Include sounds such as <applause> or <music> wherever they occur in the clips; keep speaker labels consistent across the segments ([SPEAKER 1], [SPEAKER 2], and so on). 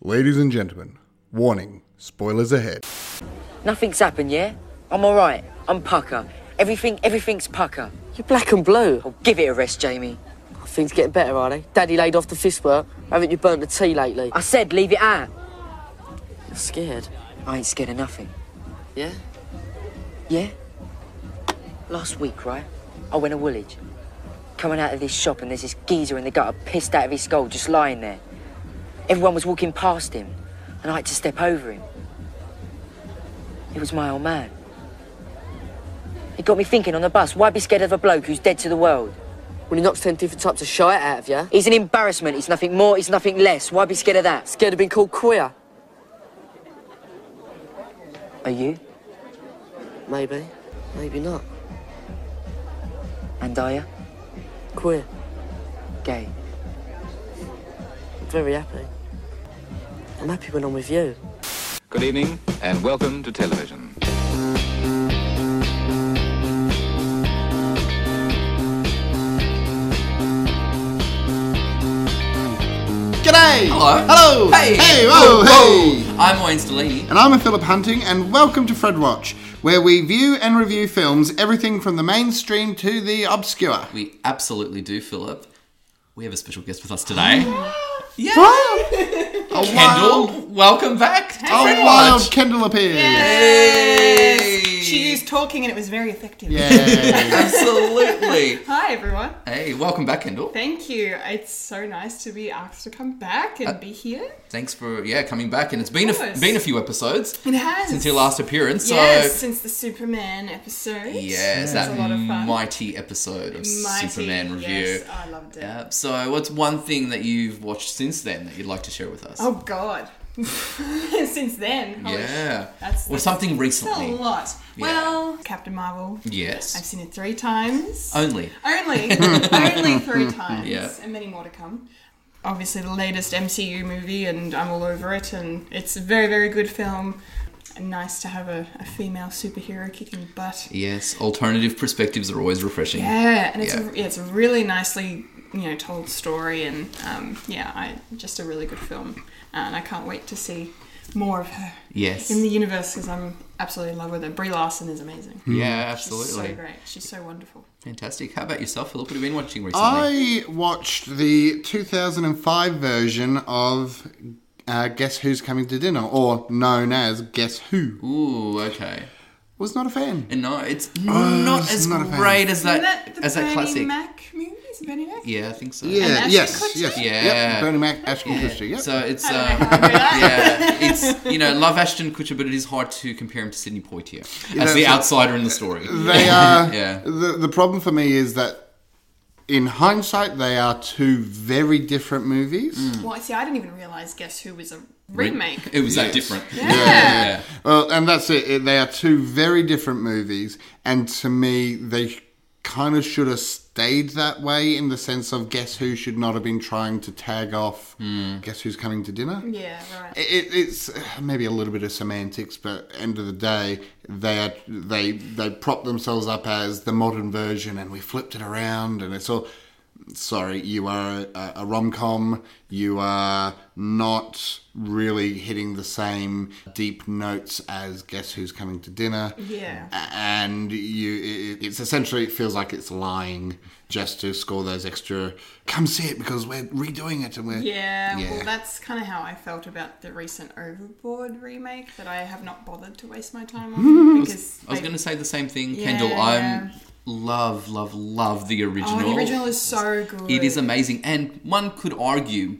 [SPEAKER 1] Ladies and gentlemen, warning spoilers ahead.
[SPEAKER 2] Nothing's happened, yeah? I'm all right. I'm pucker. Everything, everything's pucker.
[SPEAKER 3] You're black and blue.
[SPEAKER 2] I'll give it a rest, Jamie.
[SPEAKER 3] Things getting better, are they? Daddy laid off the fist work. Haven't you burnt the tea lately?
[SPEAKER 2] I said leave it out.
[SPEAKER 3] I'm scared.
[SPEAKER 2] I ain't scared of nothing.
[SPEAKER 3] Yeah?
[SPEAKER 2] Yeah? Last week, right? I went to Woolwich. Coming out of this shop, and there's this geezer in the gutter pissed out of his skull just lying there. Everyone was walking past him, and I had to step over him. It was my old man. It got me thinking on the bus why be scared of a bloke who's dead to the world?
[SPEAKER 3] When he knocks ten different types of shite out of you.
[SPEAKER 2] He's an embarrassment, he's nothing more, he's nothing less. Why be scared of that?
[SPEAKER 3] Scared of being called queer.
[SPEAKER 2] Are you?
[SPEAKER 3] Maybe. Maybe not.
[SPEAKER 2] And are you?
[SPEAKER 3] Queer.
[SPEAKER 2] Gay.
[SPEAKER 3] Very happy. I'm happy when I'm with you.
[SPEAKER 4] Good evening and welcome to television.
[SPEAKER 1] G'day!
[SPEAKER 5] Hello.
[SPEAKER 1] Hello!
[SPEAKER 5] Hey.
[SPEAKER 1] Hey! Whoa! Hey!
[SPEAKER 5] I'm Wayne Stellini.
[SPEAKER 1] And I'm Philip Hunting, and welcome to Fred Watch, where we view and review films, everything from the mainstream to the obscure.
[SPEAKER 5] We absolutely do, Philip. We have a special guest with us
[SPEAKER 6] <gasps>
[SPEAKER 5] today. Yeah.
[SPEAKER 6] <laughs>
[SPEAKER 1] A wild,
[SPEAKER 5] Kendall, welcome back. to
[SPEAKER 1] a
[SPEAKER 6] Oh,
[SPEAKER 5] Fred
[SPEAKER 1] wild
[SPEAKER 5] Watch.
[SPEAKER 1] Kendall appears.
[SPEAKER 5] Hey.
[SPEAKER 6] She used talking and it was very effective.
[SPEAKER 1] Yay.
[SPEAKER 5] Absolutely.
[SPEAKER 6] <laughs> Hi everyone.
[SPEAKER 5] hey, welcome back, Kendall.
[SPEAKER 6] Thank you. It's so nice to be asked to come back
[SPEAKER 5] Uh,
[SPEAKER 6] and be here.
[SPEAKER 5] Thanks for yeah coming back, and it's been
[SPEAKER 6] Of
[SPEAKER 5] a,
[SPEAKER 6] course.
[SPEAKER 5] been a few episodes
[SPEAKER 6] It has.
[SPEAKER 5] since your last appearance.
[SPEAKER 6] Yes,
[SPEAKER 5] So
[SPEAKER 6] since the Superman episode.
[SPEAKER 5] yes,
[SPEAKER 6] That
[SPEAKER 5] that
[SPEAKER 6] was a lot of fun.
[SPEAKER 5] mighty episode of
[SPEAKER 6] Mighty,
[SPEAKER 5] Superman review.
[SPEAKER 6] Yes, I loved it.
[SPEAKER 5] Yep. Uh, So, what's one thing that you've watched since then that you'd like to share with us?
[SPEAKER 6] Oh god. <laughs> since then. holy
[SPEAKER 5] yeah.
[SPEAKER 6] sh- That's,
[SPEAKER 5] or
[SPEAKER 6] that's
[SPEAKER 5] something
[SPEAKER 6] that's
[SPEAKER 5] recently.
[SPEAKER 6] a lot.
[SPEAKER 5] Yeah.
[SPEAKER 6] Well, Captain Marvel. I've
[SPEAKER 5] Yes.
[SPEAKER 6] seen it three times.
[SPEAKER 5] Only.
[SPEAKER 6] Only,
[SPEAKER 5] <laughs>
[SPEAKER 6] only three times,
[SPEAKER 5] Yeah.
[SPEAKER 6] and many more to come. Obviously, the latest MCU movie, and I'm all over it, and it's a very, very good film. And nice to have a, a female superhero kicking butt.
[SPEAKER 5] Yes. Alternative perspectives are always refreshing.
[SPEAKER 6] Yeah, and it's
[SPEAKER 5] Yeah.
[SPEAKER 6] A, yeah, it's a really nicely you know told story, and um, yeah, I just a really good film, and I can't wait to see more of her
[SPEAKER 5] Yes.
[SPEAKER 6] in the universe because I'm absolutely in love with her. Brie Larson is amazing.
[SPEAKER 1] Hmm.
[SPEAKER 5] yeah,
[SPEAKER 6] She's so
[SPEAKER 5] absolutely.
[SPEAKER 6] great. She's so wonderful.
[SPEAKER 5] Fantastic. How about yourself, Philip? What have you been watching recently?
[SPEAKER 1] I watched the 2005 version of uh, Guess Who's Coming to Dinner, or known as Guess Who.
[SPEAKER 5] Ooh, okay.
[SPEAKER 1] Was not a fan.
[SPEAKER 5] And no, it's not
[SPEAKER 1] it's
[SPEAKER 5] as
[SPEAKER 1] Oh, not a fan.
[SPEAKER 5] great as
[SPEAKER 6] Isn't
[SPEAKER 5] that,
[SPEAKER 6] that the
[SPEAKER 5] as that
[SPEAKER 6] Bernie
[SPEAKER 5] classic.
[SPEAKER 6] Mac movie? Is it Bernie Mac?
[SPEAKER 5] Yeah, I think so.
[SPEAKER 1] Yeah,
[SPEAKER 6] Ashton
[SPEAKER 1] yes,
[SPEAKER 6] Kutcher?
[SPEAKER 1] yes.
[SPEAKER 5] Yeah.
[SPEAKER 1] Yep. Bernie Mac, Ashton Kutcher, yep.
[SPEAKER 5] So it's um,
[SPEAKER 6] remember
[SPEAKER 5] <laughs>
[SPEAKER 6] <laughs>
[SPEAKER 5] yeah, it's you know love Ashton Kutcher, but it is hard to compare him to Sidney Poitier as
[SPEAKER 1] know,
[SPEAKER 5] the
[SPEAKER 1] so-
[SPEAKER 5] outsider in the story.
[SPEAKER 1] they are
[SPEAKER 5] <laughs> Yeah.
[SPEAKER 1] the the problem for me is that in hindsight they are two very different movies
[SPEAKER 6] Well, see, I didn't even realize Guess Who was a remake.
[SPEAKER 5] It was that different.
[SPEAKER 6] Yeah.
[SPEAKER 1] well and that's it. it they are two very different movies and to me they kind of should have stayed that way in the sense of guess who should not have been trying to tag off guess who's coming to dinner
[SPEAKER 6] Yeah, right.
[SPEAKER 1] it, it's uh, maybe a little bit of semantics, but end of the day, they are, they they prop themselves up as the modern version, and we flipped it around, and it's all. Sorry, you are a, a rom com. You are not really hitting the same deep notes as Guess Who's Coming to Dinner.
[SPEAKER 6] Yeah.
[SPEAKER 1] A- And you, it, it's essentially it feels like it's lying just to score those extra. Come see it because we're redoing it and we're
[SPEAKER 6] Yeah,
[SPEAKER 1] Yeah.
[SPEAKER 6] well, that's kind of how I felt about the recent Overboard remake that I have not bothered to waste my time on because
[SPEAKER 5] <laughs> I was
[SPEAKER 6] they-
[SPEAKER 5] going to say the same thing,
[SPEAKER 6] Yeah.
[SPEAKER 5] Kendall. I'm love, love, love the
[SPEAKER 6] oh,
[SPEAKER 5] original.
[SPEAKER 6] the original is so good.
[SPEAKER 5] It is amazing, and one could argue,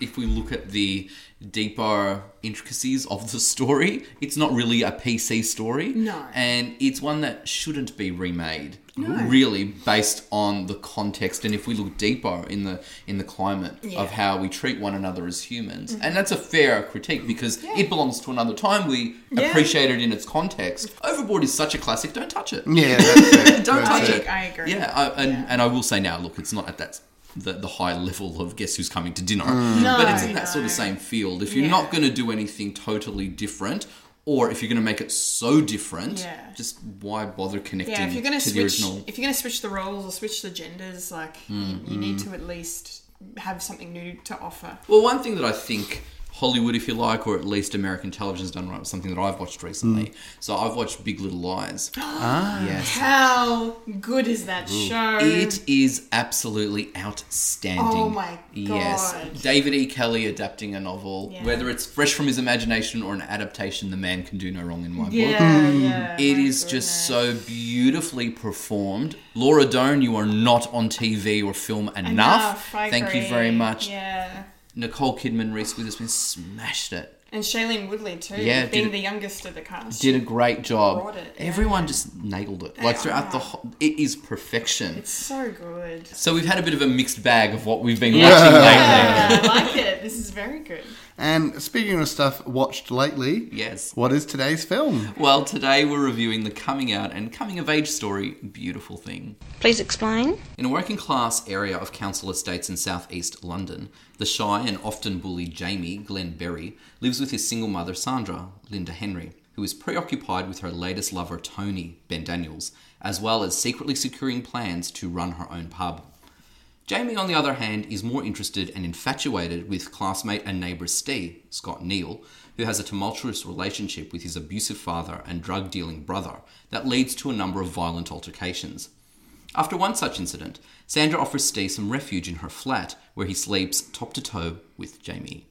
[SPEAKER 5] if we look at the deeper intricacies of the story, it's not really a PC story.
[SPEAKER 6] No.
[SPEAKER 5] and it's one that shouldn't be remade. Really, based on the context, and if we look deeper in the in the climate
[SPEAKER 6] Yeah. Mm-hmm.
[SPEAKER 5] of how we treat one another as humans, and that's a fair critique because it belongs to another time. We
[SPEAKER 6] Yeah.
[SPEAKER 5] appreciate it in its context. Overboard is such a classic. Don't touch it.
[SPEAKER 1] yeah. That's it.
[SPEAKER 5] Don't
[SPEAKER 1] That's
[SPEAKER 6] I,
[SPEAKER 5] touch
[SPEAKER 1] it.
[SPEAKER 5] it.
[SPEAKER 6] I agree.
[SPEAKER 5] Yeah, I, and, and I will say now, look, it's not at that the, the high level of guess who's coming to dinner, but it's in that sort of
[SPEAKER 6] Mm. No.
[SPEAKER 5] same field. If you're
[SPEAKER 6] Yeah.
[SPEAKER 5] not going to do anything totally different, or if you're going to make it so different,
[SPEAKER 6] Yeah.
[SPEAKER 5] just why bother connecting
[SPEAKER 6] Yeah, if you're
[SPEAKER 5] to
[SPEAKER 6] gonna
[SPEAKER 5] the
[SPEAKER 6] switch,
[SPEAKER 5] original? Mm.
[SPEAKER 6] if you're gonna switch the roles or switch the genders, like you, you need to at least have something new to offer.
[SPEAKER 5] Well, one thing that I think Hollywood, if you like, or at least American television's done right with something that I've watched recently.
[SPEAKER 6] Mm.
[SPEAKER 5] So I've watched Big Little
[SPEAKER 6] <gasps>
[SPEAKER 5] Lies.
[SPEAKER 6] Ah.
[SPEAKER 5] yes.
[SPEAKER 6] How good is that show?
[SPEAKER 5] It is absolutely outstanding.
[SPEAKER 6] Oh my
[SPEAKER 5] Yes,
[SPEAKER 6] God.
[SPEAKER 5] David E. Kelly adapting a novel, whether it's fresh from his imagination or an adaptation, the man can do no wrong in my book.
[SPEAKER 6] yeah, yeah.
[SPEAKER 5] It is just so beautifully performed. Laura Doan, you are not on TV or film enough.
[SPEAKER 6] I
[SPEAKER 5] Thank you
[SPEAKER 6] agree.
[SPEAKER 5] very much.
[SPEAKER 6] Yeah.
[SPEAKER 5] Nicole Kidman, Reese Witherspoon smashed it.
[SPEAKER 6] And Shailene Woodley too,
[SPEAKER 5] Yeah,
[SPEAKER 6] being
[SPEAKER 5] did-
[SPEAKER 6] the youngest of the cast.
[SPEAKER 5] Did a great job.
[SPEAKER 6] Brought it, yeah.
[SPEAKER 5] Everyone just nailed it. Like throughout the whole, it is perfection.
[SPEAKER 6] it's so good.
[SPEAKER 5] So we've had a bit of a mixed bag of what we've been watching lately.
[SPEAKER 6] Yeah, I like it. This is very good.
[SPEAKER 1] And speaking of stuff watched lately,
[SPEAKER 5] Yes.
[SPEAKER 1] what is today's film?
[SPEAKER 5] Well, today we're reviewing the coming out and coming of age story, Beautiful Thing.
[SPEAKER 7] Please explain.
[SPEAKER 5] In a working class area of council estates in southeast London, the shy and often bullied Jamie, Glenn Berry, lives with his single mother Sandra, Linda Henry, who is preoccupied with her latest lover Tony, Ben Daniels, as well as secretly securing plans to run her own pub. Jamie, on the other hand, is more interested and infatuated with classmate and neighbour Steve, Scott Neal, who has a tumultuous relationship with his abusive father and drug dealing brother that leads to a number of violent altercations. After one such incident, Sandra offers Steve some refuge in her flat where he sleeps top to toe with Jamie.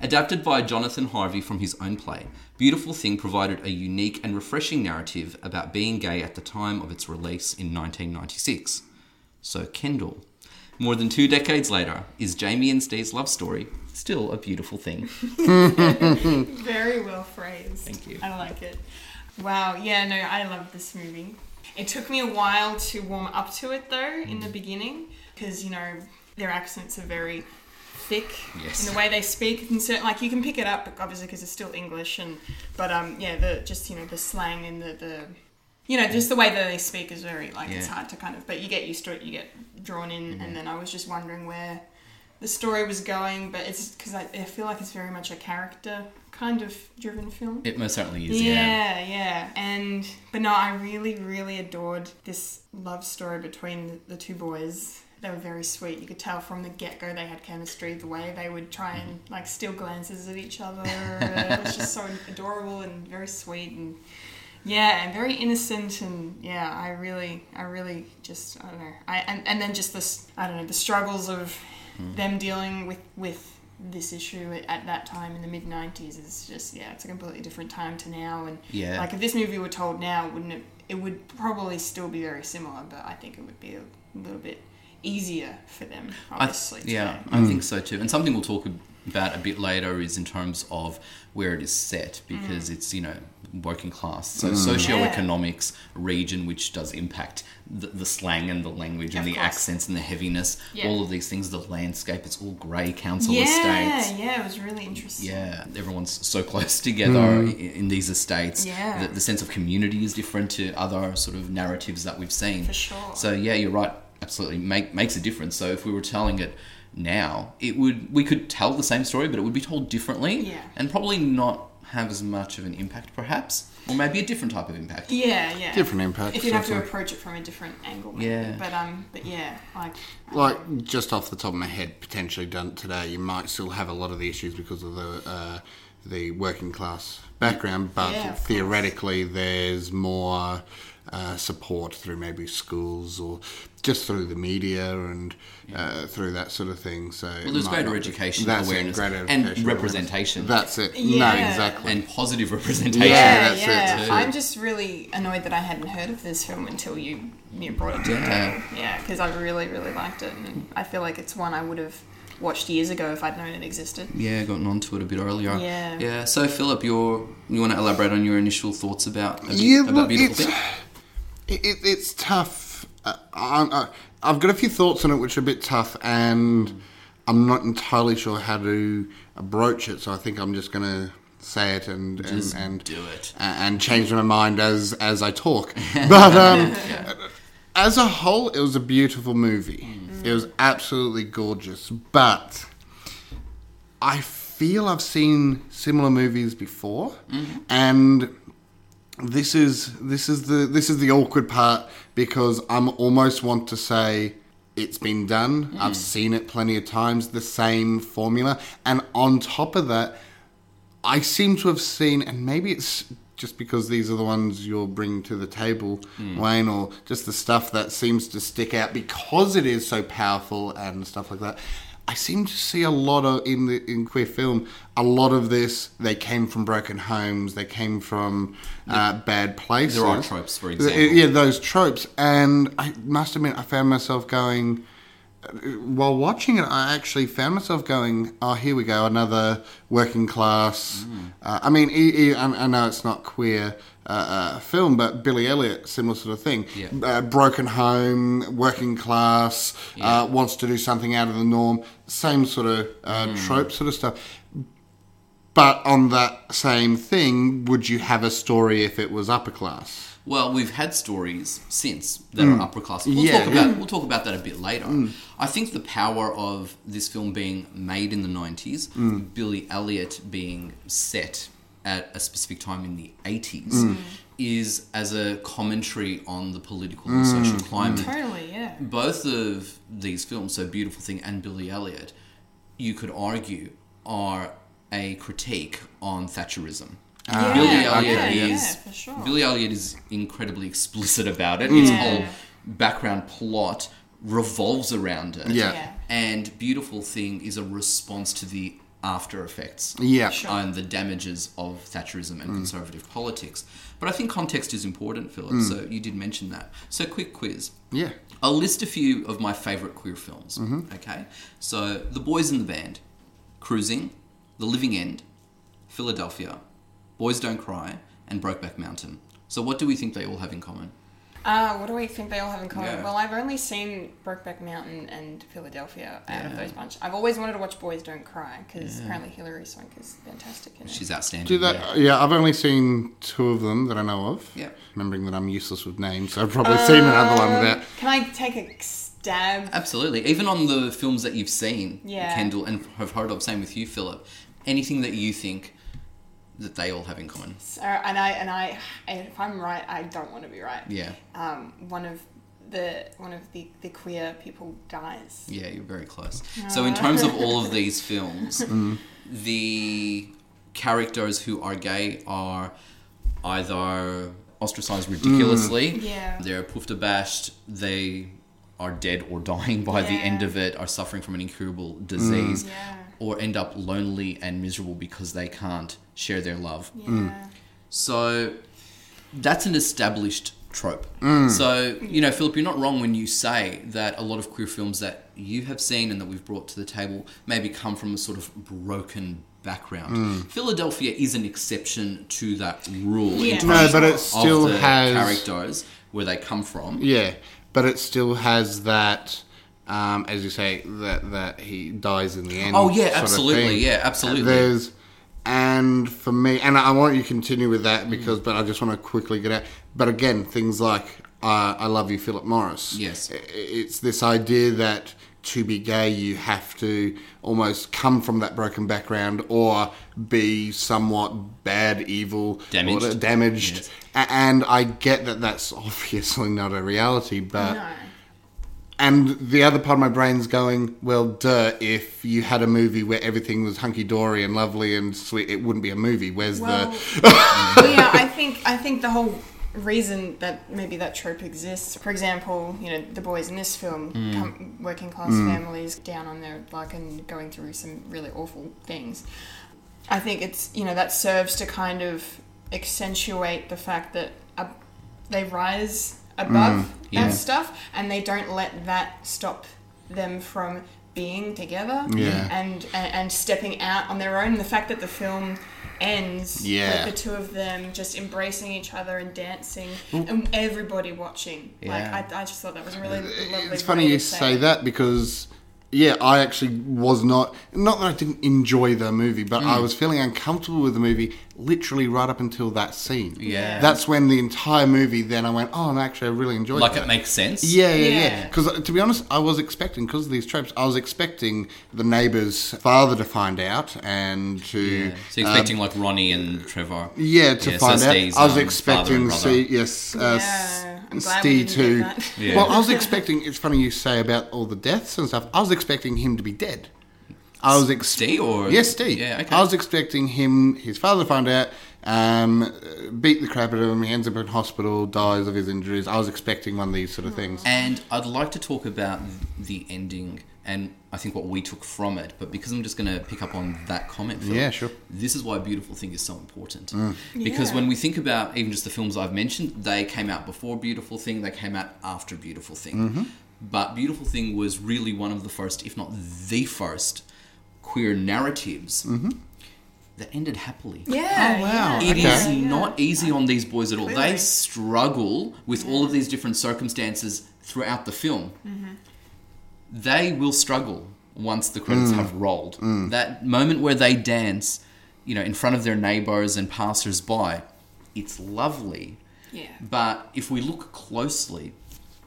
[SPEAKER 5] Adapted by Jonathan Harvey from his own play, Beautiful Thing provided a unique and refreshing narrative about being gay at the time of its release in 1996. So, Kendall. More than two decades later, is Jamie and Steve's love story still a beautiful thing?
[SPEAKER 6] Very well phrased.
[SPEAKER 5] Thank you.
[SPEAKER 6] I like it. Wow. Yeah, no, I love this movie. It took me a while to warm up to it though in the
[SPEAKER 5] Mm.
[SPEAKER 6] beginning because, you know, their accents are very thick
[SPEAKER 5] Yes.
[SPEAKER 6] in the way they speak and certain like you can pick it up obviously because it's still English and but um yeah the just you know the slang and the, the you know just the way that they speak is very like it's
[SPEAKER 5] Yeah. Mm-hmm.
[SPEAKER 6] hard to kind of but you get used to it you get drawn in and then I was just wondering where the story was going, but it's because I, I feel like it's very much a character kind of driven film.
[SPEAKER 5] <laughs> It most certainly is, yeah.
[SPEAKER 6] yeah, yeah. And but no, I really, really adored this love story between the two boys. They were very sweet. You could tell from the get go they had chemistry. The way they would try and like steal glances at each other, it was just so adorable and very sweet and yeah, and very innocent, and yeah, I really, I really just, I don't know, I and, and then just this, I don't know, the struggles of them dealing with with this issue at, at that time in the mid '90s is just, yeah, it's a completely different time to now, and
[SPEAKER 5] Yeah.
[SPEAKER 6] like if this movie were told now, wouldn't it? It would probably still be very similar, but I think it would be a little bit easier for them,
[SPEAKER 5] I-
[SPEAKER 6] obviously.
[SPEAKER 5] yeah,
[SPEAKER 6] today.
[SPEAKER 5] I think so too. And something we'll talk about a bit later is in terms of where it is
[SPEAKER 6] Mm.
[SPEAKER 5] set because it's you know working class, so socioeconomics region, which does impact the, the slang and the language and
[SPEAKER 6] Of
[SPEAKER 5] the
[SPEAKER 6] course.
[SPEAKER 5] accents and the heaviness.
[SPEAKER 6] Yeah.
[SPEAKER 5] All of these things, the landscape, it's all grey council
[SPEAKER 6] yeah,
[SPEAKER 5] estates.
[SPEAKER 6] yeah, it was really interesting.
[SPEAKER 5] Yeah, everyone's so close <laughs> together
[SPEAKER 1] Hmm.
[SPEAKER 5] i in these estates.
[SPEAKER 6] Yeah.
[SPEAKER 5] The, the sense of community is different to other sort of narratives that we've seen.
[SPEAKER 6] For sure.
[SPEAKER 5] So yeah, you're right. Absolutely, make makes a difference. So if we were telling it now, it would we could tell the same story, but it would be told differently.
[SPEAKER 6] Yeah.
[SPEAKER 5] And probably not have as much of an impact, perhaps, or maybe a different type of impact.
[SPEAKER 6] Yeah, yeah.
[SPEAKER 1] Different impact.
[SPEAKER 6] If you'd have to
[SPEAKER 1] something.
[SPEAKER 6] approach it from a different angle, maybe.
[SPEAKER 5] Yeah.
[SPEAKER 6] But um, but yeah, like
[SPEAKER 1] Like just off the top of my head, potentially done today, you might still have a lot of the issues because of the uh, the working class background, but
[SPEAKER 6] Yeah, of course.
[SPEAKER 1] theoretically, there's more uh, support through maybe schools or just through the media and uh, through that sort of thing. So
[SPEAKER 5] Well, there's greater education
[SPEAKER 1] that's it,
[SPEAKER 5] awareness
[SPEAKER 1] greater
[SPEAKER 5] and
[SPEAKER 1] education awareness.
[SPEAKER 5] representation.
[SPEAKER 1] That's it. No,
[SPEAKER 6] Yeah.
[SPEAKER 1] exactly.
[SPEAKER 5] And positive representation.
[SPEAKER 1] Yeah,
[SPEAKER 6] yeah,
[SPEAKER 1] that's it
[SPEAKER 6] yeah.
[SPEAKER 5] too.
[SPEAKER 6] I'm just really annoyed that I hadn't heard of this film until you you brought it to me.
[SPEAKER 5] Yeah.
[SPEAKER 6] Yeah, because I really really liked it, and I feel like it's one I would have watched years ago if I'd known it existed.
[SPEAKER 5] Yeah, gotten onto it a bit earlier.
[SPEAKER 6] Yeah.
[SPEAKER 5] Yeah. So Philip, you're you want to elaborate on your initial thoughts about a bit-
[SPEAKER 1] Yeah,
[SPEAKER 5] about
[SPEAKER 1] look,
[SPEAKER 5] beautiful
[SPEAKER 1] it's-
[SPEAKER 5] thing?
[SPEAKER 1] it, it, it's tough. Uh, I, I, I've got a few thoughts on it which are a bit tough, and I'm not entirely sure how to broach it. So I think I'm just going to say it and and,
[SPEAKER 5] Just
[SPEAKER 1] and
[SPEAKER 5] do it.
[SPEAKER 1] a- and change my mind as as I talk. <laughs> But
[SPEAKER 5] <laughs>
[SPEAKER 1] um, as a whole, it was a beautiful movie.
[SPEAKER 5] Mm.
[SPEAKER 1] It was absolutely gorgeous, but. I feel I've seen similar movies before,
[SPEAKER 5] Mm-hmm.
[SPEAKER 1] and this is this is the this is the awkward part because I'm almost want to say it's been done. I've seen it plenty of times, the same formula. And on top of that, I seem to have seen, and maybe it's just because these are the ones you're bringing to the table,
[SPEAKER 5] Hmm.
[SPEAKER 1] Wayne, or just the stuff that seems to stick out because it is so powerful and stuff like that. I seem to see a lot of in the in queer film a lot of this. They came from broken homes. They came from uh, bad places.
[SPEAKER 5] tropes, for
[SPEAKER 1] Th-
[SPEAKER 5] example.
[SPEAKER 1] Yeah, those tropes, and I must admit, I found myself going while watching it, I actually found myself going, "Oh, here we go, another working class." Uh, I mean, e- e- I I know it's not queer uh, uh, film, but Billy Elliot, similar sort of thing.
[SPEAKER 5] Yeah.
[SPEAKER 1] Uh, broken home, working class, uh, wants to do something out of the norm. Same sort of uh, trope, sort of stuff. But on that same thing, would you have a story if it was upper class?
[SPEAKER 5] Well, we've had stories since that are upper class. We'll
[SPEAKER 1] Yeah.
[SPEAKER 5] talk about we'll talk about that a bit later. I think the power of this film being made in the nineties, Billy Elliot being set at a specific time in the eighties, is as a commentary on the political and social climate
[SPEAKER 6] Totally, yeah.
[SPEAKER 5] both of these films, so Beautiful Thing and Billy Elliot, you could argue are a critique on Thatcherism.
[SPEAKER 6] Yeah,
[SPEAKER 5] Uh, Billy
[SPEAKER 6] yeah,
[SPEAKER 5] Elliot
[SPEAKER 6] yeah,
[SPEAKER 5] is
[SPEAKER 6] for sure.
[SPEAKER 5] Billy Elliot is incredibly explicit about it.
[SPEAKER 1] Mm.
[SPEAKER 5] Its
[SPEAKER 6] Yeah.
[SPEAKER 5] whole background plot revolves around it.
[SPEAKER 1] Yeah.
[SPEAKER 6] Yeah.
[SPEAKER 5] And Beautiful Thing is a response to the after effects
[SPEAKER 1] Yeah. Mm.
[SPEAKER 5] and the damages of Thatcherism and conservative politics. But I think context is important, Philip.
[SPEAKER 1] Mm.
[SPEAKER 5] So you did mention that. So quick quiz.
[SPEAKER 1] Yeah.
[SPEAKER 5] I'll list a few of my favourite queer films.
[SPEAKER 1] Mm-hmm.
[SPEAKER 5] Okay, so The Boys in the Band, Cruising, The Living End, Philadelphia, Boys Don't Cry, and Brokeback Mountain. So what do we think they all have in common?
[SPEAKER 6] Uh, what do we think they all have in common?
[SPEAKER 5] Yeah.
[SPEAKER 6] Well, I've only seen Brokeback Mountain and Philadelphia out of those bunch. I've always wanted to watch Boys Don't Cry because apparently Hilary Swank is fantastic in it.
[SPEAKER 5] She's outstanding.
[SPEAKER 1] Do that? Yeah. I've only seen two of them that I know of.
[SPEAKER 5] Yeah.
[SPEAKER 1] Remembering that I'm useless with names, I've probably seen another one without.
[SPEAKER 6] Can I take a stab?
[SPEAKER 5] Absolutely. Even on the films that you've seen,
[SPEAKER 6] Yeah.
[SPEAKER 5] Kendall, and have heard of, same with you, Philip. Anything that you think that they all have in common?
[SPEAKER 6] So, Uh, and I and I and if I'm right, I don't want to be right.
[SPEAKER 5] Yeah.
[SPEAKER 6] Um, one of the one of the, the queer people dies.
[SPEAKER 5] Yeah, you're very close. So, in terms of all
[SPEAKER 6] <laughs>
[SPEAKER 5] of these films, the characters who are gay are either ostracized ridiculously,
[SPEAKER 6] Yeah.
[SPEAKER 5] they're poofed abashed, they are dead or dying by the
[SPEAKER 6] Yeah. Mm.
[SPEAKER 5] end of it, are suffering from an incurable disease,
[SPEAKER 6] Yeah.
[SPEAKER 5] or end up lonely and miserable because they can't share their love.
[SPEAKER 6] Yeah.
[SPEAKER 5] Mm. So that's an established trope.
[SPEAKER 1] Mm.
[SPEAKER 5] So, you know, Philip, you're not wrong when you say that a lot of queer films that you have seen and that we've brought to the table maybe come from a sort of broken background.
[SPEAKER 1] Mm.
[SPEAKER 5] Philadelphia is an exception to that rule
[SPEAKER 6] Yeah.
[SPEAKER 5] in
[SPEAKER 1] No,
[SPEAKER 5] terms
[SPEAKER 1] but it still
[SPEAKER 5] of the
[SPEAKER 1] has.
[SPEAKER 5] characters where they come from.
[SPEAKER 1] Yeah, but it still has that. Um, as you say, that that he dies in the end.
[SPEAKER 5] Oh, yeah,
[SPEAKER 1] sort of
[SPEAKER 5] absolutely,
[SPEAKER 1] thing.
[SPEAKER 5] yeah, absolutely.
[SPEAKER 1] There's, and for me, and I want you to continue with that because, but I just want to quickly get out. But again, things like uh, "I love you, Philip Morris."
[SPEAKER 5] Yes.
[SPEAKER 1] I- it's this idea that to be gay, you have to almost come from that broken background or be somewhat bad, evil, or
[SPEAKER 5] Damaged.
[SPEAKER 1] damaged.
[SPEAKER 5] Yes.
[SPEAKER 1] A- And I get that that's <laughs> obviously not a reality, but
[SPEAKER 6] No.
[SPEAKER 1] and the other part of my brain's going, well, duh, if you had a movie where everything was hunky dory and lovely and sweet, it wouldn't be a movie. Where's
[SPEAKER 6] Well,
[SPEAKER 1] the.
[SPEAKER 6] yeah, I think I think the whole reason that maybe that trope exists, for example, you know, the boys in this film, come, working class families down on their luck and going through some really awful things. I think it's you know that serves to kind of accentuate the fact that uh, they rise
[SPEAKER 1] Mm,
[SPEAKER 6] above
[SPEAKER 5] yeah.
[SPEAKER 6] that stuff and they don't let that stop them from being together
[SPEAKER 1] Yeah.
[SPEAKER 6] and, and and stepping out on their own. The fact that the film ends
[SPEAKER 1] Yeah.
[SPEAKER 6] with the two of them just embracing each other and dancing and everybody watching.
[SPEAKER 5] Yeah.
[SPEAKER 6] Like I, I just thought that was a really lovely.
[SPEAKER 1] It's funny
[SPEAKER 6] way
[SPEAKER 1] you
[SPEAKER 6] to
[SPEAKER 1] say
[SPEAKER 6] it.
[SPEAKER 1] that because, yeah, I actually was not. Not that I didn't enjoy the movie, but
[SPEAKER 5] Hmm.
[SPEAKER 1] I was feeling uncomfortable with the movie literally right up until that scene.
[SPEAKER 5] Yeah.
[SPEAKER 1] That's when the entire movie, then I went, oh, no, actually, I really enjoyed
[SPEAKER 5] Like
[SPEAKER 1] that.
[SPEAKER 5] it makes sense.
[SPEAKER 1] Yeah, yeah, yeah.
[SPEAKER 6] Yeah.
[SPEAKER 1] Because to be honest, I was expecting because of these tropes, I was expecting the neighbour's father to find out and to
[SPEAKER 5] Yeah. So you're
[SPEAKER 1] uh,
[SPEAKER 5] expecting like Ronnie and Trevor.
[SPEAKER 1] yeah to
[SPEAKER 5] so
[SPEAKER 1] find out.
[SPEAKER 5] Steve's,
[SPEAKER 1] I was
[SPEAKER 5] um, father and
[SPEAKER 1] expecting
[SPEAKER 5] brother.
[SPEAKER 1] see yes uh,
[SPEAKER 6] Yeah, I'm glad we
[SPEAKER 1] Steve
[SPEAKER 6] didn't
[SPEAKER 1] too.
[SPEAKER 6] get that.
[SPEAKER 5] Yeah.
[SPEAKER 1] Well,
[SPEAKER 6] <laughs>
[SPEAKER 1] I was expecting. It's funny you say about all the deaths and stuff. I was expecting him to be dead. I was ex-
[SPEAKER 5] Steve or-
[SPEAKER 1] yes, Steve.
[SPEAKER 5] Yeah, okay.
[SPEAKER 1] I was expecting him, his father, to find out, um, beat the crap out of him. He ends up in hospital, dies of his injuries. I was expecting one of these sort of things.
[SPEAKER 5] And I'd like to talk about the ending and I think what we took from it, but because I'm just going to pick up on that comment. Phil,
[SPEAKER 1] Yeah, sure. Mm.
[SPEAKER 5] This is why Beautiful Thing is so important. Because
[SPEAKER 6] Yeah.
[SPEAKER 5] when we think about even just the films I've mentioned, they came out before Beautiful Thing, they came out after Beautiful Thing.
[SPEAKER 1] Mm-hmm.
[SPEAKER 5] But Beautiful Thing was really one of the first, if not the first, queer narratives
[SPEAKER 1] Mm-hmm.
[SPEAKER 5] that ended happily.
[SPEAKER 6] Yeah.
[SPEAKER 1] Oh, wow.
[SPEAKER 6] yeah.
[SPEAKER 5] It is
[SPEAKER 1] Okay.
[SPEAKER 5] not easy on these boys at all. They
[SPEAKER 6] Clearly.
[SPEAKER 5] struggle with all of these different circumstances throughout the film.
[SPEAKER 6] Mm-hmm.
[SPEAKER 5] They will struggle once the credits
[SPEAKER 1] Mm.
[SPEAKER 5] have rolled. That moment where they dance, you know, in front of their neighbors and passers-by, it's lovely.
[SPEAKER 6] Yeah.
[SPEAKER 5] But if we look closely,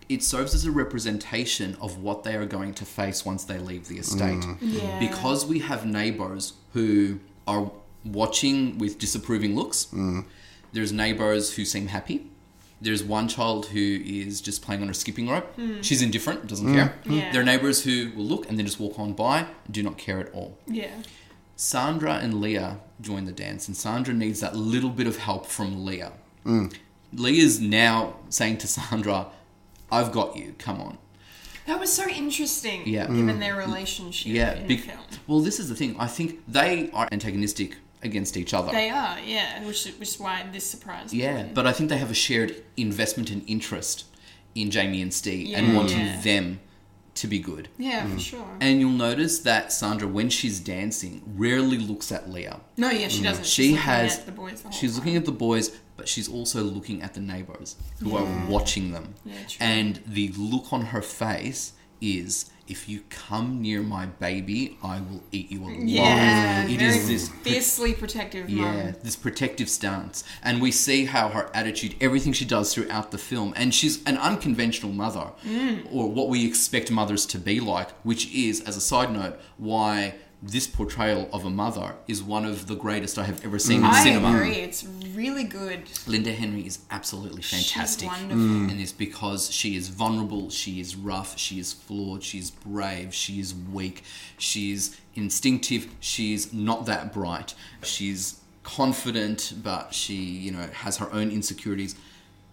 [SPEAKER 5] it serves as a representation of what they are going to face once they leave the estate.
[SPEAKER 6] Yeah.
[SPEAKER 5] Because we have neighbors who are watching with disapproving looks, there's neighbors who seem happy. There's one child who is just playing on a skipping rope. She's indifferent, doesn't care.
[SPEAKER 6] Hmm. Yeah.
[SPEAKER 5] There are neighbors who will look and then just walk on by, do not care at all.
[SPEAKER 6] Yeah.
[SPEAKER 5] Sandra and Leah join the dance, and Sandra needs that little bit of help from Leah. Leah's now saying to Sandra, I've got you, come on.
[SPEAKER 6] That was so interesting.
[SPEAKER 5] Yeah.
[SPEAKER 1] Mm.
[SPEAKER 6] Given their relationship
[SPEAKER 5] Yeah,
[SPEAKER 6] in
[SPEAKER 5] big.
[SPEAKER 6] the film.
[SPEAKER 5] Well, this is the thing. I think they are antagonistic against each other.
[SPEAKER 6] They are, yeah, which, which is why this surprised me.
[SPEAKER 5] yeah, but I think they have a shared investment and interest in Jamie and Steve and
[SPEAKER 6] Yeah.
[SPEAKER 5] wanting
[SPEAKER 6] Yeah.
[SPEAKER 5] them to be good.
[SPEAKER 6] Yeah, for sure.
[SPEAKER 5] And you'll notice that Sandra, when she's dancing, rarely looks at Leah.
[SPEAKER 6] no, yeah, she doesn't.
[SPEAKER 5] Hmm. She
[SPEAKER 6] she's
[SPEAKER 5] has.
[SPEAKER 6] Looking at the boys the whole
[SPEAKER 5] she's
[SPEAKER 6] time.
[SPEAKER 5] looking at the boys, but she's also looking at the neighbors who are watching them.
[SPEAKER 6] Yeah, true.
[SPEAKER 5] and the look on her face is, "If you come near my baby, I will eat you alive."
[SPEAKER 6] Yeah,
[SPEAKER 5] it
[SPEAKER 6] very
[SPEAKER 5] is this.
[SPEAKER 6] fiercely protective.
[SPEAKER 5] Yeah,
[SPEAKER 6] Mum.
[SPEAKER 5] this protective stance, and we see how her attitude, everything she does throughout the film, and she's an unconventional mother,
[SPEAKER 6] Mm.
[SPEAKER 5] or what we expect mothers to be like, which is, as a side note, why this portrayal of a mother is one of the greatest I have ever seen in
[SPEAKER 6] Mm. I
[SPEAKER 5] cinema.
[SPEAKER 6] agree. It's really good.
[SPEAKER 5] Linda Henry is absolutely fantastic
[SPEAKER 6] wonderful.
[SPEAKER 5] in this because she is vulnerable, she is rough, she is flawed, she is brave, she is weak, she is instinctive, she is not that bright, she's confident, but she, you know, has her own insecurities.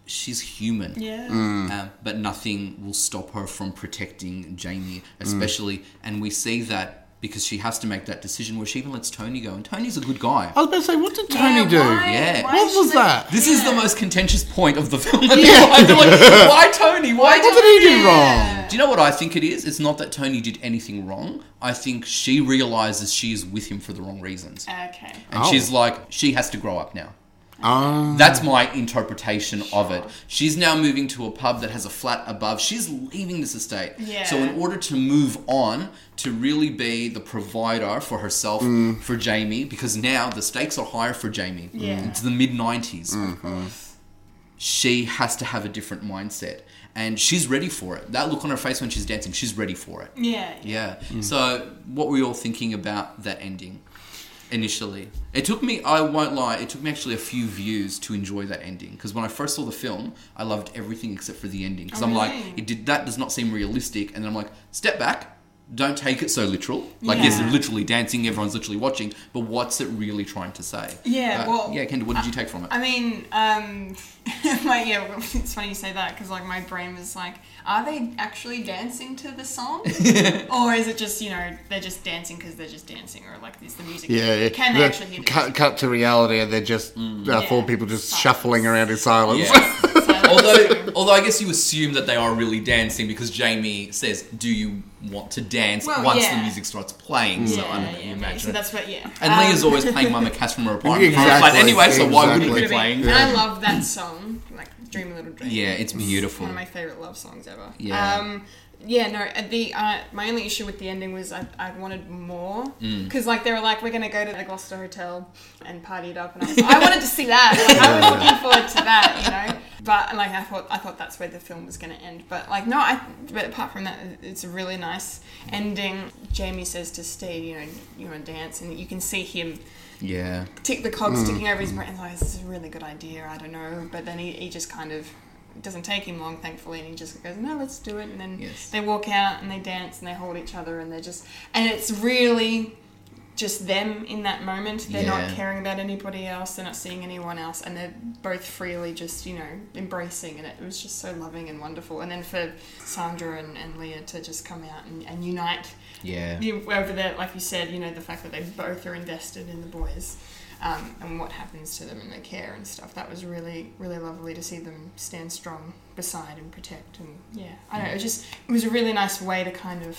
[SPEAKER 5] She's human.
[SPEAKER 6] Yeah.
[SPEAKER 5] Uh, but nothing will stop her from protecting Jamie, especially. And we see that because she has to make that decision where she even lets Tony go. And Tony's a good guy.
[SPEAKER 1] I was about to say, what did Tony do?
[SPEAKER 6] Why,
[SPEAKER 5] Yeah.
[SPEAKER 6] why
[SPEAKER 1] What
[SPEAKER 6] she
[SPEAKER 1] was
[SPEAKER 6] let-
[SPEAKER 1] that?
[SPEAKER 5] This is the most contentious point of the <laughs> film. I feel like, why Tony? Why
[SPEAKER 1] What
[SPEAKER 5] did
[SPEAKER 1] did he do wrong?
[SPEAKER 5] Do you know what I think it is? It's not that Tony did anything wrong. I think she realizes she is with him for the wrong reasons. And
[SPEAKER 6] Okay.
[SPEAKER 1] Oh.
[SPEAKER 5] she's like, she has to grow up now.
[SPEAKER 1] Um,
[SPEAKER 5] That's my interpretation of it. She's now moving to a pub that has a flat above. She's leaving this estate.
[SPEAKER 6] Yeah.
[SPEAKER 5] So in order to move on, to really be the provider for herself, for Jamie, because now the stakes are higher for Jamie.
[SPEAKER 6] Yeah.
[SPEAKER 5] It's the mid 90s. She has to have a different mindset. And she's ready for it. That look on her face when she's dancing, she's ready for it.
[SPEAKER 6] Yeah. Yeah.
[SPEAKER 5] Yeah. So, what were you all thinking about that ending initially? It took me, I won't lie, it took me actually a few views to enjoy that ending. Because when I first saw the film, I loved everything except for the ending. Because I'm like,
[SPEAKER 6] really?
[SPEAKER 5] it did, that does not seem realistic. And then I'm like, step back. Don't take it so literal. Like, yes,
[SPEAKER 6] Yeah.
[SPEAKER 5] they're literally dancing, everyone's literally watching, but what's it really trying to say?
[SPEAKER 6] Yeah,
[SPEAKER 5] Uh,
[SPEAKER 6] well,
[SPEAKER 5] Yeah, Kendall, what did you take from it?
[SPEAKER 6] I mean, um, <laughs> my, yeah, well, <laughs> it's funny you say that because like my brain was like, are they actually dancing to the
[SPEAKER 5] <laughs>
[SPEAKER 6] song, or is it just you know they're just dancing because they're just dancing, or like is the music?
[SPEAKER 1] yeah, yeah.
[SPEAKER 6] Can they
[SPEAKER 1] The-
[SPEAKER 6] actually hear the
[SPEAKER 1] cut, cut to reality, and they're just uh, four
[SPEAKER 6] Yeah.
[SPEAKER 1] people just
[SPEAKER 6] Silence.
[SPEAKER 1] shuffling around in silence. <laughs>
[SPEAKER 6] <laughs>
[SPEAKER 5] Yeah.
[SPEAKER 6] music? So-
[SPEAKER 5] although, although I guess you assume that they are really dancing because Jamie says, "Do you want to dance?"
[SPEAKER 6] Well,
[SPEAKER 5] once
[SPEAKER 6] yeah.
[SPEAKER 5] the music starts playing. so I'm
[SPEAKER 6] yeah, yeah,
[SPEAKER 5] imagine.
[SPEAKER 6] so that's what yeah.
[SPEAKER 5] and
[SPEAKER 6] Um,
[SPEAKER 5] Leah's always playing Mama
[SPEAKER 1] <laughs>
[SPEAKER 5] Cass from her apartment.
[SPEAKER 1] Exactly,
[SPEAKER 5] Like, anyway, so why wouldn't it be
[SPEAKER 1] exactly.
[SPEAKER 5] playing?
[SPEAKER 6] And I love that song, like Dream a Little Dream.
[SPEAKER 5] Yeah, it's beautiful.
[SPEAKER 6] One of my favorite love songs ever.
[SPEAKER 5] Yeah.
[SPEAKER 6] Um, yeah. No. uh, The uh, my only issue with the ending was I, I wanted more
[SPEAKER 5] Mm.
[SPEAKER 6] because like they were like we're gonna go to the Gloucester Hotel and party it up, and I, was like, I wanted to see that. Like, I was looking forward to that, you know. But like I thought, I thought that's where the film was gonna end. But like no, I. But apart from that, it's a really nice ending. Jamie says to Steve, you know, you want to dance, and you can see him
[SPEAKER 5] Yeah.
[SPEAKER 6] tick the cogs ticking over his brain. Like, this is a really good idea. I don't know, but then he, he just kind of it doesn't take him long, thankfully, and he just goes, "No, let's do it." And then
[SPEAKER 5] Yes.
[SPEAKER 6] they walk out and they dance and they hold each other and they're just, and it's really just them in that moment. They're
[SPEAKER 5] Yeah.
[SPEAKER 6] not caring about anybody else. They're not seeing anyone else, and they're both freely just you know embracing, and it was just so loving and wonderful. And then for Sandra and, and Leah to just come out and, and unite
[SPEAKER 5] Yeah.
[SPEAKER 6] you, over there, like you said, you know, the fact that they both are invested in the boys um, and what happens to them and their care and stuff. That was really, really lovely to see them stand strong beside and protect. And yeah, I don't know, it was just, it was a really nice way to kind of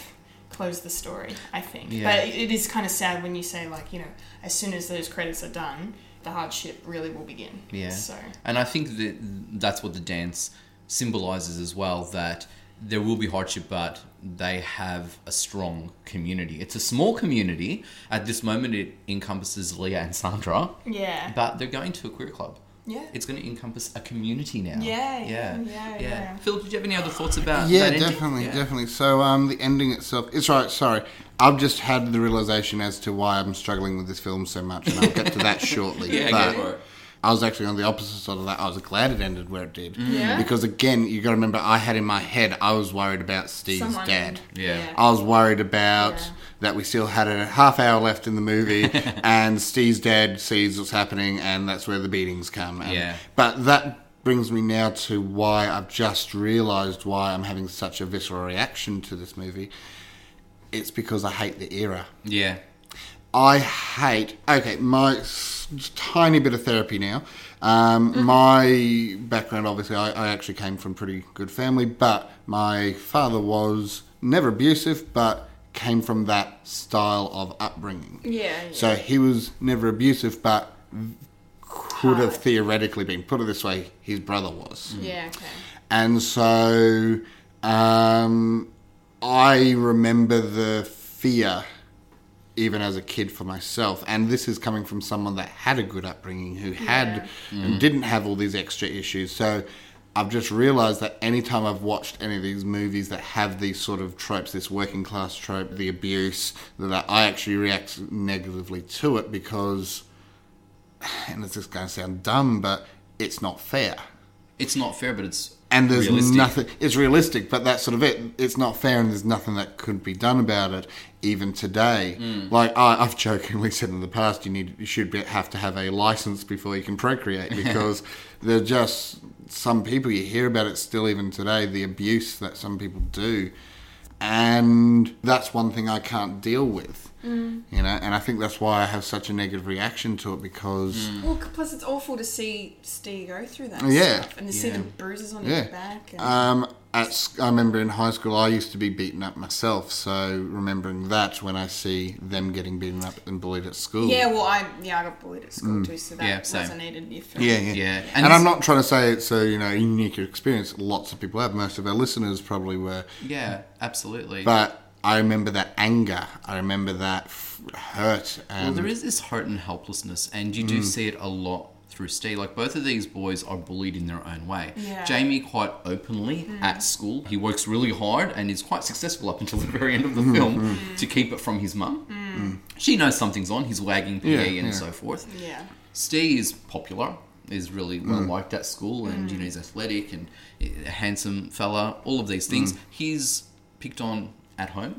[SPEAKER 6] close the story, I think.
[SPEAKER 5] Yeah.
[SPEAKER 6] But it- it is kind of sad when you say, like, you know, as soon as those credits are done, the hardship really will begin.
[SPEAKER 5] Yeah.
[SPEAKER 6] So,
[SPEAKER 5] And I think that that's what the dance symbolizes as well that there will be hardship, but they have a strong community. It's a small community. At this moment, it encompasses Leah and Sandra,
[SPEAKER 6] yeah.
[SPEAKER 5] but they're going to a queer club.
[SPEAKER 6] yeah.
[SPEAKER 5] It's going to encompass a community now.
[SPEAKER 6] Yeah,
[SPEAKER 5] Yeah.
[SPEAKER 6] yeah, yeah, yeah.
[SPEAKER 5] Phil, did you have any other thoughts about
[SPEAKER 1] Yeah,
[SPEAKER 5] that ending?
[SPEAKER 1] definitely,
[SPEAKER 5] Yeah.
[SPEAKER 1] definitely. So um, the ending itself. It's right. Sorry, I've just had the realization as to why I'm struggling with this film so much, and I'll get to that shortly.
[SPEAKER 5] Yeah,
[SPEAKER 1] but
[SPEAKER 5] go for it.
[SPEAKER 1] I was actually on the opposite side of that. I was glad it ended where it did,
[SPEAKER 6] Yeah.
[SPEAKER 1] because again, you got to remember, I had in my head, I was worried about Steve's
[SPEAKER 6] Someone-
[SPEAKER 1] dad.
[SPEAKER 5] Yeah.
[SPEAKER 1] I was worried about
[SPEAKER 6] Yeah.
[SPEAKER 1] that we still had a half hour left in the movie, and Steve's dad sees what's happening, and that's where the beatings come. And,
[SPEAKER 5] Yeah.
[SPEAKER 1] But that brings me now to why I've just realised why I'm having such a visceral reaction to this movie. It's because I hate the era.
[SPEAKER 5] Yeah.
[SPEAKER 1] I hate. Okay, my s- tiny bit of therapy now. Um,
[SPEAKER 6] Mm-hmm.
[SPEAKER 1] My background, obviously, I, I actually came from pretty good family, but my father was never abusive, but came from that style of upbringing.
[SPEAKER 6] Yeah,
[SPEAKER 1] So he was never abusive, but could have theoretically been. Put it this way, his brother was.
[SPEAKER 6] yeah, okay.
[SPEAKER 1] And so um, I remember the fear, even as a kid, for myself. And this is coming from someone that had a good upbringing, who had and didn't have all these extra issues. So I've just realized that anytime I've watched any of these movies that have these sort of tropes, this working class trope, the abuse, that I actually react negatively to it because, <sighs> and it's just going to sound dumb, but it's not fair
[SPEAKER 5] It's not fair, but it's
[SPEAKER 1] and there's
[SPEAKER 5] realistic.
[SPEAKER 1] nothing it's realistic but that's sort of it it's not fair and there's nothing that could be done about it even today like I, i've jokingly said in the past you need you should be, have to have a license before you can procreate because they're just some people you hear about it still even today the abuse that some people do and that's one thing i can't deal with you know and i think that's why i have such a negative reaction to it because
[SPEAKER 6] Well, c- plus it's awful to see Steve go through that.
[SPEAKER 1] Yeah.
[SPEAKER 6] Stuff. And to see the bruises on
[SPEAKER 1] Yeah.
[SPEAKER 6] his back. And,
[SPEAKER 1] Um, at, s- I remember in high school, I used to be beaten up myself. So remembering that when I see them getting beaten up and bullied at school.
[SPEAKER 6] yeah, well, I yeah I got bullied at school too, so that
[SPEAKER 5] Yeah, same.
[SPEAKER 6] wasn't needed. If
[SPEAKER 1] Mm. Yeah, yeah.
[SPEAKER 5] Yeah. And
[SPEAKER 1] And,
[SPEAKER 5] it's-
[SPEAKER 1] I'm not trying to say it's a you know unique experience. Lots of people have. Most of our listeners probably were.
[SPEAKER 5] Yeah, absolutely.
[SPEAKER 1] But I remember that anger. I remember that f- hurt.
[SPEAKER 5] Well,
[SPEAKER 1] And
[SPEAKER 5] there is this hurt and helplessness, and you do
[SPEAKER 1] Mm.
[SPEAKER 5] see it a lot through Steve. Like both of these boys are bullied in their own way.
[SPEAKER 6] Yeah. Mm.
[SPEAKER 5] Jamie quite openly at school. He works really hard and is quite successful up until the <laughs> very end of
[SPEAKER 1] Mm,
[SPEAKER 5] the film to keep it from his mum.
[SPEAKER 6] Mm.
[SPEAKER 5] She knows something's on. He's wagging PE
[SPEAKER 1] Yeah,
[SPEAKER 5] and
[SPEAKER 1] yeah.
[SPEAKER 5] so forth.
[SPEAKER 6] Yeah.
[SPEAKER 5] Steve is popular, is really well liked at school, and
[SPEAKER 6] Mm.
[SPEAKER 5] you know he's athletic and eh, a handsome fella. All of these things. He's picked on at home,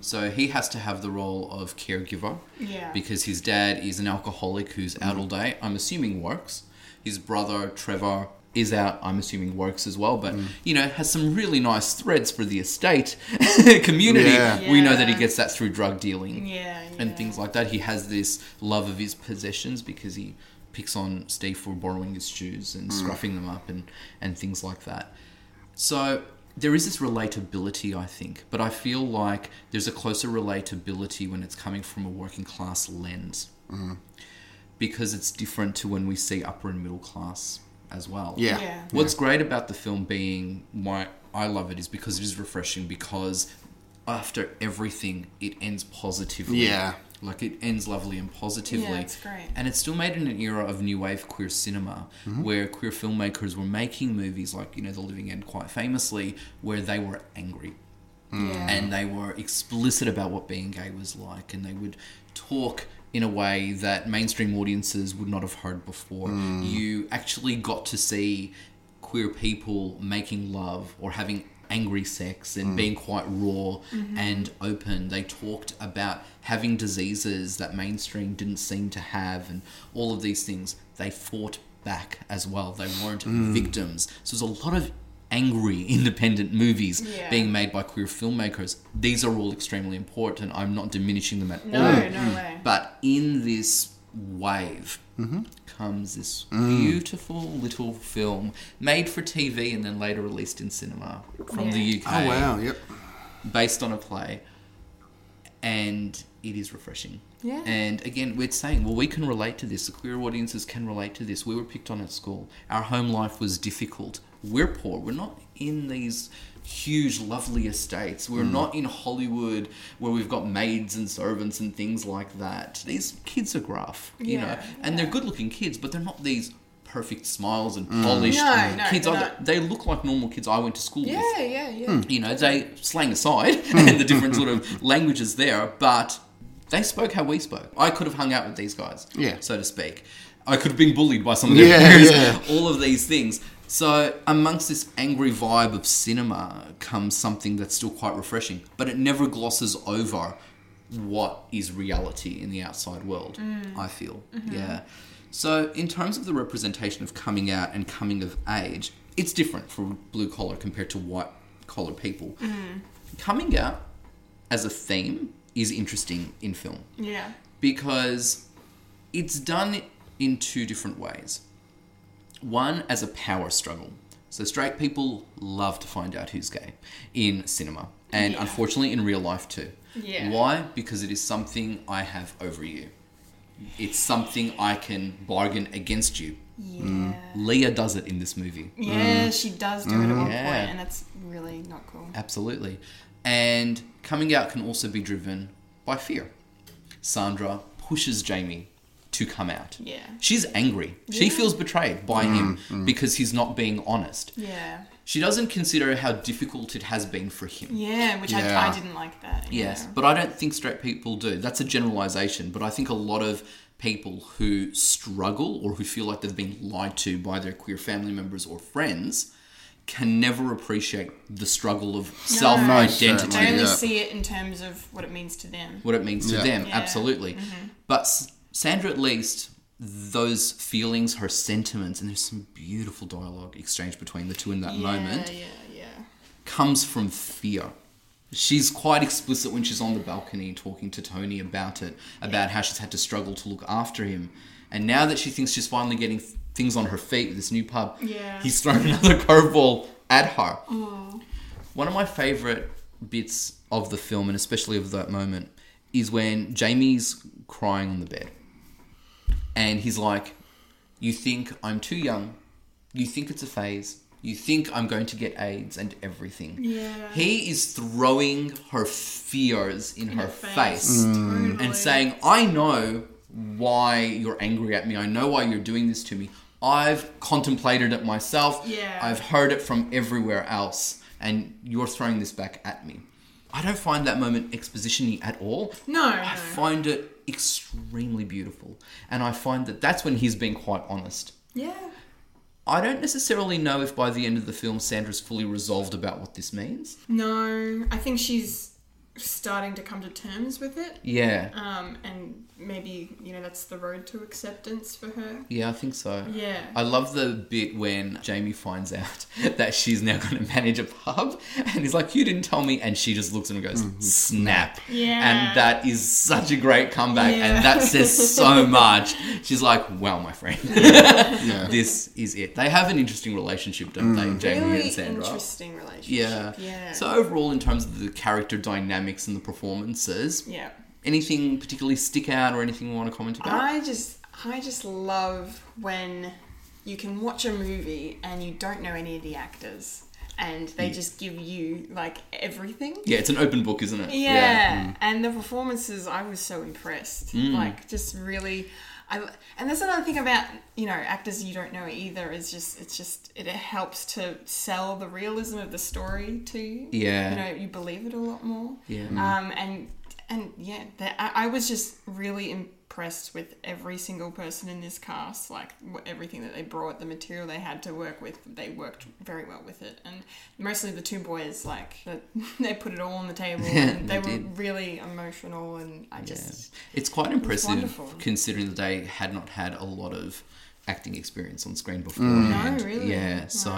[SPEAKER 5] so he has to have the role of caregiver.
[SPEAKER 6] Yeah.
[SPEAKER 5] because his dad is an alcoholic who's out all day. I'm assuming works. His brother Trevor is out. I'm assuming works as well, but you know has some really nice threads for the estate <laughs> community.
[SPEAKER 1] Yeah.
[SPEAKER 5] We know that he
[SPEAKER 6] Yeah.
[SPEAKER 5] gets that through drug dealing
[SPEAKER 6] Yeah.
[SPEAKER 5] and
[SPEAKER 6] yeah.
[SPEAKER 5] things like that. He has this love of his possessions because he picks on Steve for borrowing his shoes and scruffing them up and, and things like that. So there is this relatability, I think, but I feel like there's a closer relatability when it's coming from a working class lens because it's different to when we see upper and middle class as well.
[SPEAKER 1] Yeah.
[SPEAKER 6] Yeah.
[SPEAKER 5] What's great about the film being why I love it is because it is refreshing because after everything it ends positively.
[SPEAKER 1] Yeah.
[SPEAKER 5] Like it ends lovely and positively.
[SPEAKER 6] Yeah, it's great.
[SPEAKER 5] And it's still made in an era of new wave queer cinema where queer filmmakers were making movies like, you know, The Living End quite famously, where they were angry
[SPEAKER 1] Mm.
[SPEAKER 6] Yeah.
[SPEAKER 5] and they were explicit about what being gay was like, and they would talk in a way that mainstream audiences would not have heard before. You actually got to see queer people making love or having angry sex and being quite raw and open. They talked about having diseases that mainstream didn't seem to have and all of these things. They fought back as well. They weren't victims. So there's a lot of angry <laughs> independent movies
[SPEAKER 6] Yeah.
[SPEAKER 5] being made by queer filmmakers. These are all extremely important. I'm not diminishing them at
[SPEAKER 6] No,
[SPEAKER 5] all.
[SPEAKER 1] Mm.
[SPEAKER 6] no way.
[SPEAKER 5] But in this wave
[SPEAKER 1] Mm-hmm.
[SPEAKER 5] comes this
[SPEAKER 1] Mm.
[SPEAKER 5] beautiful little film made for TV and then later released in cinema from the UK,
[SPEAKER 1] Oh wow, yep.
[SPEAKER 5] based on a play, and it is refreshing.
[SPEAKER 6] Yeah.
[SPEAKER 5] And again, we're saying, well, we can relate to this. The queer audiences can relate to this. We were picked on at school. Our home life was difficult. We're poor. We're not in these huge, lovely estates. We're
[SPEAKER 6] Mm.
[SPEAKER 5] not in Hollywood where we've got maids and servants and things like that. These kids are gruff, you know,
[SPEAKER 6] Yeah, Mm.
[SPEAKER 5] and they're good-looking kids, but they're not these perfect smiles and polished
[SPEAKER 6] No, no,
[SPEAKER 5] kids.
[SPEAKER 6] they're
[SPEAKER 5] I-
[SPEAKER 6] not.
[SPEAKER 5] They look like normal kids I went to school with
[SPEAKER 6] Yeah, yeah, yeah.
[SPEAKER 5] you know, they slang aside <laughs> and the different sort of languages there, but they spoke how we spoke. I could have hung out with these guys,
[SPEAKER 1] Yeah.
[SPEAKER 5] so to speak. I could have been bullied by some of their
[SPEAKER 1] Yeah,
[SPEAKER 5] <laughs> peers,
[SPEAKER 1] yeah.
[SPEAKER 5] all of these things. So, amongst this angry vibe of cinema comes something that's still quite refreshing, but it never glosses over what is reality in the outside world, I feel. Yeah. So, in terms of the representation of coming out and coming of age, it's different for blue collar compared to white collar people. Coming out as a theme is interesting in film
[SPEAKER 6] Yeah.
[SPEAKER 5] because it's done in two different ways. One as a power struggle. So straight people love to find out who's gay in cinema and
[SPEAKER 6] Yeah.
[SPEAKER 5] unfortunately in real life too.
[SPEAKER 6] Yeah.
[SPEAKER 5] Why? Because it is something I have over you. It's something I can bargain against you.
[SPEAKER 6] Yeah.
[SPEAKER 1] Mm.
[SPEAKER 5] Leah does it in this movie.
[SPEAKER 6] Yeah, she does do it at one
[SPEAKER 5] Yeah.
[SPEAKER 6] point, and that's really not cool.
[SPEAKER 5] Absolutely. And coming out can also be driven by fear. Sandra pushes Jamie to come out.
[SPEAKER 6] Yeah.
[SPEAKER 5] She's angry. She feels betrayed by him because he's not being honest.
[SPEAKER 6] Yeah.
[SPEAKER 5] She doesn't consider how difficult it has been for him.
[SPEAKER 6] Yeah, which
[SPEAKER 1] Yeah.
[SPEAKER 6] I, I didn't like that.
[SPEAKER 5] Yes,
[SPEAKER 6] yeah.
[SPEAKER 5] but I don't think straight people do. That's a generalization, but I think a lot of people who struggle or who feel like they've been lied to by their queer family members or friends can never appreciate the struggle of self
[SPEAKER 1] certainly.
[SPEAKER 5] identity.
[SPEAKER 6] I only
[SPEAKER 1] Yeah.
[SPEAKER 6] see it in terms of what it means to them.
[SPEAKER 5] what it means to
[SPEAKER 1] Yeah.
[SPEAKER 5] them.
[SPEAKER 6] Yeah. Mm-hmm.
[SPEAKER 5] Absolutely. But S- Sandra, at least, those feelings, her sentiments, and there's some beautiful dialogue exchange between the two in that
[SPEAKER 6] Yeah,
[SPEAKER 5] moment,
[SPEAKER 6] Yeah, yeah.
[SPEAKER 5] comes from fear. She's quite explicit when she's on the balcony talking to Tony about it, about how she's had to struggle to look after him. And now that she thinks she's finally getting th- things on her feet with this new pub,
[SPEAKER 6] Yeah.
[SPEAKER 5] he's thrown <laughs> another curveball at her. One of my favorite bits of the film, and especially of that moment, is when Jamie's crying on the bed. And he's like, You think I'm too young. You think it's a phase. You think I'm going to get AIDS and everything.
[SPEAKER 6] Yeah.
[SPEAKER 5] He is throwing her fears in, her,
[SPEAKER 6] face,
[SPEAKER 5] face
[SPEAKER 6] totally.
[SPEAKER 5] and saying, I know why you're angry at me. I know why you're doing this to me. I've contemplated it myself.
[SPEAKER 6] Yeah.
[SPEAKER 5] I've heard it from everywhere else. And you're throwing this back at me. I don't find that moment exposition y at all.
[SPEAKER 6] No,
[SPEAKER 5] I
[SPEAKER 6] no.
[SPEAKER 5] find it extremely beautiful. And I find that that's when he's being quite honest.
[SPEAKER 6] Yeah.
[SPEAKER 5] I don't necessarily know if by the end of the film Sandra's fully resolved about what this means.
[SPEAKER 6] No, I think she's starting to come to terms with it.
[SPEAKER 5] Yeah.
[SPEAKER 6] Um, and maybe, you know, that's the road to acceptance for her.
[SPEAKER 5] Yeah, I think so.
[SPEAKER 6] Yeah.
[SPEAKER 5] I love the bit when Jamie finds out <laughs> that she's now going to manage a pub and he's like, You didn't tell me. And she just looks at him and goes, Snap.
[SPEAKER 6] Yeah.
[SPEAKER 5] And that is such a great comeback.
[SPEAKER 6] Yeah.
[SPEAKER 5] And that says
[SPEAKER 6] <laughs>
[SPEAKER 5] so much. She's like, Wow, my friend,
[SPEAKER 1] Yeah.
[SPEAKER 5] <laughs> this is it. They have an interesting relationship, don't they, Jamie
[SPEAKER 6] Really
[SPEAKER 5] and Sandra?
[SPEAKER 6] interesting relationship.
[SPEAKER 5] Yeah.
[SPEAKER 6] Yeah.
[SPEAKER 5] So, overall, in terms of the character dynamics and the performances,
[SPEAKER 6] yeah.
[SPEAKER 5] anything particularly stick out or anything you want to comment about?
[SPEAKER 6] I just I just love when you can watch a movie and you don't know any of the actors and they
[SPEAKER 5] Mm.
[SPEAKER 6] just give you like everything.
[SPEAKER 5] yeah, it's an open book, isn't it?
[SPEAKER 6] Yeah. And the performances I was so impressed.
[SPEAKER 5] Mm.
[SPEAKER 6] Like just really I, and that's another thing about you know actors you don't know either is just it's just it helps to sell the realism of the story to you
[SPEAKER 5] Yeah.
[SPEAKER 6] you know you believe it a lot more
[SPEAKER 5] Yeah.
[SPEAKER 6] um and and yeah the, I, I was just really im- impressed with every single person in this cast. Like wh- everything that they brought, the material they had to work with, they worked very well with it. And mostly the two boys, like the, <laughs> they put it all on the table. and
[SPEAKER 5] they
[SPEAKER 6] they were
[SPEAKER 5] did.
[SPEAKER 6] really emotional, and I just
[SPEAKER 5] It's quite impressive
[SPEAKER 6] wonderful.
[SPEAKER 5] considering that they had not had a lot of acting experience on screen before.
[SPEAKER 6] No, really?
[SPEAKER 5] Yeah, so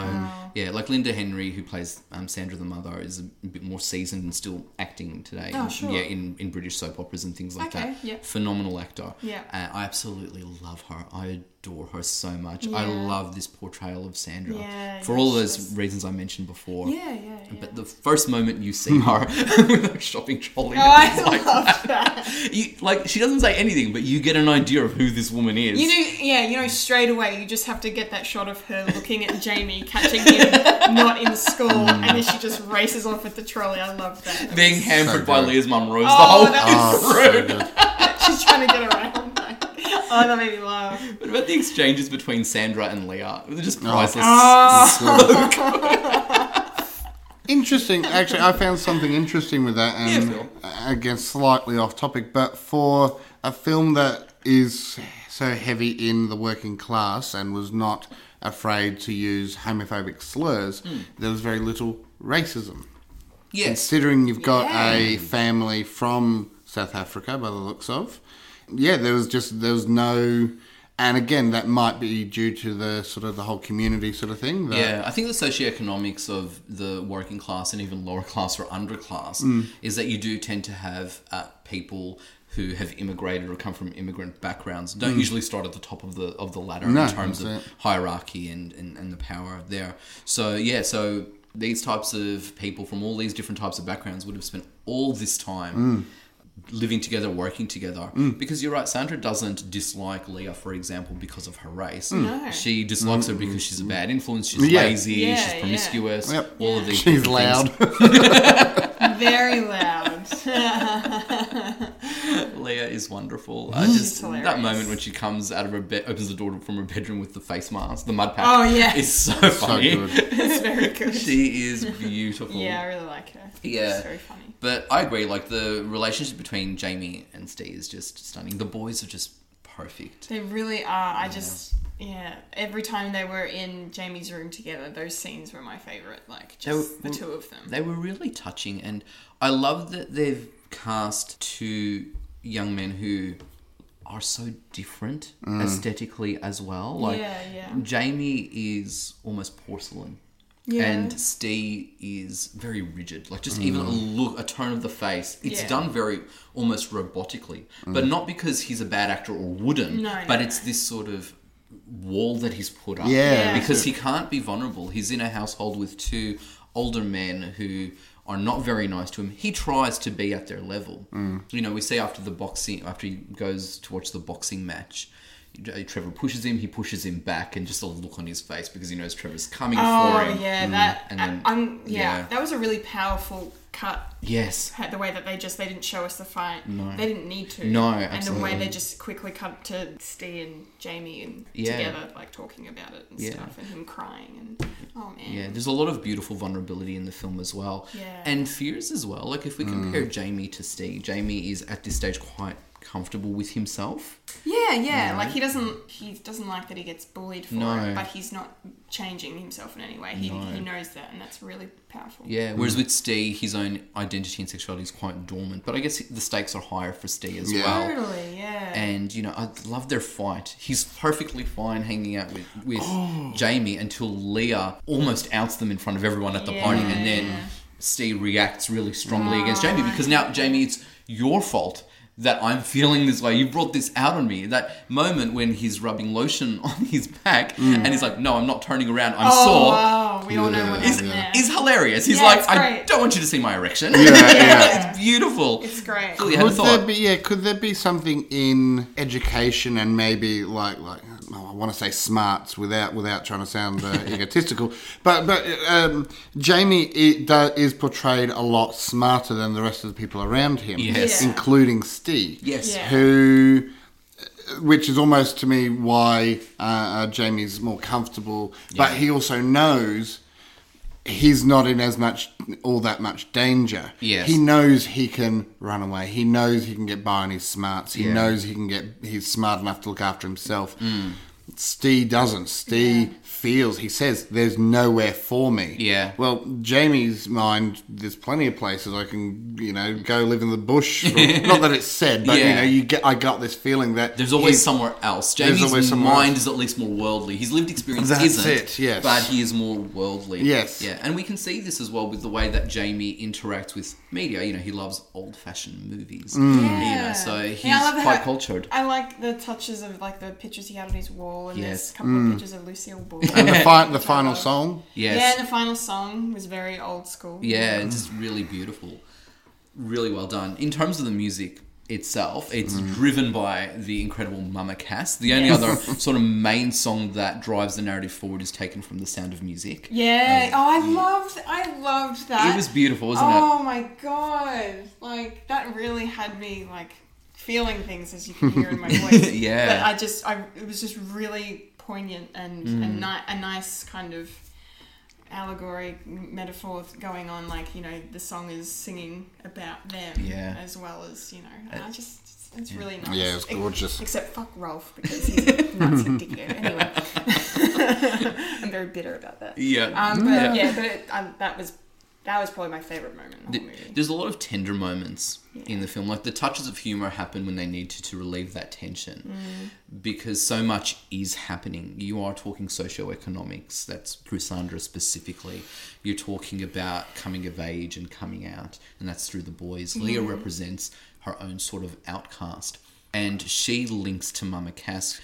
[SPEAKER 5] yeah, like Linda Henry, who plays um, Sandra the mother, is a bit more seasoned and still acting today.
[SPEAKER 6] Oh, sure.
[SPEAKER 5] Yeah, in, in British soap operas and things like
[SPEAKER 6] Okay,
[SPEAKER 5] that.
[SPEAKER 6] yeah.
[SPEAKER 5] Phenomenal actor.
[SPEAKER 6] Yeah.
[SPEAKER 5] Uh, I absolutely love her. I adore her so much. I
[SPEAKER 6] Yeah.
[SPEAKER 5] love this portrayal of Sandra
[SPEAKER 6] Yeah,
[SPEAKER 5] for
[SPEAKER 6] yeah,
[SPEAKER 5] all
[SPEAKER 6] she
[SPEAKER 5] those
[SPEAKER 6] was-
[SPEAKER 5] reasons I mentioned before.
[SPEAKER 6] yeah, yeah. yeah.
[SPEAKER 5] But the first moment you see her <laughs> with her shopping trolley,
[SPEAKER 6] Oh, I
[SPEAKER 5] it's <laughs> like
[SPEAKER 6] love
[SPEAKER 5] that.
[SPEAKER 6] that.
[SPEAKER 5] You, like she doesn't say anything, but you get an idea of who this woman is.
[SPEAKER 6] You know, yeah, you know, straight away you just have to get that shot of her looking at Jamie, catching him
[SPEAKER 5] <laughs>
[SPEAKER 6] not in school, and
[SPEAKER 5] Mm.
[SPEAKER 6] then she just races off with the trolley. I love that.
[SPEAKER 5] being hampered
[SPEAKER 1] So
[SPEAKER 5] by
[SPEAKER 1] good.
[SPEAKER 5] Leah's mum Rose
[SPEAKER 6] Oh,
[SPEAKER 5] the <laughs>
[SPEAKER 6] that
[SPEAKER 5] whole
[SPEAKER 6] was-
[SPEAKER 5] way through.
[SPEAKER 6] She's trying to get around. Oh, that made me laugh.
[SPEAKER 5] What about the exchanges between Sandra and Leah? They're
[SPEAKER 6] Oh.
[SPEAKER 5] just priceless.
[SPEAKER 1] <laughs>
[SPEAKER 6] Ah.
[SPEAKER 1] Interesting. Actually, I found something interesting with that, and
[SPEAKER 5] Yeah, Phil.
[SPEAKER 1] again, slightly off topic, but for a film that is so heavy in the working class and was not afraid to use homophobic slurs, there was very little racism.
[SPEAKER 5] Hmm. Yes.
[SPEAKER 1] Considering you've got a family from South Africa, by the looks of, yeah, there was just there was no, and again, that might be due to the sort of the whole community sort of thing. That,
[SPEAKER 5] Yeah, I think the socioeconomics of the working class and even lower class or underclass
[SPEAKER 1] Mm.
[SPEAKER 5] is that you do tend to have uh, people who have immigrated or come from immigrant backgrounds don't usually start at the top of the of the ladder
[SPEAKER 1] Mm. No,
[SPEAKER 5] in terms of
[SPEAKER 1] that's it.
[SPEAKER 5] hierarchy and, and, and the power there. So yeah, so these types of people from all these different types of backgrounds would have spent all this
[SPEAKER 1] Mm.
[SPEAKER 5] time living together, working together. Because you're right, Sandra doesn't dislike Leah, for example, because of her race.
[SPEAKER 1] Mm.
[SPEAKER 6] No.
[SPEAKER 5] She dislikes her because she's a bad influence. She's
[SPEAKER 1] Yeah.
[SPEAKER 5] lazy.
[SPEAKER 6] Yeah,
[SPEAKER 5] she's promiscuous.
[SPEAKER 1] Yep.
[SPEAKER 5] All of these.
[SPEAKER 1] She's
[SPEAKER 5] different things.
[SPEAKER 1] <laughs> loud.
[SPEAKER 6] Very loud. <laughs>
[SPEAKER 5] Leah is wonderful. I just that
[SPEAKER 6] Mm. hilarious.
[SPEAKER 5] moment when she comes out of her bed, opens the door from her bedroom with the face mask, the mud pack.
[SPEAKER 6] Oh, yeah.
[SPEAKER 5] is so
[SPEAKER 1] so
[SPEAKER 5] funny.
[SPEAKER 1] good.
[SPEAKER 6] It's very good.
[SPEAKER 5] She is beautiful.
[SPEAKER 6] yeah, I really like her.
[SPEAKER 5] Yeah.
[SPEAKER 6] She's very funny.
[SPEAKER 5] But I agree. Like the relationship between Jamie and Steve is just stunning. The boys are just perfect.
[SPEAKER 6] They really are. I just yeah. Every time they were in Jamie's room together, those scenes were my favorite. Like just
[SPEAKER 5] were- mm,
[SPEAKER 6] the two of them.
[SPEAKER 5] They were really touching, and I love that they've cast two young men who are so different aesthetically as well. Like
[SPEAKER 6] Yeah, yeah.
[SPEAKER 5] Jamie is almost porcelain.
[SPEAKER 6] Yeah.
[SPEAKER 5] And Steve is very rigid, like just even a look, a tone of the face. It's
[SPEAKER 6] Yeah.
[SPEAKER 5] done very almost robotically, but not because he's a bad actor or wouldn't.
[SPEAKER 6] No, no,
[SPEAKER 5] but
[SPEAKER 6] no.
[SPEAKER 5] it's this sort of wall that he's put up.
[SPEAKER 1] Yeah.
[SPEAKER 6] Yeah.
[SPEAKER 5] Because he can't be vulnerable. He's in a household with two older men who are not very nice to him. He tries to be at their level. You know, we see after the boxing, after he goes to watch the boxing match, Trevor pushes him, he pushes him back, and just a look on his face because he knows Trevor's coming
[SPEAKER 6] Oh
[SPEAKER 5] for him.
[SPEAKER 6] yeah, that
[SPEAKER 5] Mm. And then-
[SPEAKER 6] I, am yeah,
[SPEAKER 5] yeah.
[SPEAKER 6] that was a really powerful cut.
[SPEAKER 5] Yes.
[SPEAKER 6] The way that they just they didn't show us the fight. No. They didn't need to.
[SPEAKER 5] No,
[SPEAKER 6] And the
[SPEAKER 5] absolutely.
[SPEAKER 6] way they just quickly cut to Steve and Jamie and
[SPEAKER 5] Yeah.
[SPEAKER 6] together like talking about it and
[SPEAKER 5] Yeah.
[SPEAKER 6] stuff and him crying and oh man.
[SPEAKER 5] Yeah, there's a lot of beautiful vulnerability in the film as well.
[SPEAKER 6] Yeah.
[SPEAKER 5] And fears as well. Like if we compare Jamie to Steve, Jamie is at this stage quite comfortable with himself.
[SPEAKER 6] Yeah, yeah. Like he doesn't he doesn't like that he gets bullied for
[SPEAKER 5] No.
[SPEAKER 6] it, but he's not changing himself in any way. He, he knows that, and that's really powerful.
[SPEAKER 5] Yeah. Whereas with Steve, his own identity and sexuality is quite dormant. But I guess the stakes are higher for Steve as
[SPEAKER 1] Yeah.
[SPEAKER 5] well.
[SPEAKER 6] Totally, yeah.
[SPEAKER 5] And you know, I love their fight. He's perfectly fine hanging out with with
[SPEAKER 1] <gasps>
[SPEAKER 5] Jamie until Leah almost outs them in front of everyone at the party, and then Steve reacts really strongly against Jamie because now Jamie, it's your fault that I'm feeling this way. You brought this out on me. That moment when he's rubbing lotion <laughs> on his back,
[SPEAKER 1] Mm.
[SPEAKER 5] and he's like, "No, I'm not turning around. I'm
[SPEAKER 6] oh
[SPEAKER 5] sore."
[SPEAKER 6] wow, we all know what
[SPEAKER 1] Yeah.
[SPEAKER 5] Is,
[SPEAKER 6] happened there.
[SPEAKER 5] is hilarious. He's
[SPEAKER 6] Yeah,
[SPEAKER 5] like,
[SPEAKER 6] it's
[SPEAKER 5] I
[SPEAKER 6] great.
[SPEAKER 5] don't want you to see my erection. <laughs>
[SPEAKER 1] yeah.
[SPEAKER 5] it's beautiful.
[SPEAKER 6] It's great.
[SPEAKER 5] Really had a
[SPEAKER 1] Could there
[SPEAKER 5] thought.
[SPEAKER 1] be yeah? Could there be something in education and maybe like like oh, I want to say smarts without without trying to sound
[SPEAKER 5] <laughs>
[SPEAKER 1] uh, egotistical, but but um, Jamie i do, is portrayed a lot smarter than the rest of the people around him,
[SPEAKER 5] Yes.
[SPEAKER 6] Yeah.
[SPEAKER 1] including Steve,
[SPEAKER 5] Yes.
[SPEAKER 6] Yeah.
[SPEAKER 1] who. Which is almost to me why uh, uh, Jamie's more comfortable, but
[SPEAKER 5] Yeah.
[SPEAKER 1] he also knows he's not in as much all that much danger.
[SPEAKER 5] Yes.
[SPEAKER 1] He knows he can run away. He knows he can get by on his smarts. He
[SPEAKER 5] Yeah. Hmm.
[SPEAKER 1] knows he can get he's smart enough to look after himself. Stee doesn't. Stee feels he says there's nowhere for me.
[SPEAKER 5] Yeah.
[SPEAKER 1] Well, Jamie's mind there's plenty of places I can, you know, go live in the bush.
[SPEAKER 5] <laughs>
[SPEAKER 1] not that it's said, but you
[SPEAKER 5] Yeah.
[SPEAKER 1] know, you get I got this feeling that
[SPEAKER 5] There's always
[SPEAKER 1] he's-
[SPEAKER 5] somewhere else.
[SPEAKER 1] there's
[SPEAKER 5] Jamie's
[SPEAKER 1] always somewhere
[SPEAKER 5] mind
[SPEAKER 1] else.
[SPEAKER 5] is at least more worldly. His lived experience
[SPEAKER 1] That's
[SPEAKER 5] isn't.
[SPEAKER 1] it, yes.
[SPEAKER 5] But he is more worldly.
[SPEAKER 1] Yes.
[SPEAKER 5] Yeah, and we can see this as well with the way that Jamie interacts with media. You know, he loves old-fashioned movies.
[SPEAKER 1] Mm.
[SPEAKER 5] You know, so he's
[SPEAKER 6] Yeah, I love
[SPEAKER 5] quite
[SPEAKER 6] how-
[SPEAKER 5] cultured.
[SPEAKER 6] I like the touches of like the pictures he had on his wall, and
[SPEAKER 5] Yes. Mm.
[SPEAKER 6] there's a couple of pictures of Lucille Ball.
[SPEAKER 1] and
[SPEAKER 5] <laughs>
[SPEAKER 6] <laughs>
[SPEAKER 1] the, fi- the final song.
[SPEAKER 5] Yes.
[SPEAKER 6] Yeah, and the final song was very old school.
[SPEAKER 5] Yeah,
[SPEAKER 1] Mm.
[SPEAKER 5] it's just really beautiful. Really well done. In terms of the music itself, it's
[SPEAKER 1] Mm.
[SPEAKER 5] driven by the incredible Mama Cass. The only other <laughs> sort of main song that drives the narrative forward is taken from The Sound of Music.
[SPEAKER 6] Yeah. oh, I loved. I loved that.
[SPEAKER 5] Um, It was beautiful, wasn't
[SPEAKER 6] Oh
[SPEAKER 5] it?
[SPEAKER 6] my god! Like that really had me like feeling things as you can hear
[SPEAKER 5] <laughs>
[SPEAKER 6] in my voice.
[SPEAKER 5] Yeah.
[SPEAKER 6] But I just, I it was just really poignant and
[SPEAKER 5] Hmm.
[SPEAKER 6] and ni- a nice kind of allegory m- metaphor going on. Like you know, the song is singing about them.
[SPEAKER 5] Yeah.
[SPEAKER 6] As well as you know, and I just. It's really nice.
[SPEAKER 1] Yeah, it's
[SPEAKER 6] Ex-
[SPEAKER 1] gorgeous.
[SPEAKER 6] Except fuck Rolf because he's <laughs> nuts and dickhead. Anyway, <laughs> I'm very bitter about that.
[SPEAKER 5] Yeah.
[SPEAKER 6] Um, but yeah, but it, um, that was that was probably my favorite moment in the whole movie.
[SPEAKER 5] There's a lot of tender moments in the film. Like the touches of humor happen when they need to to relieve that tension because so much is happening. You are talking socioeconomics, that's through Sandra specifically. You're talking about coming of age and coming out, and that's through the boys. Leah represents her own sort of outcast, and she links to Mama Cass.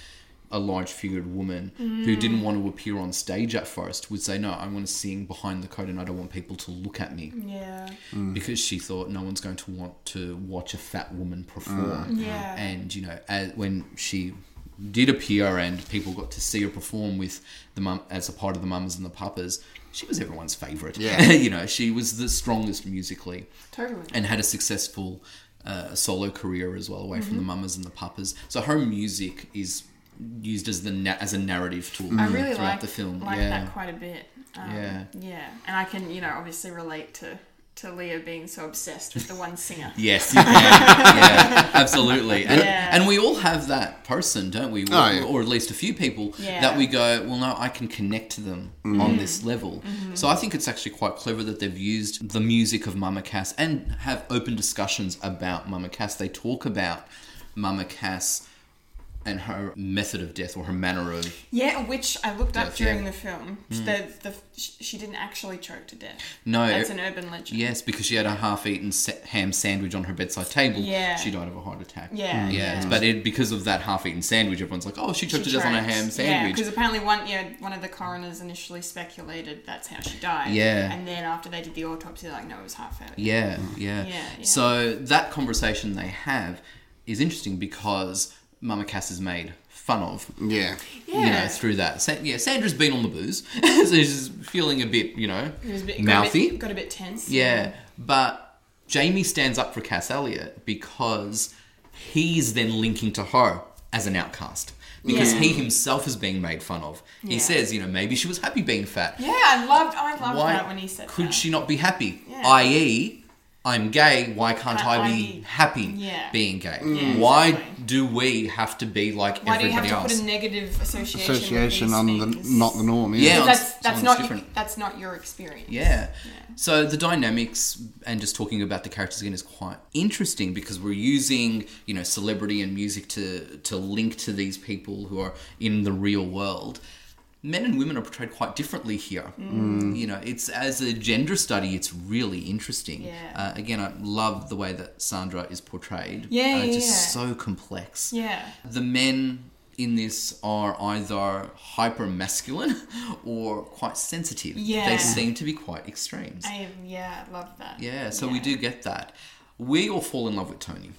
[SPEAKER 5] A large figured woman who didn't want to appear on stage at first would say, No, I want to sing behind the curtain. I don't want people to look at me
[SPEAKER 6] Yeah,
[SPEAKER 5] because she thought no one's going to want to watch a fat woman perform.
[SPEAKER 6] Yeah.
[SPEAKER 5] And you know, as, when she did appear and people got to see her perform with the mum as a part of the mums and the papas, she was everyone's favorite.
[SPEAKER 1] Yeah.
[SPEAKER 5] <laughs> you know, she was the strongest musically
[SPEAKER 6] totally.
[SPEAKER 5] and had a successful uh, solo career as well, away from
[SPEAKER 6] Mm-hmm.
[SPEAKER 5] the mamas and the papas. So her music is used as the na- as a narrative tool
[SPEAKER 6] I really
[SPEAKER 5] Mm, throughout
[SPEAKER 6] like
[SPEAKER 5] the film.
[SPEAKER 6] like
[SPEAKER 5] yeah.
[SPEAKER 6] that quite a bit. Um,
[SPEAKER 5] Yeah.
[SPEAKER 6] yeah, and I can you know obviously relate to to Leah being so obsessed with the
[SPEAKER 5] <laughs>
[SPEAKER 6] one singer.
[SPEAKER 5] Yes, you can.
[SPEAKER 6] <laughs>
[SPEAKER 5] yeah, absolutely. And,
[SPEAKER 6] Yeah.
[SPEAKER 5] and we all have that person, don't we?
[SPEAKER 1] Oh, yeah.
[SPEAKER 5] Or at least a few people
[SPEAKER 6] Yeah. Mm-hmm.
[SPEAKER 5] that we go, well, no, I can connect to them
[SPEAKER 1] Mm-hmm.
[SPEAKER 5] on this level. So I think it's actually quite clever that they've used the music of Mama Cass and have open discussions about Mama Cass. They talk about Mama Cass and her method of death or her manner of.
[SPEAKER 6] Yeah, which I looked up
[SPEAKER 5] Death, yeah.
[SPEAKER 6] during the film.
[SPEAKER 5] Mm.
[SPEAKER 6] The, the sh- she didn't actually choke to death.
[SPEAKER 5] No.
[SPEAKER 6] That's an urban legend.
[SPEAKER 5] Yes, because she had a half-eaten sa- ham sandwich on her bedside table.
[SPEAKER 6] Yeah.
[SPEAKER 5] she died of a heart attack.
[SPEAKER 6] Yeah,
[SPEAKER 5] Yes, but it, because of that half-eaten sandwich, everyone's like, "Oh, she choked to death on a ham
[SPEAKER 6] because
[SPEAKER 5] sandwich."
[SPEAKER 6] apparently one yeah one of the coroners initially speculated that's how she died.
[SPEAKER 5] Yeah.
[SPEAKER 6] and then after they did the autopsy, they're like no, it was heart failure.
[SPEAKER 5] Yeah, yeah,
[SPEAKER 6] Yeah, yeah.
[SPEAKER 5] So that conversation they have is interesting because Mama Cass is made fun of.
[SPEAKER 1] Yeah.
[SPEAKER 5] You know, through that. Sa- yeah, Sandra's been on the booze, <laughs> so she's feeling a bit, you know,
[SPEAKER 6] It was a bit, Got
[SPEAKER 5] mouthy.
[SPEAKER 6] a bit, got a bit tense.
[SPEAKER 5] Yeah, but Jamie stands up for Cass Elliot because he's then linking to her as an outcast. Because
[SPEAKER 6] Yeah.
[SPEAKER 5] he himself is being made fun of. He
[SPEAKER 6] Yeah.
[SPEAKER 5] says, you know, maybe she was happy being fat.
[SPEAKER 6] Yeah, I loved, I loved that when he said
[SPEAKER 5] could
[SPEAKER 6] that.
[SPEAKER 5] she not be happy?
[SPEAKER 6] Yeah.
[SPEAKER 5] I.e., I'm gay. Why can't
[SPEAKER 6] I-
[SPEAKER 5] I,
[SPEAKER 6] I
[SPEAKER 5] be
[SPEAKER 6] be-
[SPEAKER 5] happy
[SPEAKER 6] Yeah.
[SPEAKER 5] being gay?
[SPEAKER 6] Yeah,
[SPEAKER 5] Why
[SPEAKER 6] exactly.
[SPEAKER 5] do we have to be like
[SPEAKER 6] Why do you have
[SPEAKER 5] everybody
[SPEAKER 6] to
[SPEAKER 5] else?
[SPEAKER 6] put a negative association?
[SPEAKER 1] Association
[SPEAKER 6] with
[SPEAKER 1] on
[SPEAKER 6] these
[SPEAKER 1] the
[SPEAKER 6] things?
[SPEAKER 1] not the norm.
[SPEAKER 5] Yeah.
[SPEAKER 1] Yeah.
[SPEAKER 6] That's
[SPEAKER 5] Someone's-
[SPEAKER 6] that's
[SPEAKER 5] someone's
[SPEAKER 6] not your,
[SPEAKER 5] different.
[SPEAKER 6] that's not your experience.
[SPEAKER 5] Yeah. So the dynamics and just talking about the characters again is quite interesting because we're using you know celebrity and music to to link to these people who are in the real world. Men and women are portrayed quite differently here. You know, it's as a gender study, it's really interesting.
[SPEAKER 6] Yeah.
[SPEAKER 5] Uh, again, I love the way that Sandra is portrayed.
[SPEAKER 6] Yeah,
[SPEAKER 5] uh,
[SPEAKER 6] yeah,
[SPEAKER 5] just
[SPEAKER 6] yeah.
[SPEAKER 5] so complex.
[SPEAKER 6] Yeah.
[SPEAKER 5] The men in this are either hyper masculine <laughs> or quite sensitive.
[SPEAKER 6] Yeah.
[SPEAKER 5] They seem to be quite extremes.
[SPEAKER 6] I yeah, I love that.
[SPEAKER 5] Yeah, so we do get that. We all fall in love with Tony.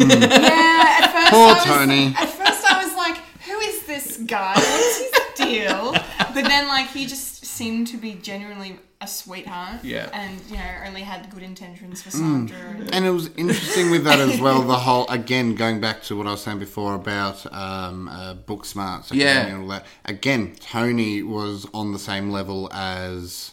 [SPEAKER 6] Yeah, at first
[SPEAKER 1] Poor
[SPEAKER 5] <laughs>
[SPEAKER 6] I was,
[SPEAKER 1] Tony.
[SPEAKER 6] At first I was like, who is this guy? What's his deal? But then like he just seemed to be genuinely a sweetheart.
[SPEAKER 5] Yeah.
[SPEAKER 6] And you know, only had good intentions for
[SPEAKER 1] Mm.
[SPEAKER 6] Sandra. and-
[SPEAKER 1] And it was interesting with that as well. The whole again going back to what I was saying before about um, uh, book smarts, academia
[SPEAKER 5] Yeah.
[SPEAKER 1] and all that. Again, Tony was on the same level as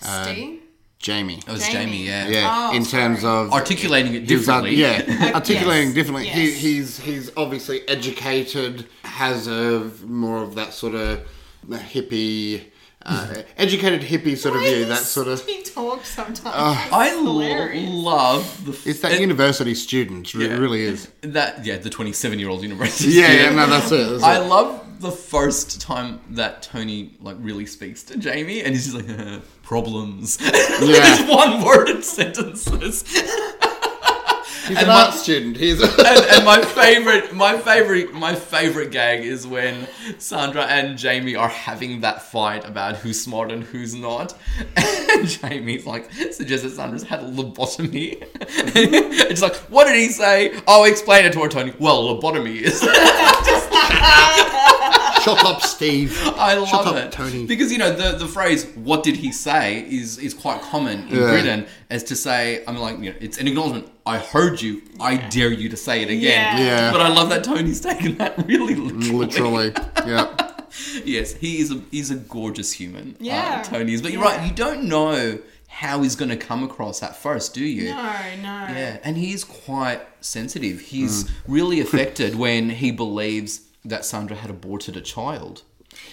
[SPEAKER 6] Steve?
[SPEAKER 1] Jamie.
[SPEAKER 5] It was Jamie,
[SPEAKER 6] Jamie.
[SPEAKER 5] yeah.
[SPEAKER 1] Yeah,
[SPEAKER 6] Oh,
[SPEAKER 1] in
[SPEAKER 6] sorry.
[SPEAKER 1] terms of
[SPEAKER 5] Oh, Articulating it
[SPEAKER 1] He's
[SPEAKER 5] differently.
[SPEAKER 1] art- yeah, articulating
[SPEAKER 6] <laughs> Yes.
[SPEAKER 1] differently. He,
[SPEAKER 6] Yes.
[SPEAKER 1] he's he's obviously educated, has a more of that sort of hippie, uh, educated hippie sort of view. That sort of
[SPEAKER 6] He talks sometimes.
[SPEAKER 5] I
[SPEAKER 6] It's hilarious.
[SPEAKER 5] l- love the f-
[SPEAKER 1] it's that university student. It really is.
[SPEAKER 5] that yeah the 27 year old university. <laughs>
[SPEAKER 1] Yeah, yeah,
[SPEAKER 5] student.
[SPEAKER 1] no, that's it. That's
[SPEAKER 5] I
[SPEAKER 1] it.
[SPEAKER 5] love the first time that Tony like really speaks to Jamie, and he's just like <laughs> uh, problems.
[SPEAKER 1] Yeah.
[SPEAKER 5] just one worded sentences. <laughs>
[SPEAKER 1] He's
[SPEAKER 5] and
[SPEAKER 1] an
[SPEAKER 5] my-
[SPEAKER 1] art student. He's
[SPEAKER 5] <laughs> and, and my favorite, my favorite, my favorite gag is when Sandra and Jamie are having that fight about who's smart and who's not. And <laughs> Jamie's like suggests that Sandra's had a lobotomy. <laughs> it's like, what did he say? Oh, explain it to her, Tony. Well, lobotomy is. <laughs>
[SPEAKER 1] shut up, Steve.
[SPEAKER 5] I love
[SPEAKER 1] Shut up,
[SPEAKER 5] it,
[SPEAKER 1] Tony.
[SPEAKER 5] <laughs> Because you know the the phrase "What did he say?" is is quite common in
[SPEAKER 1] Yeah.
[SPEAKER 5] Britain as to say, "I'm like you know, it's an acknowledgement. I heard you. I dare you to say it again."
[SPEAKER 6] Yeah.
[SPEAKER 1] Yeah.
[SPEAKER 5] But I love that Tony's taken that really literally. <laughs>
[SPEAKER 1] Literally, yeah.
[SPEAKER 5] Yes, he is a he's a gorgeous human.
[SPEAKER 6] Yeah.
[SPEAKER 5] uh, Tony is. But you're
[SPEAKER 6] Yeah.
[SPEAKER 5] right. You don't know how he's going to come across at first, do you?
[SPEAKER 6] No, no.
[SPEAKER 5] Yeah, and he is quite sensitive. He's really affected when he believes that Sandra had aborted a child.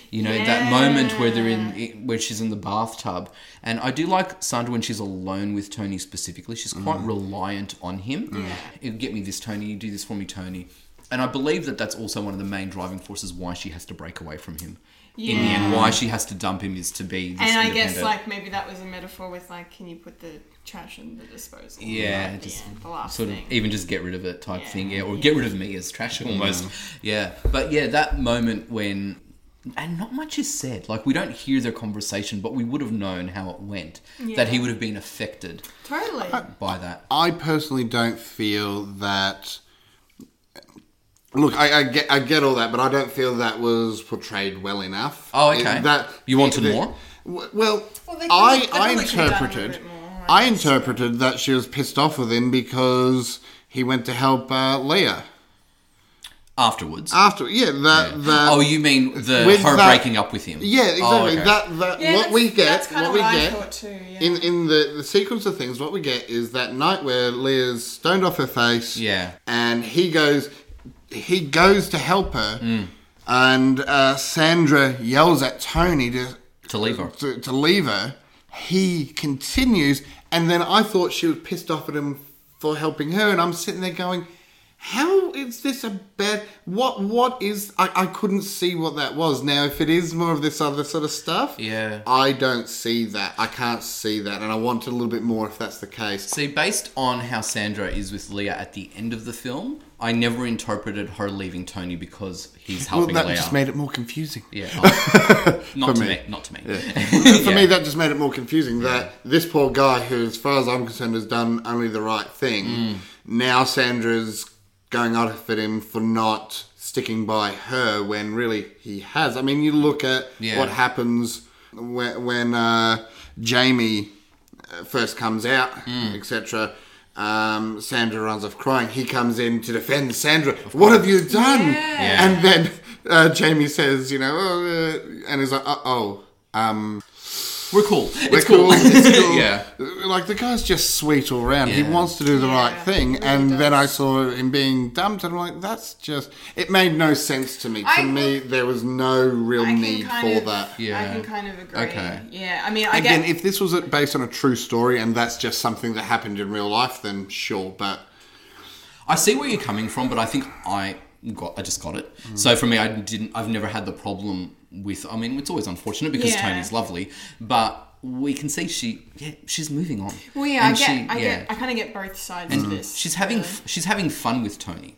[SPEAKER 5] You know that moment where they're in, where she's in the bathtub, and I do like Sandra when she's alone with Tony specifically. She's quite
[SPEAKER 6] Mm.
[SPEAKER 5] reliant on him. You Get me this, Tony. You do this for me, Tony. And I believe that that's also one of the main driving forces why she has to break away from him. In the end, why she has to dump him is to be. This
[SPEAKER 6] And I
[SPEAKER 5] independent.
[SPEAKER 6] guess like maybe that was a metaphor with like, can you put the trash in the disposal?
[SPEAKER 5] Yeah,
[SPEAKER 6] Like, at
[SPEAKER 5] just
[SPEAKER 6] the, end, the last
[SPEAKER 5] sort
[SPEAKER 6] thing.
[SPEAKER 5] of e- even just get rid of it type
[SPEAKER 6] Yeah.
[SPEAKER 5] thing, yeah, or get rid of me as trash almost, yeah. But yeah, that moment when and not much is said. Like we don't hear their conversation, but we would have known how it went. That he would have been affected
[SPEAKER 6] totally.
[SPEAKER 1] Uh,
[SPEAKER 5] by that.
[SPEAKER 1] I personally don't feel that. Look, I, I get I get all that, but I don't feel that was portrayed well enough.
[SPEAKER 5] Oh, okay.
[SPEAKER 1] It- that
[SPEAKER 5] You wanted
[SPEAKER 1] it-
[SPEAKER 5] more?
[SPEAKER 1] w- Well,
[SPEAKER 6] Well, they could've-
[SPEAKER 1] I
[SPEAKER 6] they
[SPEAKER 1] I
[SPEAKER 6] probably could've done a
[SPEAKER 1] interpreted
[SPEAKER 6] little bit more,
[SPEAKER 1] I interpreted that she was pissed off with him because he went to help uh, Leah
[SPEAKER 5] Afterwards.
[SPEAKER 1] after. Yeah, that that.
[SPEAKER 5] oh, you mean the
[SPEAKER 1] with
[SPEAKER 5] her
[SPEAKER 1] that-
[SPEAKER 5] breaking up with him.
[SPEAKER 1] Yeah, exactly.
[SPEAKER 5] Oh, okay.
[SPEAKER 1] That that
[SPEAKER 6] Yeah,
[SPEAKER 1] what
[SPEAKER 6] that's-
[SPEAKER 1] we get,
[SPEAKER 6] that's kinda
[SPEAKER 1] what we
[SPEAKER 6] what I
[SPEAKER 1] get
[SPEAKER 6] thought too, yeah.
[SPEAKER 1] in in the, the sequence of things, what we get is that night where Leah's stoned off her face.
[SPEAKER 5] Yeah.
[SPEAKER 1] and he goes, he goes to help her,
[SPEAKER 5] Mm.
[SPEAKER 1] and uh, Sandra yells at Tony to
[SPEAKER 5] To leave her.
[SPEAKER 1] to, to leave her. He continues, and then I thought she was pissed off at him for helping her, and I'm sitting there going, "How is this a bad? What? What is? I, I couldn't see what that was. Now, if it is more of this other sort of stuff,
[SPEAKER 5] Yeah.
[SPEAKER 1] I don't see that. I can't see that, and I want a little bit more if that's the case.
[SPEAKER 5] See, based on how Sandra is with Leah at the end of the film, I never interpreted her leaving Tony because he's
[SPEAKER 1] Well,
[SPEAKER 5] helping
[SPEAKER 1] that
[SPEAKER 5] Leah.
[SPEAKER 1] just made it more confusing.
[SPEAKER 5] yeah,
[SPEAKER 1] <laughs>
[SPEAKER 5] oh. not to
[SPEAKER 1] me.
[SPEAKER 5] me. Not to me.
[SPEAKER 1] For
[SPEAKER 5] <laughs> Yeah.
[SPEAKER 1] me, that just made it more confusing that this poor guy, who, as far as I'm concerned, has done only the right thing,
[SPEAKER 5] Mm.
[SPEAKER 1] now Sandra's going off at him for not sticking by her when really he has. I mean, you look at
[SPEAKER 5] Yeah.
[SPEAKER 1] what happens when, when uh, Jamie uh, first comes out,
[SPEAKER 5] Mm.
[SPEAKER 1] etc. Um, Sandra runs off crying. He comes in to defend Sandra. What have you done?
[SPEAKER 5] Yeah.
[SPEAKER 1] And then uh, Jamie says, you know, oh, uh, and he's like, uh oh. Um,
[SPEAKER 5] We're cool.
[SPEAKER 1] we're
[SPEAKER 5] it's cool.
[SPEAKER 1] cool. It's cool.
[SPEAKER 5] <laughs> yeah.
[SPEAKER 1] Like the guy's just sweet all round. He
[SPEAKER 5] Yeah.
[SPEAKER 1] wants to do the
[SPEAKER 6] Yeah,
[SPEAKER 1] right thing,
[SPEAKER 6] really
[SPEAKER 1] and then I
[SPEAKER 6] does.
[SPEAKER 1] saw him being dumped, and I'm like, that's just. It made no sense to me. To
[SPEAKER 6] I-
[SPEAKER 1] me, there was no real
[SPEAKER 6] I can
[SPEAKER 1] need
[SPEAKER 6] kind
[SPEAKER 1] for
[SPEAKER 6] of-
[SPEAKER 1] that.
[SPEAKER 6] I
[SPEAKER 5] Yeah.
[SPEAKER 6] can kind of agree.
[SPEAKER 5] Okay.
[SPEAKER 6] Yeah, I mean, I
[SPEAKER 1] Again,
[SPEAKER 6] get
[SPEAKER 1] if this was based on a true story and that's just something that happened in real life, then sure. But
[SPEAKER 5] I see where you're coming from, but I think I got I just got it.
[SPEAKER 6] Mm.
[SPEAKER 5] So for me, I didn't. I've never had the problem with. I mean, it's always unfortunate because
[SPEAKER 6] Yeah.
[SPEAKER 5] Tony's lovely, but we can see she yeah she's moving on.
[SPEAKER 6] Well, yeah, I
[SPEAKER 5] And
[SPEAKER 6] get,
[SPEAKER 5] she-
[SPEAKER 6] I
[SPEAKER 5] yeah.
[SPEAKER 6] get, I kind of get both sides of this.
[SPEAKER 5] She's having
[SPEAKER 6] really.
[SPEAKER 5] f she's having fun with Tony,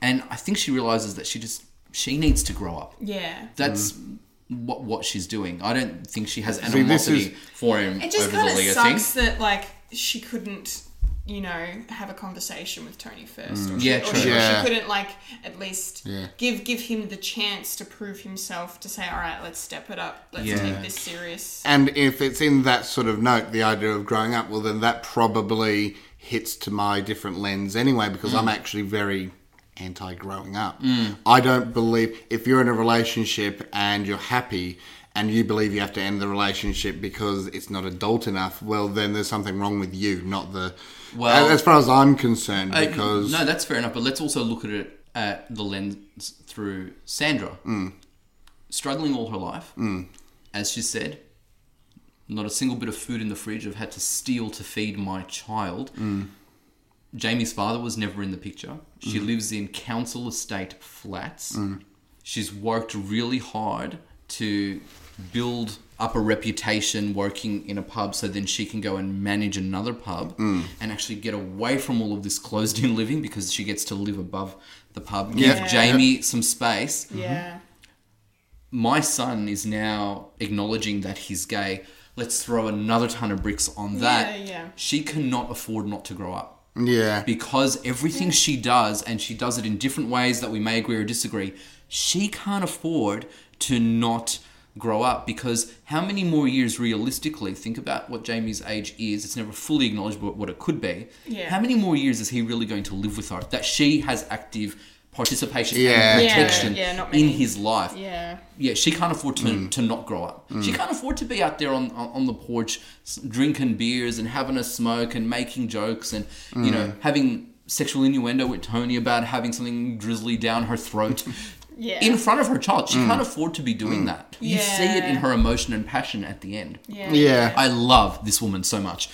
[SPEAKER 5] and I think she realizes that she just she needs to grow up.
[SPEAKER 6] yeah.
[SPEAKER 5] That's
[SPEAKER 6] Mm.
[SPEAKER 5] what what she's doing. I don't think she has
[SPEAKER 1] See, this
[SPEAKER 5] animosity
[SPEAKER 1] is-
[SPEAKER 5] for him
[SPEAKER 6] It just
[SPEAKER 5] over the
[SPEAKER 6] kind of
[SPEAKER 5] Leah
[SPEAKER 6] sucks
[SPEAKER 5] thing.
[SPEAKER 6] that like she couldn't, you know, have a conversation with Tony first, or,
[SPEAKER 5] Mm. Yeah,
[SPEAKER 6] she, or
[SPEAKER 5] true.
[SPEAKER 6] she- or
[SPEAKER 1] Yeah.
[SPEAKER 6] she couldn't like at least
[SPEAKER 1] Yeah.
[SPEAKER 6] give give him the chance to prove himself to say, all right, let's step it up, let's
[SPEAKER 5] Yeah.
[SPEAKER 6] take this serious.
[SPEAKER 1] and if it's in that sort of note, the idea of growing up, well, then that probably hits to my different lens anyway, because I'm
[SPEAKER 5] Mm.
[SPEAKER 1] actually very anti growing up. I don't believe if you're in a relationship and you're happy and you believe you have to end the relationship because it's not adult enough, well, then there's something wrong with you, not the.
[SPEAKER 5] Well-
[SPEAKER 1] Well, as far as I'm concerned,
[SPEAKER 5] Uh,
[SPEAKER 1] because
[SPEAKER 5] no, that's fair enough. But let's also look at it at the lens through Sandra, struggling all her life, as she said. Not a single bit of food in the fridge. I've had to steal to feed my child. Jamie's father was never in the picture. She lives in council estate flats. She's worked really hard to build up a reputation working in a pub so then she can go and manage another pub and actually get away from all of this closed in <laughs> living because she gets to live above the pub. Give
[SPEAKER 1] Yeah.
[SPEAKER 5] Jamie some space
[SPEAKER 1] Mm-hmm.
[SPEAKER 6] Yeah.
[SPEAKER 5] my son is now acknowledging that he's gay. Let's throw another ton of bricks on that.
[SPEAKER 6] Yeah, yeah.
[SPEAKER 5] She cannot afford not to grow up
[SPEAKER 1] yeah,
[SPEAKER 5] because everything she does, and she does it in different ways that we may agree or disagree, she can't afford to not grow up because how many more years realistically think about what Jamie's age is it's never fully acknowledged but what it could be
[SPEAKER 6] Yeah.
[SPEAKER 5] how many more years is he really going to live with her that she has active participation
[SPEAKER 1] Yeah.
[SPEAKER 5] and
[SPEAKER 1] Yeah,
[SPEAKER 5] protection
[SPEAKER 6] yeah, not
[SPEAKER 5] in
[SPEAKER 6] many.
[SPEAKER 5] his life
[SPEAKER 6] Yeah.
[SPEAKER 5] yeah, she can't afford to,
[SPEAKER 1] Mm.
[SPEAKER 5] to not grow up. She can't afford to be out there on, on, on the porch s- drinking beers and having a smoke and making jokes and, you
[SPEAKER 1] Mm.
[SPEAKER 5] know, having sexual innuendo with Tony about having something drizzly down her throat.
[SPEAKER 6] <laughs> Yeah.
[SPEAKER 5] In front of her child,
[SPEAKER 1] Mm.
[SPEAKER 5] she can't afford to be doing that. You see it in
[SPEAKER 6] Yeah.
[SPEAKER 5] her emotion and passion at the end.
[SPEAKER 6] Yeah.
[SPEAKER 1] yeah.
[SPEAKER 5] I love this woman so much.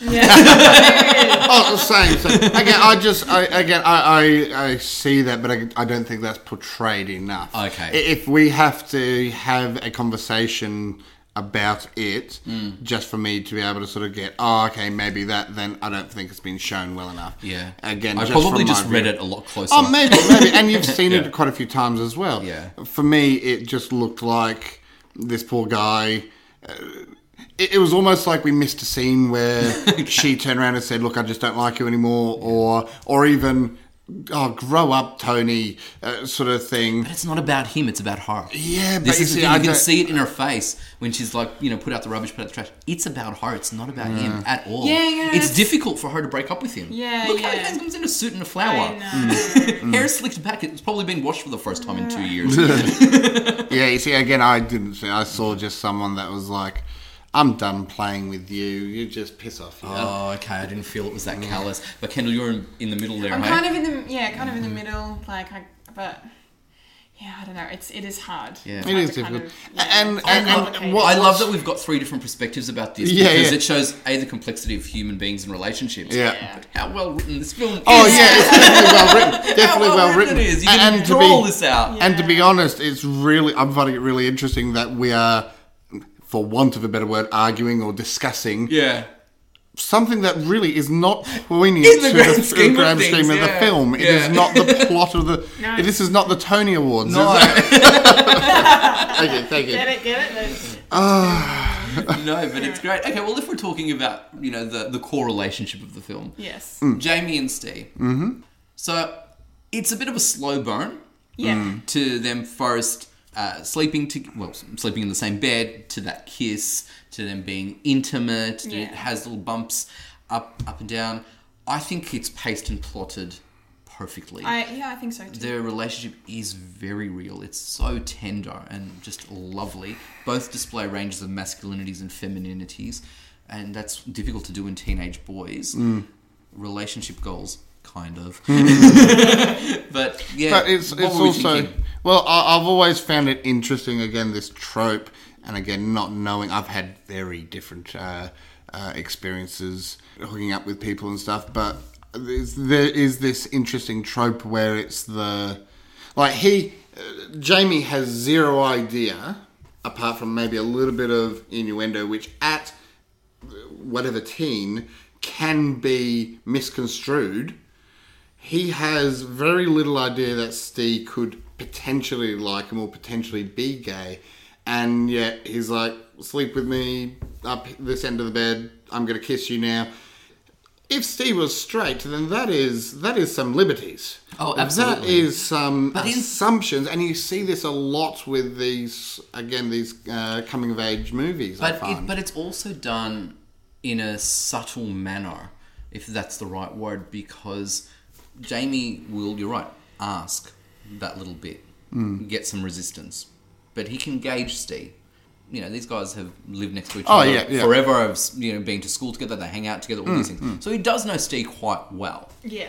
[SPEAKER 1] Oh, same, same. Again, I just, I, again, I, I, I see that, but I, I don't think that's portrayed enough.
[SPEAKER 5] Okay.
[SPEAKER 1] I- If we have to have a conversation about it,
[SPEAKER 5] Mm.
[SPEAKER 1] just for me to be able to sort of get, oh, okay, maybe that, then I don't think it's been shown well enough.
[SPEAKER 5] Yeah.
[SPEAKER 1] Again,
[SPEAKER 5] I
[SPEAKER 1] just
[SPEAKER 5] probably
[SPEAKER 1] from my
[SPEAKER 5] just read
[SPEAKER 1] view-
[SPEAKER 5] it a lot closer.
[SPEAKER 1] Oh, maybe, maybe. And
[SPEAKER 5] <laughs>
[SPEAKER 1] you've seen
[SPEAKER 5] Yeah.
[SPEAKER 1] it quite a few times as well.
[SPEAKER 5] Yeah.
[SPEAKER 1] For me, it just looked like this poor guy. Uh, it, it was almost like we missed a scene
[SPEAKER 5] <laughs>
[SPEAKER 1] where she turned around and said, "Look, I just don't like you anymore," or or even. Oh, grow up, Tony, uh, sort of thing.
[SPEAKER 5] But it's not about him, it's about her.
[SPEAKER 1] <laughs> Yeah,
[SPEAKER 5] This
[SPEAKER 1] but you
[SPEAKER 5] is
[SPEAKER 1] see,
[SPEAKER 5] the thing.
[SPEAKER 1] I
[SPEAKER 5] You can
[SPEAKER 1] don't-
[SPEAKER 5] see it in her face when she's like, you know, put out the rubbish, put out the trash. It's about her. It's not about
[SPEAKER 1] Mm.
[SPEAKER 5] him at all.
[SPEAKER 6] Yeah, yeah,
[SPEAKER 5] It's
[SPEAKER 6] it's-
[SPEAKER 5] difficult for her to break up with him.
[SPEAKER 6] Yeah,
[SPEAKER 5] Look how he
[SPEAKER 6] yeah.
[SPEAKER 5] hangs- comes in a suit and a
[SPEAKER 6] I
[SPEAKER 5] flower.
[SPEAKER 6] know.
[SPEAKER 1] Mm.
[SPEAKER 5] <laughs> Hair slicked back. It's probably been washed for the first time in two years.
[SPEAKER 1] <laughs>
[SPEAKER 5] <laughs>
[SPEAKER 1] Yeah, you see, again, I didn't see. I saw just someone that was like, "I'm done playing with you. You just piss off."
[SPEAKER 5] oh, okay. I didn't feel it was that callous. But Kendall, you're in, in the middle there,
[SPEAKER 6] I'm
[SPEAKER 5] mate.
[SPEAKER 6] kind of in the yeah, kind
[SPEAKER 5] Mm-hmm.
[SPEAKER 6] of in the middle. Like, I, but yeah, I don't know. It's it is hard.
[SPEAKER 5] Yeah. It
[SPEAKER 1] It
[SPEAKER 6] Hard
[SPEAKER 1] is
[SPEAKER 6] to kind
[SPEAKER 1] difficult.
[SPEAKER 6] of-
[SPEAKER 1] And,
[SPEAKER 6] I
[SPEAKER 1] and,
[SPEAKER 6] love
[SPEAKER 1] and,
[SPEAKER 6] it.
[SPEAKER 1] what-
[SPEAKER 5] I love
[SPEAKER 1] what's-
[SPEAKER 5] that we've got three different perspectives about this
[SPEAKER 1] Yeah,
[SPEAKER 5] because
[SPEAKER 1] yeah.
[SPEAKER 5] it shows a the complexity of human beings and relationships.
[SPEAKER 1] Yeah.
[SPEAKER 5] but how well written this film is.
[SPEAKER 1] Oh yeah, it's definitely well written.
[SPEAKER 5] how
[SPEAKER 1] Definitely
[SPEAKER 5] well,
[SPEAKER 1] well
[SPEAKER 5] written,
[SPEAKER 1] written.
[SPEAKER 5] it is. You can draw all this out.
[SPEAKER 1] And to be honest, it's really I'm finding it really interesting that we are, for want of a better word, arguing or discussing
[SPEAKER 5] Yeah.
[SPEAKER 1] something that really is not poignant
[SPEAKER 5] In the
[SPEAKER 1] to
[SPEAKER 5] grand
[SPEAKER 1] the
[SPEAKER 5] scheme of
[SPEAKER 1] grand
[SPEAKER 5] things,
[SPEAKER 1] scheme of
[SPEAKER 5] yeah.
[SPEAKER 1] the film. It
[SPEAKER 5] Yeah.
[SPEAKER 1] is not
[SPEAKER 5] <laughs>
[SPEAKER 1] the plot of the.
[SPEAKER 6] No.
[SPEAKER 1] This is not the Tony Awards.
[SPEAKER 5] No.
[SPEAKER 1] Is
[SPEAKER 5] <laughs>
[SPEAKER 1] it? Thank you. Thank
[SPEAKER 6] Get
[SPEAKER 1] you.
[SPEAKER 6] it, get it. That's-
[SPEAKER 5] Mm. No, but it's great. Okay, well, if we're talking about you know the the core relationship of the film,
[SPEAKER 6] Yes.
[SPEAKER 1] Mm.
[SPEAKER 5] Jamie and Steve. Mm-hmm. So it's a bit of a slow burn Mm.
[SPEAKER 6] Yeah.
[SPEAKER 5] to them first uh, sleeping to well sleeping in the same bed to that kiss to them being intimate. to- It
[SPEAKER 6] Yeah.
[SPEAKER 5] has little bumps up up and down. I think it's paced and plotted perfectly.
[SPEAKER 6] I yeah, I think so too.
[SPEAKER 5] their relationship is very real. It's so tender and just lovely. Both display ranges of masculinities and femininities, and that's difficult to do in teenage boys.
[SPEAKER 1] Mm.
[SPEAKER 5] Relationship goals, kind of. <laughs> but
[SPEAKER 1] Mm.
[SPEAKER 5] yeah,
[SPEAKER 1] But it's
[SPEAKER 5] what
[SPEAKER 1] it's
[SPEAKER 5] were we
[SPEAKER 1] also
[SPEAKER 5] thinking?
[SPEAKER 1] well, I, I've always found it interesting. Again, this trope, and again, not knowing. I've had very different uh, uh, experiences hooking up with people and stuff, but there's, there is this interesting trope where it's the like he uh, Jamie has zero idea, apart from maybe a little bit of innuendo, which at whatever teen can be misconstrued he has very little idea that Steve could potentially like him or potentially be gay, and yet he's like, sleep with me up this end of the bed. I'm gonna kiss you now. If Steve was straight, then that is that is some liberties.
[SPEAKER 5] Oh, absolutely.
[SPEAKER 1] That is some
[SPEAKER 5] But in-
[SPEAKER 1] assumptions, and you see this a lot with these again these uh, coming of age movies. I
[SPEAKER 5] But
[SPEAKER 1] find.
[SPEAKER 5] it, but it's also done in a subtle manner, if that's the right word, because Jamie will, you're right,
[SPEAKER 1] Mm.
[SPEAKER 5] ask that little bit, get some resistance, but he can gauge Steve. you know, these guys have lived next to each
[SPEAKER 1] Oh,
[SPEAKER 5] other
[SPEAKER 1] yeah, Mm, yeah.
[SPEAKER 5] forever. Have you know, been to school together. They hang out together. All these things. So he does know Steve quite well
[SPEAKER 6] Yeah.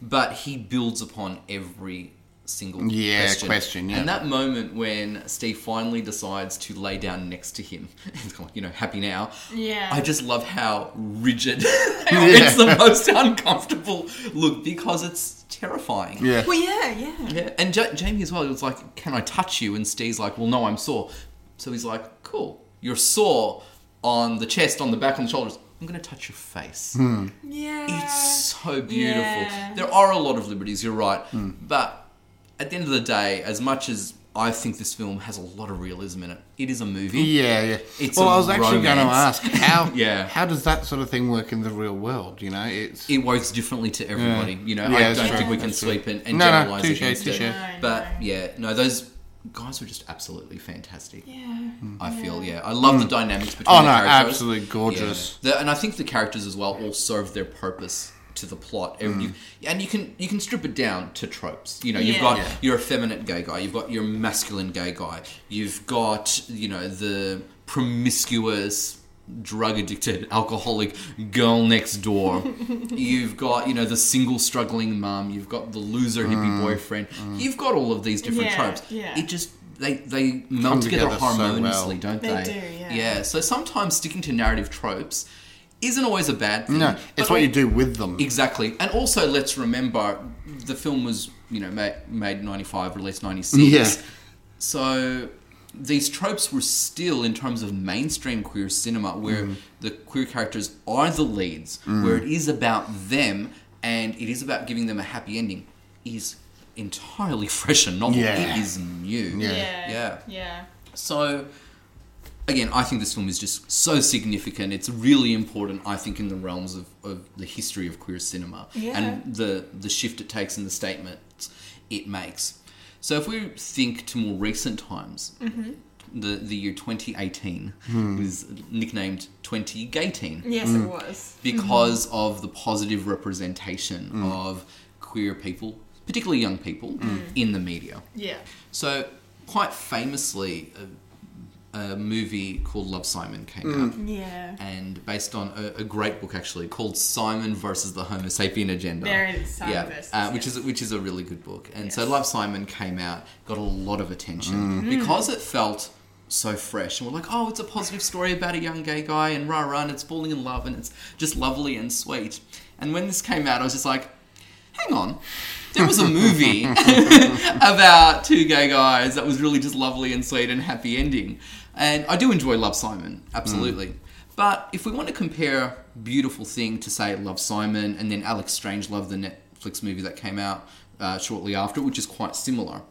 [SPEAKER 5] but he builds upon every single
[SPEAKER 1] Yeah,
[SPEAKER 5] question.
[SPEAKER 1] question, yeah.
[SPEAKER 5] And that moment when Steve finally decides to lay down next to him, <laughs> it's kind of like, you know, happy now.
[SPEAKER 6] Yeah.
[SPEAKER 5] I just love how rigid. <laughs> it's the most uncomfortable look because it's terrifying.
[SPEAKER 1] Yeah.
[SPEAKER 6] Well, yeah, yeah.
[SPEAKER 5] Yeah, and ja Jamie as well. He was like, "Can I touch you?" And Steve's like, "Well, no, I'm sore." So he's like, "Cool, you're sore on the chest, on the back, on the shoulders. I'm gonna touch your face."
[SPEAKER 1] Hmm.
[SPEAKER 6] Yeah.
[SPEAKER 5] It's so beautiful.
[SPEAKER 6] Yeah.
[SPEAKER 5] There are a lot of liberties, you're right.
[SPEAKER 1] Hmm.
[SPEAKER 5] But at the end of the day, as much as I think this film has a lot of realism in it, it is a movie.
[SPEAKER 1] Yeah, yeah.
[SPEAKER 5] It's
[SPEAKER 1] well,
[SPEAKER 5] a
[SPEAKER 1] I was actually going to
[SPEAKER 5] romance.
[SPEAKER 1] ask how
[SPEAKER 5] <laughs> Yeah.
[SPEAKER 1] how does that sort of thing work in the real world? You know, it's
[SPEAKER 5] It works differently to everybody,
[SPEAKER 1] Yeah.
[SPEAKER 5] you know.
[SPEAKER 1] Yeah,
[SPEAKER 5] I
[SPEAKER 1] that's
[SPEAKER 5] don't
[SPEAKER 1] true.
[SPEAKER 5] think we can
[SPEAKER 1] That's true.
[SPEAKER 5] sweep and, and
[SPEAKER 1] No, no,
[SPEAKER 5] generalize
[SPEAKER 1] touche,
[SPEAKER 5] against
[SPEAKER 1] touche.
[SPEAKER 5] it.
[SPEAKER 1] No,
[SPEAKER 5] But
[SPEAKER 6] no.
[SPEAKER 5] yeah, no, those guys were just absolutely fantastic.
[SPEAKER 6] Yeah.
[SPEAKER 5] I feel, yeah. I love the dynamics between
[SPEAKER 1] oh
[SPEAKER 5] the
[SPEAKER 1] no,
[SPEAKER 5] characters.
[SPEAKER 1] absolutely gorgeous.
[SPEAKER 5] Yeah. The- and I think the characters as well all serve their purpose to the plot. And,
[SPEAKER 1] Mm.
[SPEAKER 5] you, and you can you can strip it down to tropes. You know, you've
[SPEAKER 6] Yeah.
[SPEAKER 5] got
[SPEAKER 6] Yeah.
[SPEAKER 5] your effeminate gay guy, you've got your masculine gay guy, you've got you know the promiscuous. Drug addicted, <laughs> alcoholic girl next
[SPEAKER 6] <laughs>
[SPEAKER 5] door. you've got, you know, the single struggling mum. You've got the loser hippie
[SPEAKER 1] Mm.
[SPEAKER 5] boyfriend. You've got all of these different
[SPEAKER 6] Yeah,
[SPEAKER 5] tropes.
[SPEAKER 6] yeah.
[SPEAKER 5] It just they they meld together,
[SPEAKER 1] together so well.
[SPEAKER 5] harmoniously, don't
[SPEAKER 6] They
[SPEAKER 5] they?
[SPEAKER 6] do, yeah.
[SPEAKER 5] So sometimes sticking to narrative tropes isn't always a bad thing.
[SPEAKER 1] No, it's
[SPEAKER 5] but
[SPEAKER 1] what you
[SPEAKER 5] al-
[SPEAKER 1] do with them.
[SPEAKER 5] Exactly. And also, let's remember the film was, you know, made, made 95, released 96.
[SPEAKER 1] Yeah.
[SPEAKER 5] So these tropes were still, in terms of mainstream queer cinema, where
[SPEAKER 1] Mm.
[SPEAKER 5] the queer characters are the leads, where it is about them and it is about giving them a happy ending, is entirely <laughs> fresh and novel.
[SPEAKER 1] Yeah.
[SPEAKER 5] It is new.
[SPEAKER 1] Yeah.
[SPEAKER 6] Yeah.
[SPEAKER 5] Yeah.
[SPEAKER 6] Yeah.
[SPEAKER 5] So, again, I think this film is just so significant. It's really important, I think, in the realms of, of the history of queer cinema
[SPEAKER 6] Yeah.
[SPEAKER 5] and the, the shift it takes and the statements it makes. So, if we think to more recent times, the, the year 2018 was nicknamed 2018
[SPEAKER 6] Yes, it was.
[SPEAKER 5] because of the positive representation of queer people, particularly young people, in the media.
[SPEAKER 6] Yeah.
[SPEAKER 5] So, quite famously, a, a movie called Love Simon came
[SPEAKER 6] Mm.
[SPEAKER 5] out,
[SPEAKER 6] Yeah.
[SPEAKER 5] and based on a, a great book actually called Simon versus the Homo Sapien Agenda.
[SPEAKER 6] There it is, Simon versus,
[SPEAKER 5] uh, which
[SPEAKER 6] yes.
[SPEAKER 5] is which is a really good book. And so, Love Simon came out, got a lot of attention
[SPEAKER 6] Mm.
[SPEAKER 5] because it felt so fresh and we're like oh it's a positive story about a young gay guy and rah rah and it's falling in love and it's just lovely and sweet and when this came out i was just like hang on there was a movie about two gay guys that was really just lovely and sweet and happy ending. And I do enjoy Love Simon, absolutely. But if we want to compare Beautiful Thing to say Love Simon and then Alex Strangelove, the Netflix movie that came out uh, shortly after, which is quite similar,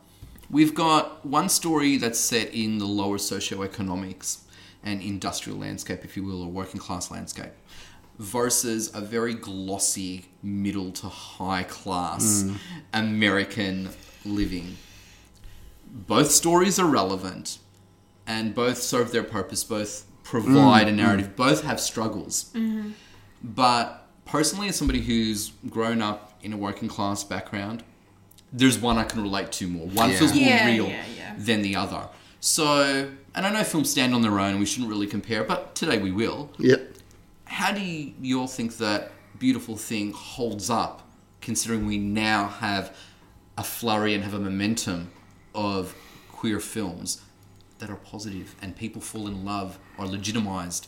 [SPEAKER 5] we've got one story that's set in the lower socioeconomics and industrial landscape, if you will, or working class landscape versus a very glossy middle to high class American living. Both stories are relevant and both serve their purpose, both provide a narrative, both have struggles.
[SPEAKER 6] Mm-hmm.
[SPEAKER 5] But personally, as somebody who's grown up in a working class background, there's one I can relate to more. One
[SPEAKER 1] Yeah.
[SPEAKER 5] feels more
[SPEAKER 6] Yeah,
[SPEAKER 5] real
[SPEAKER 6] yeah, yeah.
[SPEAKER 5] than the other. So, and I know films stand on their own, we shouldn't really compare, but today we will
[SPEAKER 1] Yep.
[SPEAKER 5] how do you, you all think that beautiful thing holds up considering we now have a flurry and have a momentum of queer films that are positive and people fall in love are legitimized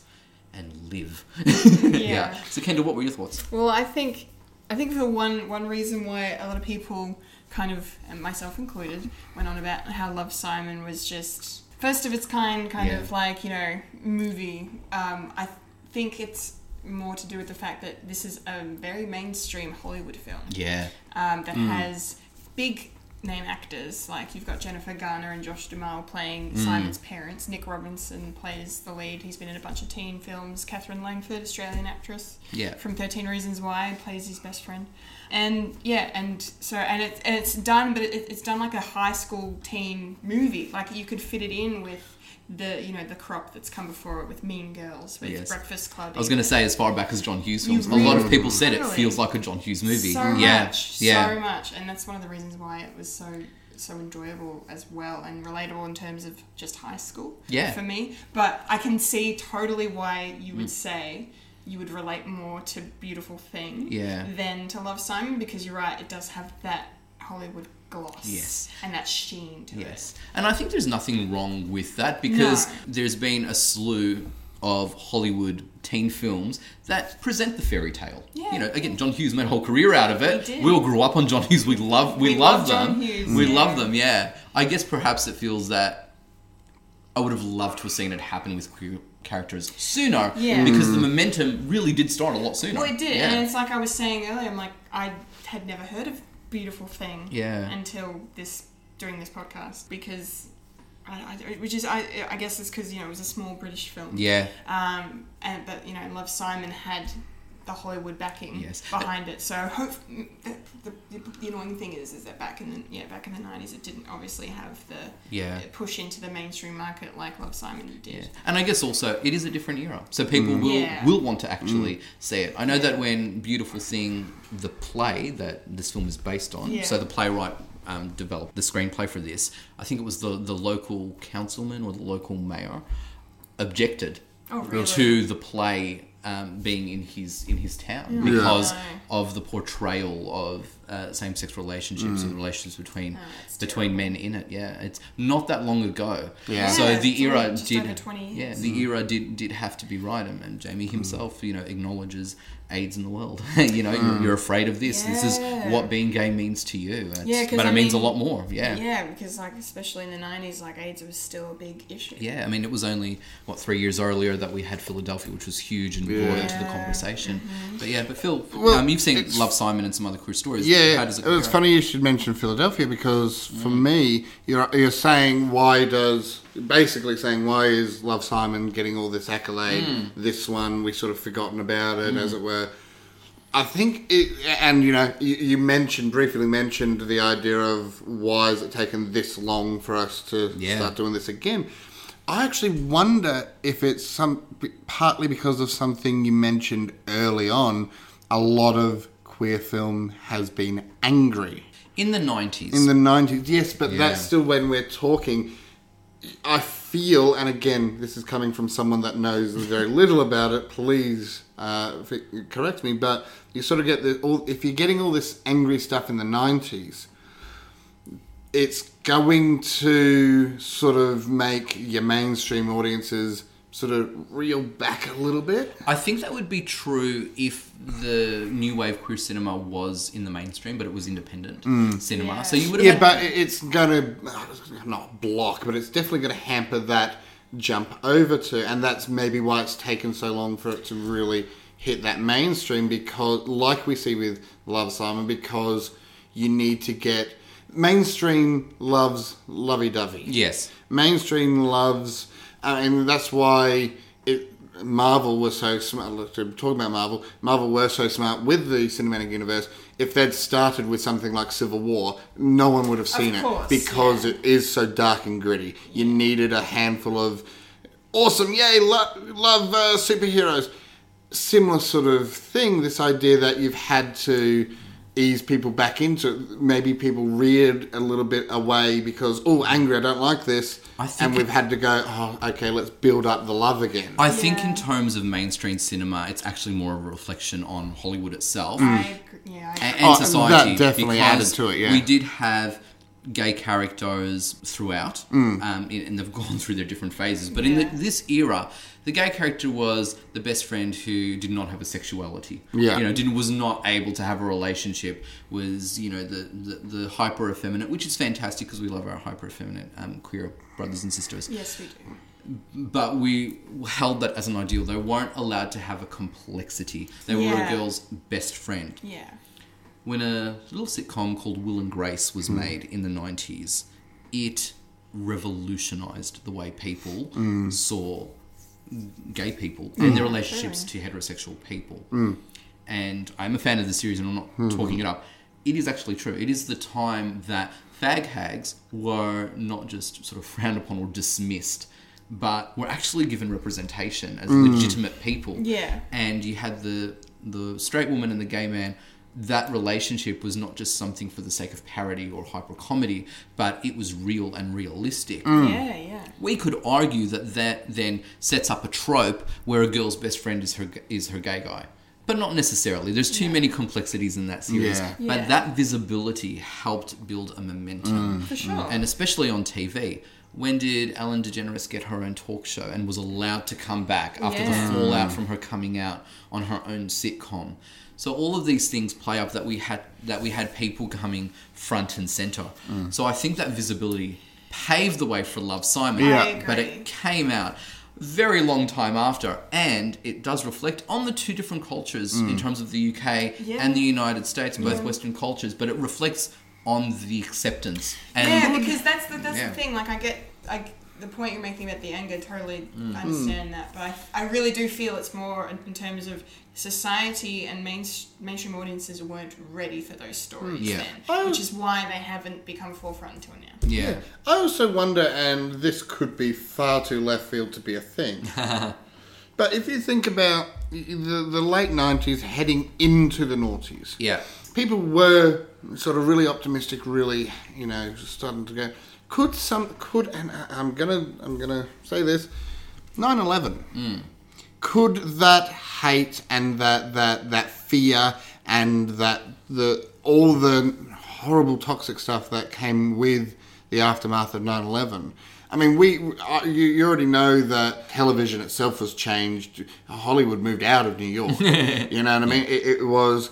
[SPEAKER 5] and live <laughs> yeah. so kendall what were your thoughts
[SPEAKER 6] Well, I think I think the one one reason why a lot of people kind of and myself included went on about how Love Simon was just first of its kind, kind
[SPEAKER 5] Yeah.
[SPEAKER 6] of like you know movie. Um, I think it's more to do with the fact that this is a very mainstream Hollywood film
[SPEAKER 5] yeah
[SPEAKER 6] um,
[SPEAKER 5] Mm.
[SPEAKER 6] that has big name actors like you've got Jennifer Garner and Josh Duhamel playing
[SPEAKER 5] Mm.
[SPEAKER 6] Simon's parents. Nick Robinson plays the lead. He's been in a bunch of teen films. Catherine Langford, Australian actress,
[SPEAKER 5] Yeah.
[SPEAKER 6] from Thirteen Reasons Why, plays his best friend. And yeah, and so and it's and it's done, but it, it's done like a high school teen movie. Like you could fit it in with. The you know the crop that's come before it with Mean Girls with
[SPEAKER 5] Yes.
[SPEAKER 6] Breakfast Club.
[SPEAKER 5] i was going to say as far back as john hughes
[SPEAKER 6] You
[SPEAKER 5] films a lot of
[SPEAKER 6] really-
[SPEAKER 5] people said it
[SPEAKER 6] totally.
[SPEAKER 5] feels like a john hughes movie
[SPEAKER 6] So
[SPEAKER 5] yeah
[SPEAKER 6] much,
[SPEAKER 5] yeah
[SPEAKER 6] so much, and that's one of the reasons why it was so so enjoyable as well and relatable in terms of just high school
[SPEAKER 5] Yeah.
[SPEAKER 6] for me. But I can see totally why you would
[SPEAKER 5] Mm.
[SPEAKER 6] say you would relate more to Beautiful Thing
[SPEAKER 5] Yeah.
[SPEAKER 6] than to Love Simon because you're right, it does have that Hollywood gloss
[SPEAKER 5] Yes.
[SPEAKER 6] and that sheen to it.
[SPEAKER 5] Yes. And I think there's nothing wrong with that because
[SPEAKER 6] No.
[SPEAKER 5] there's been a slew of Hollywood teen films that present the fairy tale.
[SPEAKER 6] Yeah.
[SPEAKER 5] You know, again, John Hughes made a whole career out of it.
[SPEAKER 6] He did.
[SPEAKER 5] We all grew up on John Hughes. We love we,
[SPEAKER 6] We
[SPEAKER 5] love,
[SPEAKER 6] love John
[SPEAKER 5] them.
[SPEAKER 6] Hughes,
[SPEAKER 5] We
[SPEAKER 6] yeah.
[SPEAKER 5] love them, yeah. I guess perhaps it feels that I would have loved to have seen it happen with queer characters sooner.
[SPEAKER 6] Yeah.
[SPEAKER 5] Because the momentum really did start a lot sooner.
[SPEAKER 6] Well, it did,
[SPEAKER 5] Yeah.
[SPEAKER 6] and it's like I was saying earlier. I'm like, I had never heard of Beautiful Thing
[SPEAKER 5] Yeah.
[SPEAKER 6] until this doing this podcast because, I, I, which is I, I guess it's because you know it was a small British film.
[SPEAKER 5] yeah.
[SPEAKER 6] Um, and but you know, Love Simon had the Hollywood backing
[SPEAKER 5] Yes.
[SPEAKER 6] behind it. So hope the, the, the annoying thing is, is that back in the yeah back in the nineties, it didn't obviously have the
[SPEAKER 5] Yeah.
[SPEAKER 6] push into the mainstream market like Love Simon did.
[SPEAKER 5] Yeah. And I guess also it is a different era, so people will
[SPEAKER 6] Yeah.
[SPEAKER 5] will want to actually see it. I know that when Beautiful Thing, the play that this film is based on,
[SPEAKER 6] Yeah.
[SPEAKER 5] so the playwright um, developed the screenplay for this. I think it was the the local councilman or the local mayor objected
[SPEAKER 6] Oh, really?
[SPEAKER 5] to the play. Um, being in his in his town because
[SPEAKER 6] No.
[SPEAKER 5] of the portrayal of uh, same sex relationships and the relationships between
[SPEAKER 6] Oh, that's
[SPEAKER 5] between men in it, yeah, it's not that long ago.
[SPEAKER 1] Yeah.
[SPEAKER 5] So
[SPEAKER 6] Yeah,
[SPEAKER 5] the
[SPEAKER 6] it's
[SPEAKER 5] era
[SPEAKER 6] only just
[SPEAKER 5] did,
[SPEAKER 6] over 20 years.
[SPEAKER 5] yeah, the era did did have to be right, and, and Jamie himself, you know, acknowledges AIDS in the world. <laughs> you know, you're, you're afraid of this. This is
[SPEAKER 6] Yeah.
[SPEAKER 5] what being gay means to you. It's-
[SPEAKER 6] Yeah, 'cause
[SPEAKER 5] but it
[SPEAKER 6] I
[SPEAKER 5] means a
[SPEAKER 6] mean-
[SPEAKER 5] lot more. Yeah. yeah,
[SPEAKER 6] Yeah, because like especially in the nineties, like AIDS was still a big issue.
[SPEAKER 5] I mean, it was only what three years earlier that we had Philadelphia, which was huge and brought into the
[SPEAKER 6] Yeah. Mm-hmm.
[SPEAKER 5] conversation. But yeah, but Phil,
[SPEAKER 1] Well,
[SPEAKER 5] um, you've seen
[SPEAKER 1] it's-
[SPEAKER 5] Love Simon and some other queer stories.
[SPEAKER 1] Yeah,
[SPEAKER 5] how does it? Mm.
[SPEAKER 1] it was
[SPEAKER 5] compare?
[SPEAKER 1] funny you should mention Philadelphia because for me, you're you're saying why does basically saying why is Love Simon getting all this accolade?
[SPEAKER 5] Mm.
[SPEAKER 1] This one we sort of forgotten about it, as it were. I think, it, and you know, you, you mentioned briefly mentioned the idea of why has it taken this long for us to
[SPEAKER 5] Yeah.
[SPEAKER 1] start doing this again. I actually wonder if it's some partly because of something you mentioned early on. A lot of queer film has been angry
[SPEAKER 5] in the nineties.
[SPEAKER 1] in the nineties. Yes, but that's
[SPEAKER 5] Yeah.
[SPEAKER 1] still when we're talking. I feel, and again, this is coming from someone that knows very little about it. Please uh, f- correct me, but you sort of get the all. If you're getting all this angry stuff in the nineties, it's going to sort of make your mainstream audiences sort of reel back a little bit.
[SPEAKER 5] I think that would be true if the new wave queer cinema was in the mainstream, but it was independent cinema. So you would have
[SPEAKER 1] Mm. Yeah,
[SPEAKER 5] had-
[SPEAKER 1] but it- it's going to not block, but it's definitely going to hamper that jump over to, and that's maybe why it's taken so long for it to really hit that mainstream. Because, like we see with Love Simon, because you need to get mainstream loves lovey dovey.
[SPEAKER 5] yes,
[SPEAKER 1] Mainstream loves, uh, and that's why it. Marvel was so smart. look, I'm Talking about Marvel, Marvel were so smart with the cinematic universe. If they'd started with something like Civil War, no one would have seen
[SPEAKER 6] course,
[SPEAKER 1] it because it is so dark and gritty. You needed a handful of awesome, yay, lo- love uh, superheroes. Similar sort of thing. This idea that you've had to ease people back into it. maybe people reared a little bit away because oh angry I don't like this
[SPEAKER 5] I think
[SPEAKER 1] and we've
[SPEAKER 5] it-
[SPEAKER 1] had to go oh okay let's build up the love again
[SPEAKER 5] I think in
[SPEAKER 6] Yeah.
[SPEAKER 5] terms of mainstream cinema, it's actually more of a reflection on Hollywood itself.
[SPEAKER 1] Mm.
[SPEAKER 6] I agree. Yeah,
[SPEAKER 5] Mm.
[SPEAKER 6] I
[SPEAKER 5] and,
[SPEAKER 6] agree.
[SPEAKER 5] and
[SPEAKER 1] Oh, that
[SPEAKER 5] society.
[SPEAKER 1] definitely added
[SPEAKER 5] because
[SPEAKER 1] to it, yeah.
[SPEAKER 5] We did have gay characters throughout,
[SPEAKER 1] Mm.
[SPEAKER 5] um, in- and they've <laughs> gone through their different phases. But in the,
[SPEAKER 6] Yeah.
[SPEAKER 5] this era, the gay character was the best friend who did not have a sexuality.
[SPEAKER 1] Yeah.
[SPEAKER 5] you know, didn't, was not able to have a relationship. Was you know the the, the hyper effeminate, which is fantastic because we love our hyper effeminate um, queer brothers and sisters
[SPEAKER 6] yes, we do.
[SPEAKER 5] but we held that as an ideal. They weren't allowed to have a complexity. They were
[SPEAKER 6] Yeah.
[SPEAKER 5] a girl's best friend.
[SPEAKER 6] Yeah,
[SPEAKER 5] When a little sitcom called Will and Grace was made in the 90s, it revolutionized the way people saw gay people and their relationships to heterosexual people. And I'm a fan of the series and I'm not talking it up. It is actually true. It is the time that fag hags were not just sort of frowned upon or dismissed, but were actually given representation as legitimate people
[SPEAKER 6] Yeah.
[SPEAKER 5] and you had the the straight woman and the gay man that relationship was not just something for the sake of parody or hyper comedy, but it was real and realistic.
[SPEAKER 6] Yeah, yeah.
[SPEAKER 5] We could argue that that then sets up a trope where a girl's best friend is her is her gay guy, but not necessarily. There's too many complexities in that series.
[SPEAKER 1] Yeah.
[SPEAKER 5] But
[SPEAKER 6] Yeah.
[SPEAKER 5] that visibility helped build a momentum,
[SPEAKER 6] For sure.
[SPEAKER 5] Hmm. and especially on TV. When did Ellen DeGeneres get her own talk show and was allowed to come back after
[SPEAKER 6] Yeah.
[SPEAKER 5] the fallout from her coming out on her own sitcom? So all of these things play up that we had that we had people coming front and center. So I think that visibility paved the way for Love Simon,
[SPEAKER 1] Yeah.
[SPEAKER 6] I
[SPEAKER 5] but
[SPEAKER 6] agree.
[SPEAKER 5] it came out very long time after and it does reflect on the two different cultures in terms of the UK
[SPEAKER 6] Yeah.
[SPEAKER 5] and the United States both western cultures but it reflects on the acceptance and
[SPEAKER 6] yeah, because that's the that's
[SPEAKER 5] Yeah.
[SPEAKER 6] the thing. Like I get like the point you're making about the anger. Totally
[SPEAKER 5] Hmm.
[SPEAKER 6] understand that, but I, I really do feel it's more in, in terms of society and main, mainstream audiences weren't ready for those stories
[SPEAKER 5] Hmm. Yeah. Oh.
[SPEAKER 6] then, which is why they haven't become forefront until now.
[SPEAKER 5] yeah
[SPEAKER 1] I also wonder, and this could be far too left field to be a
[SPEAKER 5] <laughs>
[SPEAKER 1] thing, but if you think about the, the late 90s heading into the noughties,
[SPEAKER 5] yeah
[SPEAKER 1] people were sort of really optimistic, really, you know, starting to go. Could some, could, and I- I'm gonna, I'm gonna say this, 9/11. Could that hate and that that that fear and that the all the horrible toxic stuff that came with the aftermath of 9/11. I mean, we uh, you, you already know that television itself has changed. Hollywood moved out of New York. you know what I mean? It, it was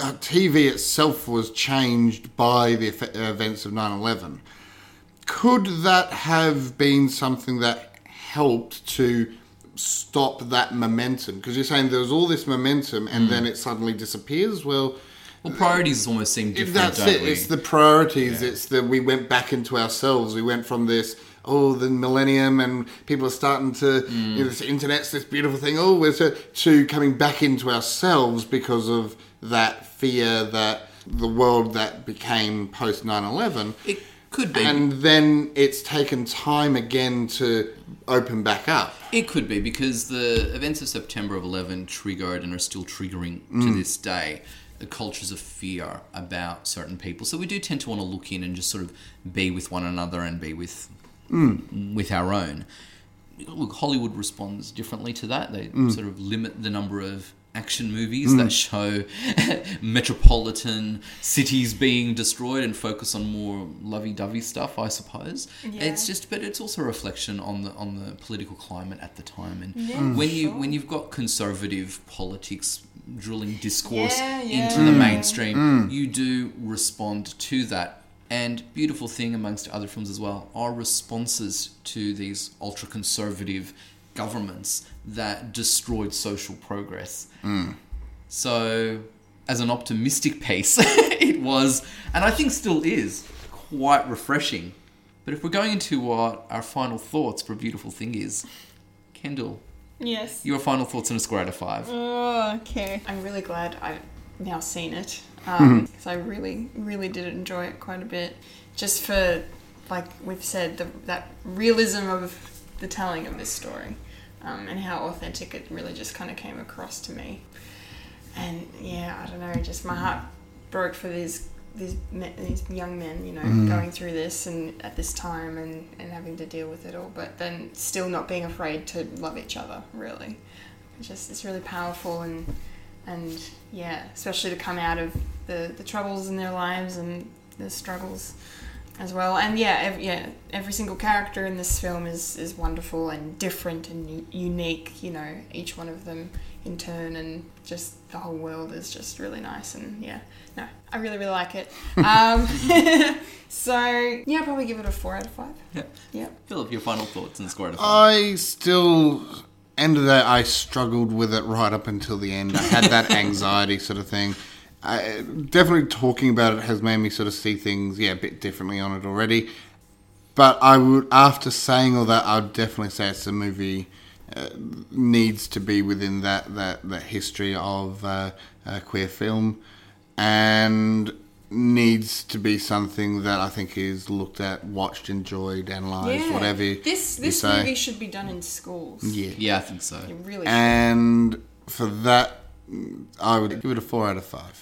[SPEAKER 1] uh, TV itself was changed by the eff- events of 9 11. Could that have been something that helped to stop that momentum? Because you're saying there was all this momentum and then it suddenly disappears? Well,
[SPEAKER 5] well priorities almost seem different
[SPEAKER 1] that's
[SPEAKER 5] don't
[SPEAKER 1] it.
[SPEAKER 5] we
[SPEAKER 1] It's the priorities. It's the we went back into ourselves. We went from this oh the millennium and people are starting to you
[SPEAKER 5] Mm.
[SPEAKER 1] know, this internet's this beautiful thing. Oh, we're so, to coming back into ourselves because of that fear that the world that became post 9-11
[SPEAKER 5] it could be
[SPEAKER 1] and then it's taken time again to open back up
[SPEAKER 5] It could be because the events of September of 11 triggered and are still triggering
[SPEAKER 1] Mm.
[SPEAKER 5] to this day uh, cultures of fear about certain people. So we do tend to want to look in and just sort of be with one another and be with with our own. Look, Hollywood responds differently to that. They sort of limit the number of action movies that show <laughs> metropolitan cities being destroyed and focus on more lovey-dovey stuff, I suppose. It's just, but it's also a reflection on the on the political climate at the time. And when you when you've got conservative politics drilling discourse
[SPEAKER 6] Yeah,
[SPEAKER 5] into the mainstream, you do respond to that. And beautiful thing amongst other films as well are responses to these ultra conservative governments that destroyed social progress. So, as an optimistic piece, <laughs> it was, and I think still is, quite refreshing. But if we're going into what our final thoughts for a beautiful thing is, Kendall,
[SPEAKER 6] Yes.
[SPEAKER 5] your final thoughts on a score out of five.
[SPEAKER 6] Oh, okay. I'm really glad I've now seen <laughs> it because I really, really did enjoy it quite a bit. Just for, like we've said, the, that realism of the telling of this story um, and how authentic it really just kind of came across to me. And yeah, I don't know, just my heart broke for these these, men, these young men, you know, going through this and at this time and, and having to deal with it all, but then still not being afraid to love each other, really. It's just it's really powerful and and yeah, especially to come out of the, the troubles in their lives and the struggles as well. And yeah, ev- yeah, every single character in this film is is wonderful and different and u- unique. You know, each one of them in turn, and just the whole world is just really nice. And yeah, no, I really really
[SPEAKER 1] <laughs>
[SPEAKER 6] like it. Um, <laughs> so yeah, I'd probably give it a four out of five.
[SPEAKER 5] Yeah.
[SPEAKER 6] Yeah.
[SPEAKER 5] Philip, your final thoughts on a score out of five.
[SPEAKER 1] I still end of that. I struggled with it right up until the end. I had
[SPEAKER 6] <laughs>
[SPEAKER 1] that anxiety sort of thing. I, definitely talking about it has made me sort of see things, yeah, a bit differently on it already. But I would, after saying all that, I would definitely say it's a movie uh, needs to be within that that that history of uh, uh, queer film, and needs to be something that I think is looked at, watched, enjoyed, analysed, whatever. you-
[SPEAKER 6] This
[SPEAKER 1] you
[SPEAKER 6] this
[SPEAKER 1] say.
[SPEAKER 6] movie should be done in schools.
[SPEAKER 1] Yeah.
[SPEAKER 5] yeah, I think so.
[SPEAKER 6] It really. should.
[SPEAKER 1] And for that, I would give it a four out of five.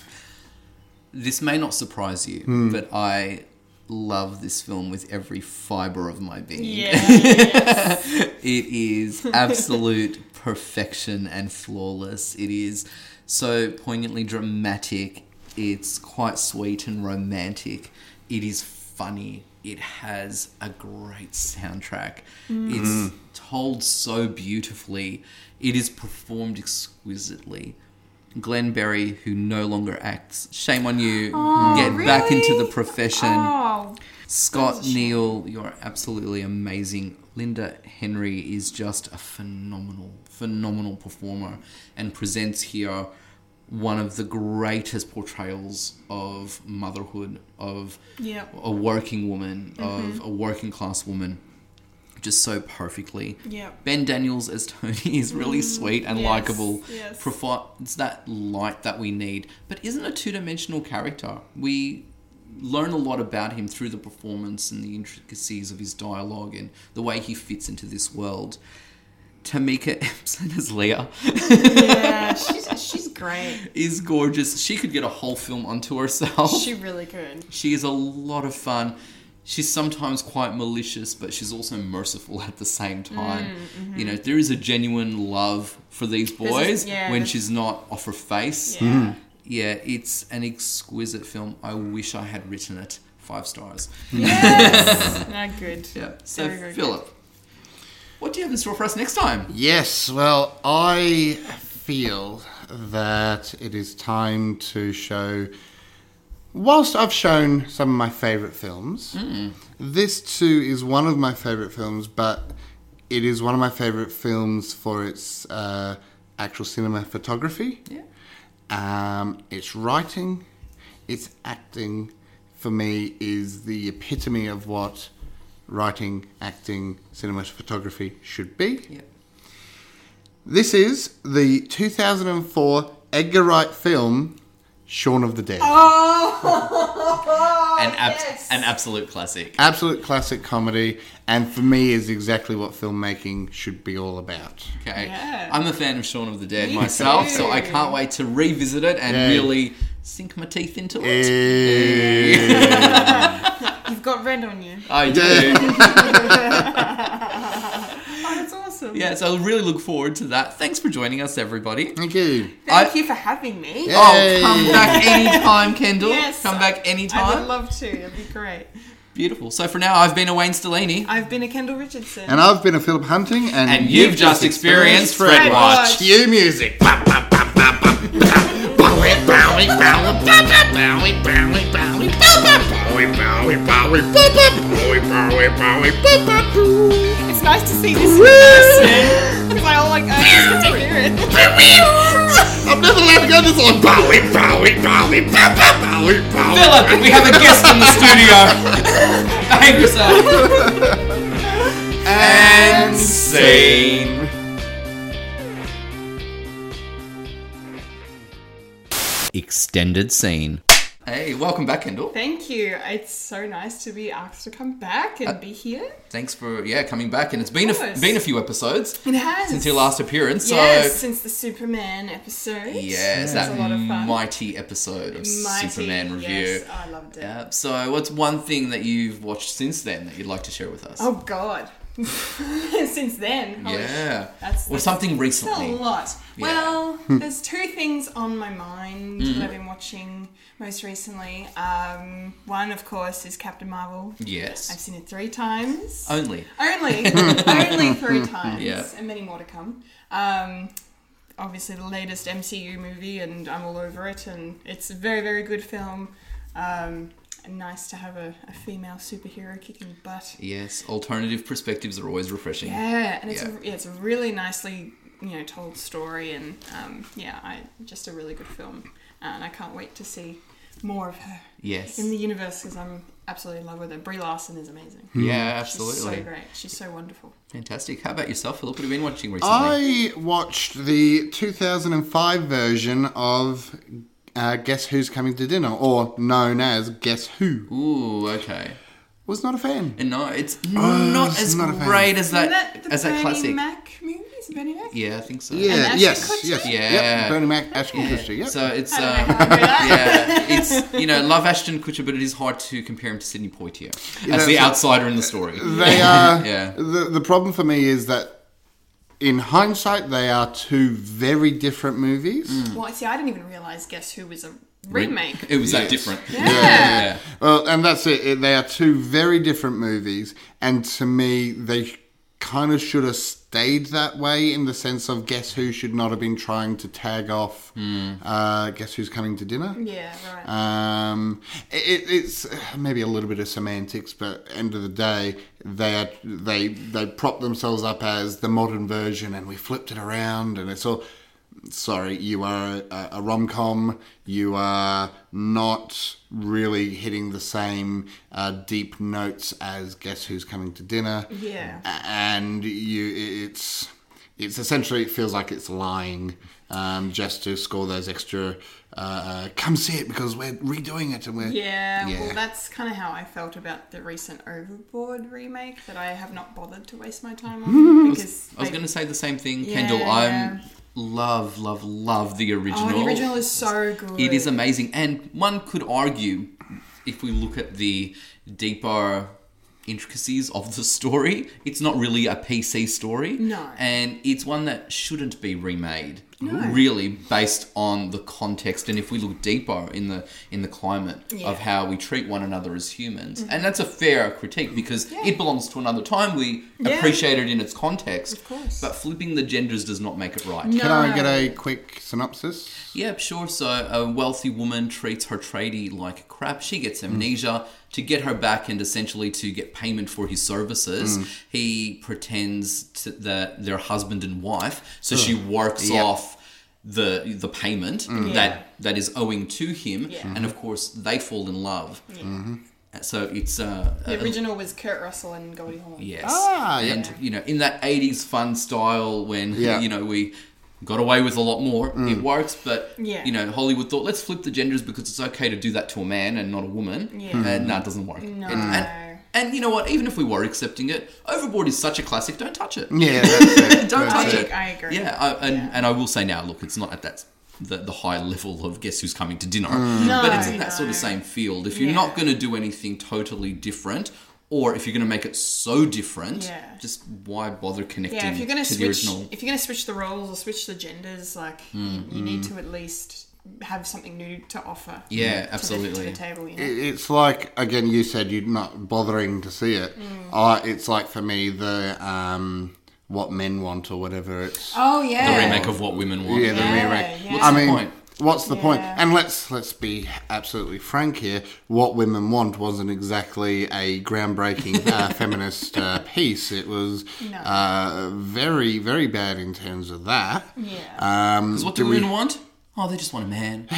[SPEAKER 5] This may not surprise you, but I love this film with every fiber of my
[SPEAKER 1] <laughs>
[SPEAKER 5] being.
[SPEAKER 6] Yeah.
[SPEAKER 5] It
[SPEAKER 6] <laughs>
[SPEAKER 5] is absolute perfection and flawless. It is so poignantly dramatic. It's quite sweet and romantic. It is funny. It has a great soundtrack.
[SPEAKER 6] Mm.
[SPEAKER 5] It's told so beautifully. It is performed exquisitely. Glenn Berry, who no longer acts, shame on you. Get back into the
[SPEAKER 6] really?
[SPEAKER 5] profession.
[SPEAKER 6] oh,
[SPEAKER 5] Scott Neal, you're absolutely amazing. Linda Henry is just a phenomenal, phenomenal performer and presents here one of the greatest portrayals of motherhood, of
[SPEAKER 6] Yeah. Mm-hmm.
[SPEAKER 5] a working woman, of a working class woman, just so perfectly.
[SPEAKER 6] Yeah. Mm.
[SPEAKER 5] Ben Daniels as Tony is really sweet and
[SPEAKER 6] yes,
[SPEAKER 5] likable.
[SPEAKER 6] yes.
[SPEAKER 5] Provides that light that we need, but isn't a two dimensional character. We learn a lot about him through the performance and the intricacies of his dialogue and the way he fits into this world. Tamika <laughs> Epson as Leah <laughs>
[SPEAKER 6] yeah, <laughs> she's, she's great.
[SPEAKER 5] is gorgeous. She could get a whole film onto herself.
[SPEAKER 6] She
[SPEAKER 1] <laughs>
[SPEAKER 6] really could.
[SPEAKER 5] She is a lot of fun. She's sometimes quite malicious, but she's also merciful at the same
[SPEAKER 6] Mm,
[SPEAKER 5] time.
[SPEAKER 6] mm-hmm.
[SPEAKER 5] You know, there is a genuine love for these
[SPEAKER 6] is-
[SPEAKER 5] boys
[SPEAKER 6] yeah,
[SPEAKER 5] when
[SPEAKER 6] this-
[SPEAKER 5] she's not off her face.
[SPEAKER 6] Yeah.
[SPEAKER 5] Yeah, it's an exquisite film. I wish I had written it five stars.
[SPEAKER 6] Yes. no, good.
[SPEAKER 5] Yeah. So,
[SPEAKER 6] Very, very
[SPEAKER 5] Philip, what do you have in store for us next time?
[SPEAKER 1] Yes, well, I feel that it is time to show. Whilst I've shown some of my favourite films, this too is one of my favourite films, but it is one of my favourite films for its uh, actual cinema photography.
[SPEAKER 5] Yeah.
[SPEAKER 1] Um, it's writing, it's acting. For me, is the epitome of what writing, acting, cinematography should be.
[SPEAKER 5] Yeah.
[SPEAKER 1] This is the 2004 Edgar Wright film Shaun of the Dead.
[SPEAKER 6] Oh,
[SPEAKER 5] an, ab- an absolute classic.
[SPEAKER 1] Absolute classic comedy, and for me, is exactly what filmmaking should be all about.
[SPEAKER 5] Okay.
[SPEAKER 6] Yeah.
[SPEAKER 5] I'm a fan of Shaun of the Dead
[SPEAKER 6] Me
[SPEAKER 5] myself,
[SPEAKER 6] too.
[SPEAKER 5] so I can't wait to revisit it and
[SPEAKER 1] Yeah.
[SPEAKER 5] really sink my teeth into it.
[SPEAKER 6] You've got red on you.
[SPEAKER 5] I do.
[SPEAKER 6] Oh, that's
[SPEAKER 5] <laughs>
[SPEAKER 6] awesome.
[SPEAKER 5] yeah, so I really look forward to that. Thanks for joining us, everybody.
[SPEAKER 1] Thank you.
[SPEAKER 5] I-
[SPEAKER 6] Thank you for having me.
[SPEAKER 1] Yeah.
[SPEAKER 5] Oh, come back anytime, Kendall.
[SPEAKER 6] Yes.
[SPEAKER 5] Come back
[SPEAKER 6] I would
[SPEAKER 5] anytime.
[SPEAKER 6] love to. It'd be great.
[SPEAKER 5] Beautiful. So for now, I've been a Wayne Stellini,
[SPEAKER 6] I've been a Kendall Richardson.
[SPEAKER 1] And I've been a Philip Hunting, and,
[SPEAKER 5] and you've just experienced Fred
[SPEAKER 6] Fred
[SPEAKER 5] Watch.
[SPEAKER 6] Watch.
[SPEAKER 1] Cue music.
[SPEAKER 6] it's nice to see this in person <laughs> because I all like oh I just get to hear it.
[SPEAKER 5] <laughs>
[SPEAKER 1] I'm never allowed to go this long.
[SPEAKER 5] Philip, we have a guest in the <laughs> studio. Behave yourself. And scene. Extended scene. Hey, welcome back, Kendall.
[SPEAKER 6] Thank you. It's so nice to be asked to come back
[SPEAKER 5] Uh,
[SPEAKER 6] and be here.
[SPEAKER 5] Thanks for yeah coming back, and it's been a,
[SPEAKER 6] course.
[SPEAKER 5] been a few episodes
[SPEAKER 6] It has
[SPEAKER 5] since your last appearance.
[SPEAKER 6] Yes,
[SPEAKER 5] So
[SPEAKER 6] since the Superman episode.
[SPEAKER 5] yes,
[SPEAKER 6] That was
[SPEAKER 5] that
[SPEAKER 6] a lot of fun.
[SPEAKER 5] mighty episode of
[SPEAKER 6] Mighty,
[SPEAKER 5] Superman review.
[SPEAKER 6] Yes, I loved it.
[SPEAKER 5] Yep. So, what's one thing that you've watched since then that you'd like to share with us?
[SPEAKER 6] Oh God. <laughs> Since then, holy
[SPEAKER 5] yeah.
[SPEAKER 6] that's-
[SPEAKER 5] or
[SPEAKER 6] that's-
[SPEAKER 5] something
[SPEAKER 6] It's a
[SPEAKER 5] recently.
[SPEAKER 6] lot.
[SPEAKER 5] Yeah. Hmm. Mm-hmm.
[SPEAKER 6] Well, there's two things on my mind that I've been watching most recently. Um, one, of course, is Captain Marvel. I've
[SPEAKER 5] Yes.
[SPEAKER 6] seen it three times.
[SPEAKER 5] Only. <laughs>
[SPEAKER 6] Only, <laughs> only three times,
[SPEAKER 5] Yeah.
[SPEAKER 6] and many more to come. Um, obviously, the latest MCU movie, and I'm all over it. And it's a very, very good film. Um, and nice to have a, a female superhero kicking butt.
[SPEAKER 5] Yes. Alternative perspectives are always refreshing.
[SPEAKER 6] Yeah, and it's
[SPEAKER 5] Yeah.
[SPEAKER 6] A, yeah, it's a really nicely you know told story, and um, yeah, I just a really good film, uh, and I can't wait to see more of her
[SPEAKER 5] Yes.
[SPEAKER 6] in the universe because I'm absolutely in love with her. Brie Larson is amazing.
[SPEAKER 1] Hmm.
[SPEAKER 5] yeah,
[SPEAKER 6] She's so
[SPEAKER 5] Mm, absolutely.
[SPEAKER 6] great. She's so wonderful.
[SPEAKER 5] Fantastic. How about yourself, Philip? What have you been watching
[SPEAKER 1] I
[SPEAKER 5] recently?
[SPEAKER 1] watched the 2005 version of uh, Guess Who's Coming to Dinner, or known as Guess Who.
[SPEAKER 5] Ooh, okay.
[SPEAKER 1] Was not a fan.
[SPEAKER 5] And no, it's not
[SPEAKER 1] it's
[SPEAKER 5] as
[SPEAKER 1] Oh, not a fan.
[SPEAKER 5] great as
[SPEAKER 6] Isn't
[SPEAKER 5] that,
[SPEAKER 6] the
[SPEAKER 5] as that
[SPEAKER 6] Bernie
[SPEAKER 5] classic.
[SPEAKER 6] Mac movie? Is Bernie Mac?
[SPEAKER 5] Yeah, I think so.
[SPEAKER 1] Yeah,
[SPEAKER 6] Ashton
[SPEAKER 1] yes,
[SPEAKER 6] Kutcher?
[SPEAKER 1] yes,
[SPEAKER 5] Yeah.
[SPEAKER 1] Yep. Bernie Mac, Ashton Kutcher, yep.
[SPEAKER 5] So it's
[SPEAKER 6] I
[SPEAKER 5] uh,
[SPEAKER 6] don't know
[SPEAKER 5] <laughs>
[SPEAKER 6] how I do that.
[SPEAKER 5] yeah, it's you know love Ashton Kutcher, but it is hard to compare him to Sidney Poitier as
[SPEAKER 1] that's
[SPEAKER 5] the
[SPEAKER 1] it.
[SPEAKER 5] outsider in the
[SPEAKER 1] <laughs>
[SPEAKER 5] story. <laughs>
[SPEAKER 1] they are.
[SPEAKER 5] Yeah.
[SPEAKER 1] The the problem for me is that. In hindsight, they are two very different movies.
[SPEAKER 6] Well, see, I didn't even realize Guess Who was a remake.
[SPEAKER 5] It was that
[SPEAKER 1] Yes.
[SPEAKER 5] different.
[SPEAKER 6] Yeah.
[SPEAKER 5] yeah.
[SPEAKER 1] Well, and that's it. it. They are two very different movies, and to me, they kind of should have stayed that way in the sense of Guess Who should not have been trying to tag off uh, Guess Who's Coming to Dinner.
[SPEAKER 6] Yeah, right.
[SPEAKER 1] Um, it, it's uh, maybe a little bit of semantics, but end of the day, they are, they they prop themselves up as the modern version, and we flipped it around, and it's all. Sorry, you are a, a rom com. You are not really hitting the same uh, deep notes as Guess Who's Coming to Dinner.
[SPEAKER 6] Yeah.
[SPEAKER 1] A- And you, it's it's essentially it feels like it's lying um, just to score those extra uh, uh, come see it because we're redoing it and we're
[SPEAKER 6] Yeah,
[SPEAKER 1] Yeah.
[SPEAKER 6] well, that's kind of how I felt about the recent Overboard remake that I have not bothered to waste my time
[SPEAKER 1] <laughs>
[SPEAKER 6] on because
[SPEAKER 5] I was
[SPEAKER 6] they-
[SPEAKER 5] going to say the same thing, Kendall. I'm love, love, love the
[SPEAKER 6] oh,
[SPEAKER 5] original.
[SPEAKER 6] the original is so good.
[SPEAKER 5] It is amazing, and one could argue, if we look at the deeper intricacies of the story, it's not really a PC story.
[SPEAKER 6] No.
[SPEAKER 5] and it's one that shouldn't be remade. Really, based on the context, and if we look deeper in the in the climate
[SPEAKER 6] Yeah.
[SPEAKER 5] of how we treat one another as humans, and that's a fair critique because it belongs to another time. We
[SPEAKER 6] Yeah.
[SPEAKER 5] appreciate it in its context, of
[SPEAKER 6] course.
[SPEAKER 5] But flipping the genders does not make it right.
[SPEAKER 1] Can I get a quick synopsis?
[SPEAKER 5] Yep, sure. So a wealthy woman treats her tradie like crap. She
[SPEAKER 1] Hmm.
[SPEAKER 5] gets amnesia. To get her back and essentially to get payment for his services,
[SPEAKER 1] Hmm.
[SPEAKER 5] he pretends to, that they're husband and wife. So she works
[SPEAKER 1] Yep. Hmm.
[SPEAKER 5] off the the payment that that is owing to him,
[SPEAKER 6] Yeah.
[SPEAKER 5] and of course they fall in love.
[SPEAKER 1] Mm-hmm.
[SPEAKER 5] So it's uh,
[SPEAKER 6] The
[SPEAKER 1] um,
[SPEAKER 5] a-
[SPEAKER 6] original was Kurt Russell and Goldie Hawn.
[SPEAKER 5] Yes.
[SPEAKER 1] Ah, yeah.
[SPEAKER 5] and you know, in that '80s fun style, when <laughs>
[SPEAKER 1] Yeah. Mm.
[SPEAKER 5] you know we got away with a lot more, it works. But
[SPEAKER 6] Yeah.
[SPEAKER 5] you know, Hollywood thought let's flip the genders because it's okay to do that to a man and not a woman.
[SPEAKER 6] Yeah.
[SPEAKER 5] and that doesn't work.
[SPEAKER 6] No.
[SPEAKER 5] And, and, and you know what? Even if we were accepting it, Overboard is such a classic. Don't touch it.
[SPEAKER 1] Yeah, that's it.
[SPEAKER 5] Don't
[SPEAKER 1] that's
[SPEAKER 5] touch
[SPEAKER 1] it.
[SPEAKER 5] it.
[SPEAKER 6] Oh, I agree.
[SPEAKER 5] Yeah, I, and, and I will say now, look, it's not at that the, the high <laughs> level of guess who's coming to dinner, but it's in that sort of
[SPEAKER 6] Mm. No.
[SPEAKER 5] same field. If you're
[SPEAKER 6] Yeah.
[SPEAKER 5] not going to do anything totally different, or if you're going to make it so different,
[SPEAKER 6] Yeah.
[SPEAKER 5] just why bother connecting
[SPEAKER 6] Yeah, if you're gonna
[SPEAKER 5] to the
[SPEAKER 6] switch,
[SPEAKER 5] original? Mm,
[SPEAKER 6] if you're gonna switch the roles or switch the genders, like you, you need to at least have something new to offer.
[SPEAKER 5] Yeah,
[SPEAKER 6] to the- To the,
[SPEAKER 5] absolutely.
[SPEAKER 6] table, you know?
[SPEAKER 1] It- It's like again, you said you're not bothering to see it.
[SPEAKER 6] Mm.
[SPEAKER 1] Uh, it's like for me the um, what men want or whatever. It's
[SPEAKER 6] Oh yeah.
[SPEAKER 5] The remake of what women want.
[SPEAKER 1] Yeah, the
[SPEAKER 6] Yeah,
[SPEAKER 1] remake.
[SPEAKER 6] yeah. What's
[SPEAKER 1] I
[SPEAKER 5] the
[SPEAKER 1] mean,
[SPEAKER 5] point?
[SPEAKER 1] what's the point?
[SPEAKER 6] Yeah.
[SPEAKER 1] And let's let's be absolutely frank here. What women want wasn't exactly a groundbreaking
[SPEAKER 6] <laughs>
[SPEAKER 1] uh, feminist uh, piece. It was
[SPEAKER 6] No.
[SPEAKER 1] uh, very very bad in terms of that.
[SPEAKER 6] Yeah.
[SPEAKER 1] Um,
[SPEAKER 5] 'Cause What do,
[SPEAKER 1] <laughs>
[SPEAKER 5] women want? Oh, they just want a
[SPEAKER 6] <laughs>
[SPEAKER 5] man.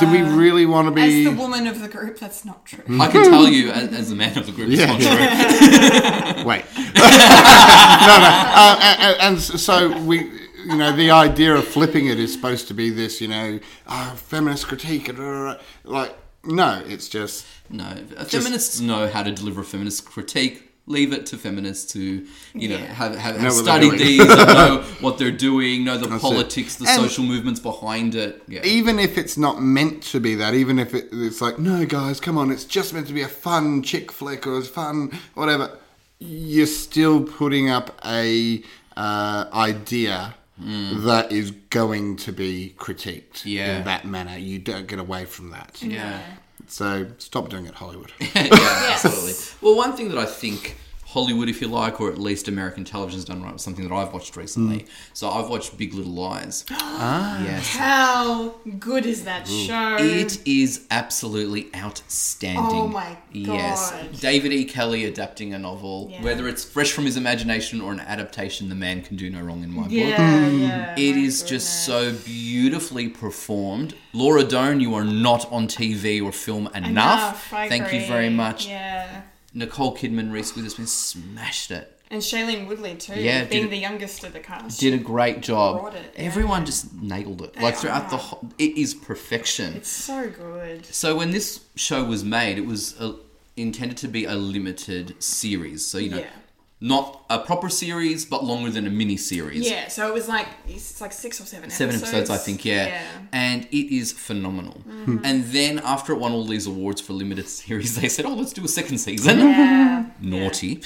[SPEAKER 1] do we really want to
[SPEAKER 6] As
[SPEAKER 1] be?
[SPEAKER 6] the woman of the group, that's not
[SPEAKER 1] Mm.
[SPEAKER 5] <laughs>
[SPEAKER 6] true.
[SPEAKER 5] I can tell you, as, as the man of the group, it's
[SPEAKER 1] Yeah.
[SPEAKER 5] not true.
[SPEAKER 1] <laughs> Wait. no, no. Uh, and, and so we, you know, the idea of flipping it is supposed to be this, you know, uh, feminist critique. And, uh, like, no, it's just.
[SPEAKER 5] No, feminists know how to deliver a feminist critique. Leave it to feminists to, you know,
[SPEAKER 6] Yeah.
[SPEAKER 5] have, have,
[SPEAKER 1] Know
[SPEAKER 5] have
[SPEAKER 1] what they're
[SPEAKER 5] studied
[SPEAKER 1] doing.
[SPEAKER 5] these, and
[SPEAKER 1] <laughs>
[SPEAKER 5] know what they're doing, know the
[SPEAKER 1] That's it.
[SPEAKER 5] politics, the
[SPEAKER 1] And-
[SPEAKER 5] social movements behind it. Yeah.
[SPEAKER 1] Even if it's not meant to be that, even if it, it's like, no, guys, come on, it's just meant to be a fun chick flick or it's fun, whatever, you're still putting up a uh, idea that is going to be critiqued
[SPEAKER 5] Hmm. Yeah.
[SPEAKER 1] in that manner. You don't get away from that.
[SPEAKER 5] yeah.
[SPEAKER 1] So stop doing it,
[SPEAKER 5] <laughs>
[SPEAKER 1] Hollywood.
[SPEAKER 5] Absolutely. Well, one thing that I think Hollywood, if you like, or at least American television's done right, was something that I've watched recently.
[SPEAKER 1] Mm.
[SPEAKER 5] So I've watched Big Little Lies.
[SPEAKER 1] <gasps>
[SPEAKER 5] yes.
[SPEAKER 6] How good is that show?
[SPEAKER 5] It is absolutely outstanding.
[SPEAKER 6] Oh my God.
[SPEAKER 5] David E. Kelly adapting a novel,
[SPEAKER 6] Yeah.
[SPEAKER 5] whether it's fresh from his imagination or an adaptation, the man can do no wrong in my book.
[SPEAKER 6] yeah, oh yeah.
[SPEAKER 5] It is just so beautifully performed. Laura Doan, you are not on TV or film enough.
[SPEAKER 6] I
[SPEAKER 5] Thank you
[SPEAKER 6] agree.
[SPEAKER 5] very much.
[SPEAKER 6] Yeah.
[SPEAKER 5] Nicole Kidman, Reese Witherspoon smashed it.
[SPEAKER 6] And Shailene Woodley too,
[SPEAKER 5] Yeah,
[SPEAKER 6] being
[SPEAKER 5] did-
[SPEAKER 6] the youngest of the cast.
[SPEAKER 5] Did a great job.
[SPEAKER 6] Brought it, yeah.
[SPEAKER 5] Everyone just nailed it. Like throughout the whole, it is perfection.
[SPEAKER 6] it's so good.
[SPEAKER 5] So when this show was made, it was uh intended to be a limited series. So you know,
[SPEAKER 6] Yeah.
[SPEAKER 5] Not a proper series, but longer than a mini series.
[SPEAKER 6] Yeah, so it was like it's like six or seven.
[SPEAKER 5] Seven episodes, I think, yeah.
[SPEAKER 6] yeah. Mm-hmm.
[SPEAKER 5] And it is phenomenal. And then after it won all these awards for limited <laughs> series, they said, oh, let's do a second season.
[SPEAKER 6] Yeah.
[SPEAKER 5] <laughs> Naughty. <laughs>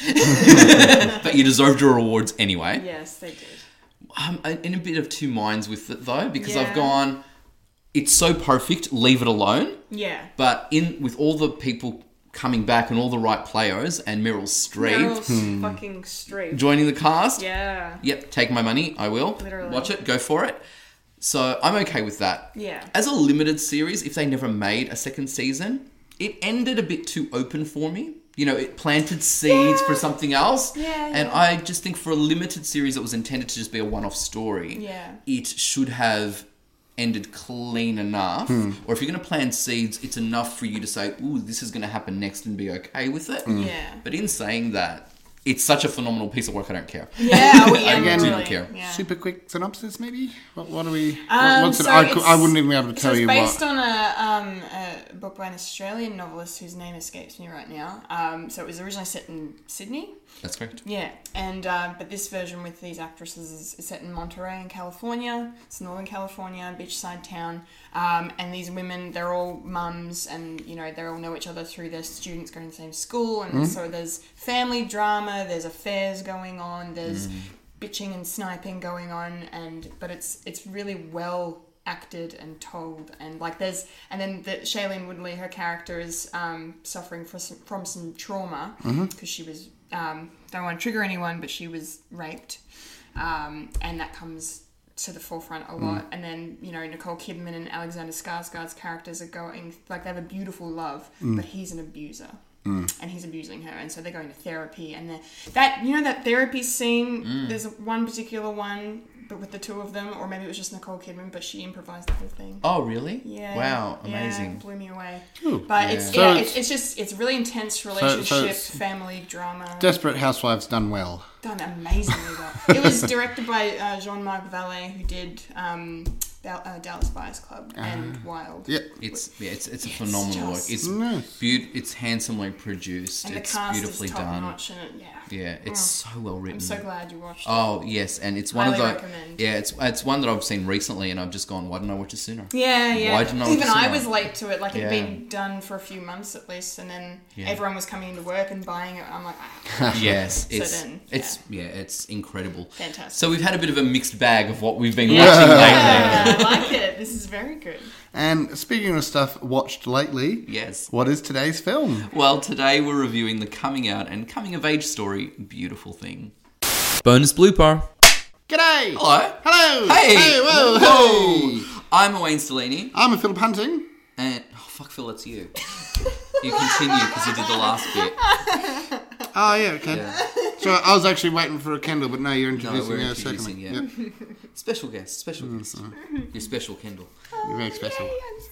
[SPEAKER 5] but you deserved your awards anyway.
[SPEAKER 6] Yes, they did.
[SPEAKER 5] I'm in a bit of two minds with it though, because I've
[SPEAKER 6] Yeah.
[SPEAKER 5] gone, it's so perfect, leave it alone.
[SPEAKER 6] Yeah.
[SPEAKER 5] But in with all the people coming back and all the right players and Meryl Streep
[SPEAKER 6] Meryl fucking Streep.
[SPEAKER 5] joining the cast,
[SPEAKER 6] yeah.
[SPEAKER 5] yep, take my money, I will.
[SPEAKER 6] Literally.
[SPEAKER 5] Watch it, go for it. So I'm okay with that.
[SPEAKER 6] Yeah.
[SPEAKER 5] As a limited series, if they never made a second season, it ended a bit too open for me. You know, it planted seeds for something else.
[SPEAKER 6] Yeah,
[SPEAKER 5] And
[SPEAKER 6] yeah.
[SPEAKER 5] I just think for a limited series that was intended to just be a one off story,
[SPEAKER 6] Yeah.
[SPEAKER 5] it should have ended clean enough. Or if you're going to plant seeds, it's enough for you to say, ooh, this is going to happen next and be okay with it.
[SPEAKER 6] Yeah.
[SPEAKER 5] But in saying that, it's such a phenomenal piece of work, I don't care.
[SPEAKER 6] Yeah, oh, yeah,
[SPEAKER 5] <laughs> I do
[SPEAKER 6] really.
[SPEAKER 5] not care.
[SPEAKER 6] Yeah.
[SPEAKER 1] Super quick synopsis, maybe. What, what are we? What,
[SPEAKER 6] Um,
[SPEAKER 1] what's it?
[SPEAKER 6] so
[SPEAKER 1] I, cou- I
[SPEAKER 6] it's-
[SPEAKER 1] wouldn't even be able to
[SPEAKER 6] So
[SPEAKER 1] tell
[SPEAKER 6] it's
[SPEAKER 1] you
[SPEAKER 6] based
[SPEAKER 1] what.
[SPEAKER 6] on a, um, a book by an Australian novelist whose name escapes me right now. Um, so it was originally set in Sydney.
[SPEAKER 5] That's correct.
[SPEAKER 6] Yeah, and uh, but this version with these actresses is, is set in Monterey in California. It's Northern California, beachside town, um, and these women they're all mums, and you know they all know each other through their students going to the same school, and so there's family drama, there's affairs going on, there's bitching and sniping going on, and but it's it's really well acted and told and like there's and then the Shailene Woodley her character is um, suffering from some, from some trauma because she was um, don't want to trigger anyone but she was raped um, and that comes to the forefront a lot and then you know Nicole Kidman and Alexander Skarsgård's characters are going like they have a beautiful love but he's an abuser and he's abusing her and so they're going to therapy and they're, that you know that therapy scene there's one particular one but with the two of them or maybe it was just nicole kidman but she improvised the whole thing
[SPEAKER 5] Oh, really?
[SPEAKER 6] yeah
[SPEAKER 5] Wow,
[SPEAKER 6] yeah,
[SPEAKER 5] amazing.
[SPEAKER 6] it blew me away
[SPEAKER 1] Ooh.
[SPEAKER 6] but it's
[SPEAKER 1] So
[SPEAKER 6] yeah
[SPEAKER 1] it's-
[SPEAKER 6] it's, it's just it's really intense
[SPEAKER 1] so
[SPEAKER 6] relationship
[SPEAKER 1] it's-
[SPEAKER 6] family drama
[SPEAKER 1] Desperate Housewives done well.
[SPEAKER 6] done amazingly well it was directed by uh, jean-marc Vallée, who did um, Dal- uh, dallas buyers club
[SPEAKER 1] Ah.
[SPEAKER 6] and wild
[SPEAKER 1] Yep.
[SPEAKER 5] It's yeah, it's it's a phenomenal
[SPEAKER 6] just- Mm.
[SPEAKER 5] work. It's
[SPEAKER 1] Nice.
[SPEAKER 5] beaut- it's handsomely produced.
[SPEAKER 6] and the
[SPEAKER 5] it's
[SPEAKER 6] cast
[SPEAKER 5] beautifully
[SPEAKER 6] is top
[SPEAKER 5] done.
[SPEAKER 6] notch and it, yeah
[SPEAKER 5] Yeah, it's so well written.
[SPEAKER 6] i'm so glad you watched it
[SPEAKER 5] Oh yes, and it's one
[SPEAKER 6] Highly
[SPEAKER 5] of the
[SPEAKER 6] recommend.
[SPEAKER 5] yeah, it's it's one that I've seen recently, and I've just gone, why didn't I watch it sooner?
[SPEAKER 6] Yeah, yeah.
[SPEAKER 5] Why didn't I
[SPEAKER 6] Even
[SPEAKER 5] watch it
[SPEAKER 6] I
[SPEAKER 5] sooner?
[SPEAKER 6] was late to it. Like it'd
[SPEAKER 5] Yeah.
[SPEAKER 6] been done for a few months at least, and then everyone was coming into work and buying it. I'm like, ah.
[SPEAKER 5] <laughs> Yes, it's
[SPEAKER 6] then,
[SPEAKER 5] it's yeah, it's incredible.
[SPEAKER 6] Fantastic.
[SPEAKER 5] So we've had a bit of a mixed bag of what we've been watching lately.
[SPEAKER 6] yeah, I like it. This is very good.
[SPEAKER 1] And speaking of stuff watched lately,
[SPEAKER 5] Yes.
[SPEAKER 1] What is today's film?
[SPEAKER 5] Well, today we're reviewing the coming out and coming of age story, Beautiful Thing. Bonus blooper.
[SPEAKER 1] G'day.
[SPEAKER 5] Hello.
[SPEAKER 1] Hello.
[SPEAKER 5] Hey.
[SPEAKER 1] Hey. Whoa.
[SPEAKER 5] Whoa.
[SPEAKER 1] Hey.
[SPEAKER 5] I'm Wayne Stellini,
[SPEAKER 1] I'm a Philip Hunting.
[SPEAKER 5] and oh fuck, Phil, it's you. You continue because you did the last bit.
[SPEAKER 1] Oh yeah. Okay.
[SPEAKER 5] Yeah.
[SPEAKER 1] So I was actually waiting for a candle, but no, you're
[SPEAKER 5] No,
[SPEAKER 1] introducing
[SPEAKER 5] we're
[SPEAKER 1] her
[SPEAKER 5] introducing.
[SPEAKER 1] secondly.
[SPEAKER 5] Yeah. Special guest. Special guest. Your special Kendall.
[SPEAKER 1] You're very special.
[SPEAKER 6] Yay, I'm so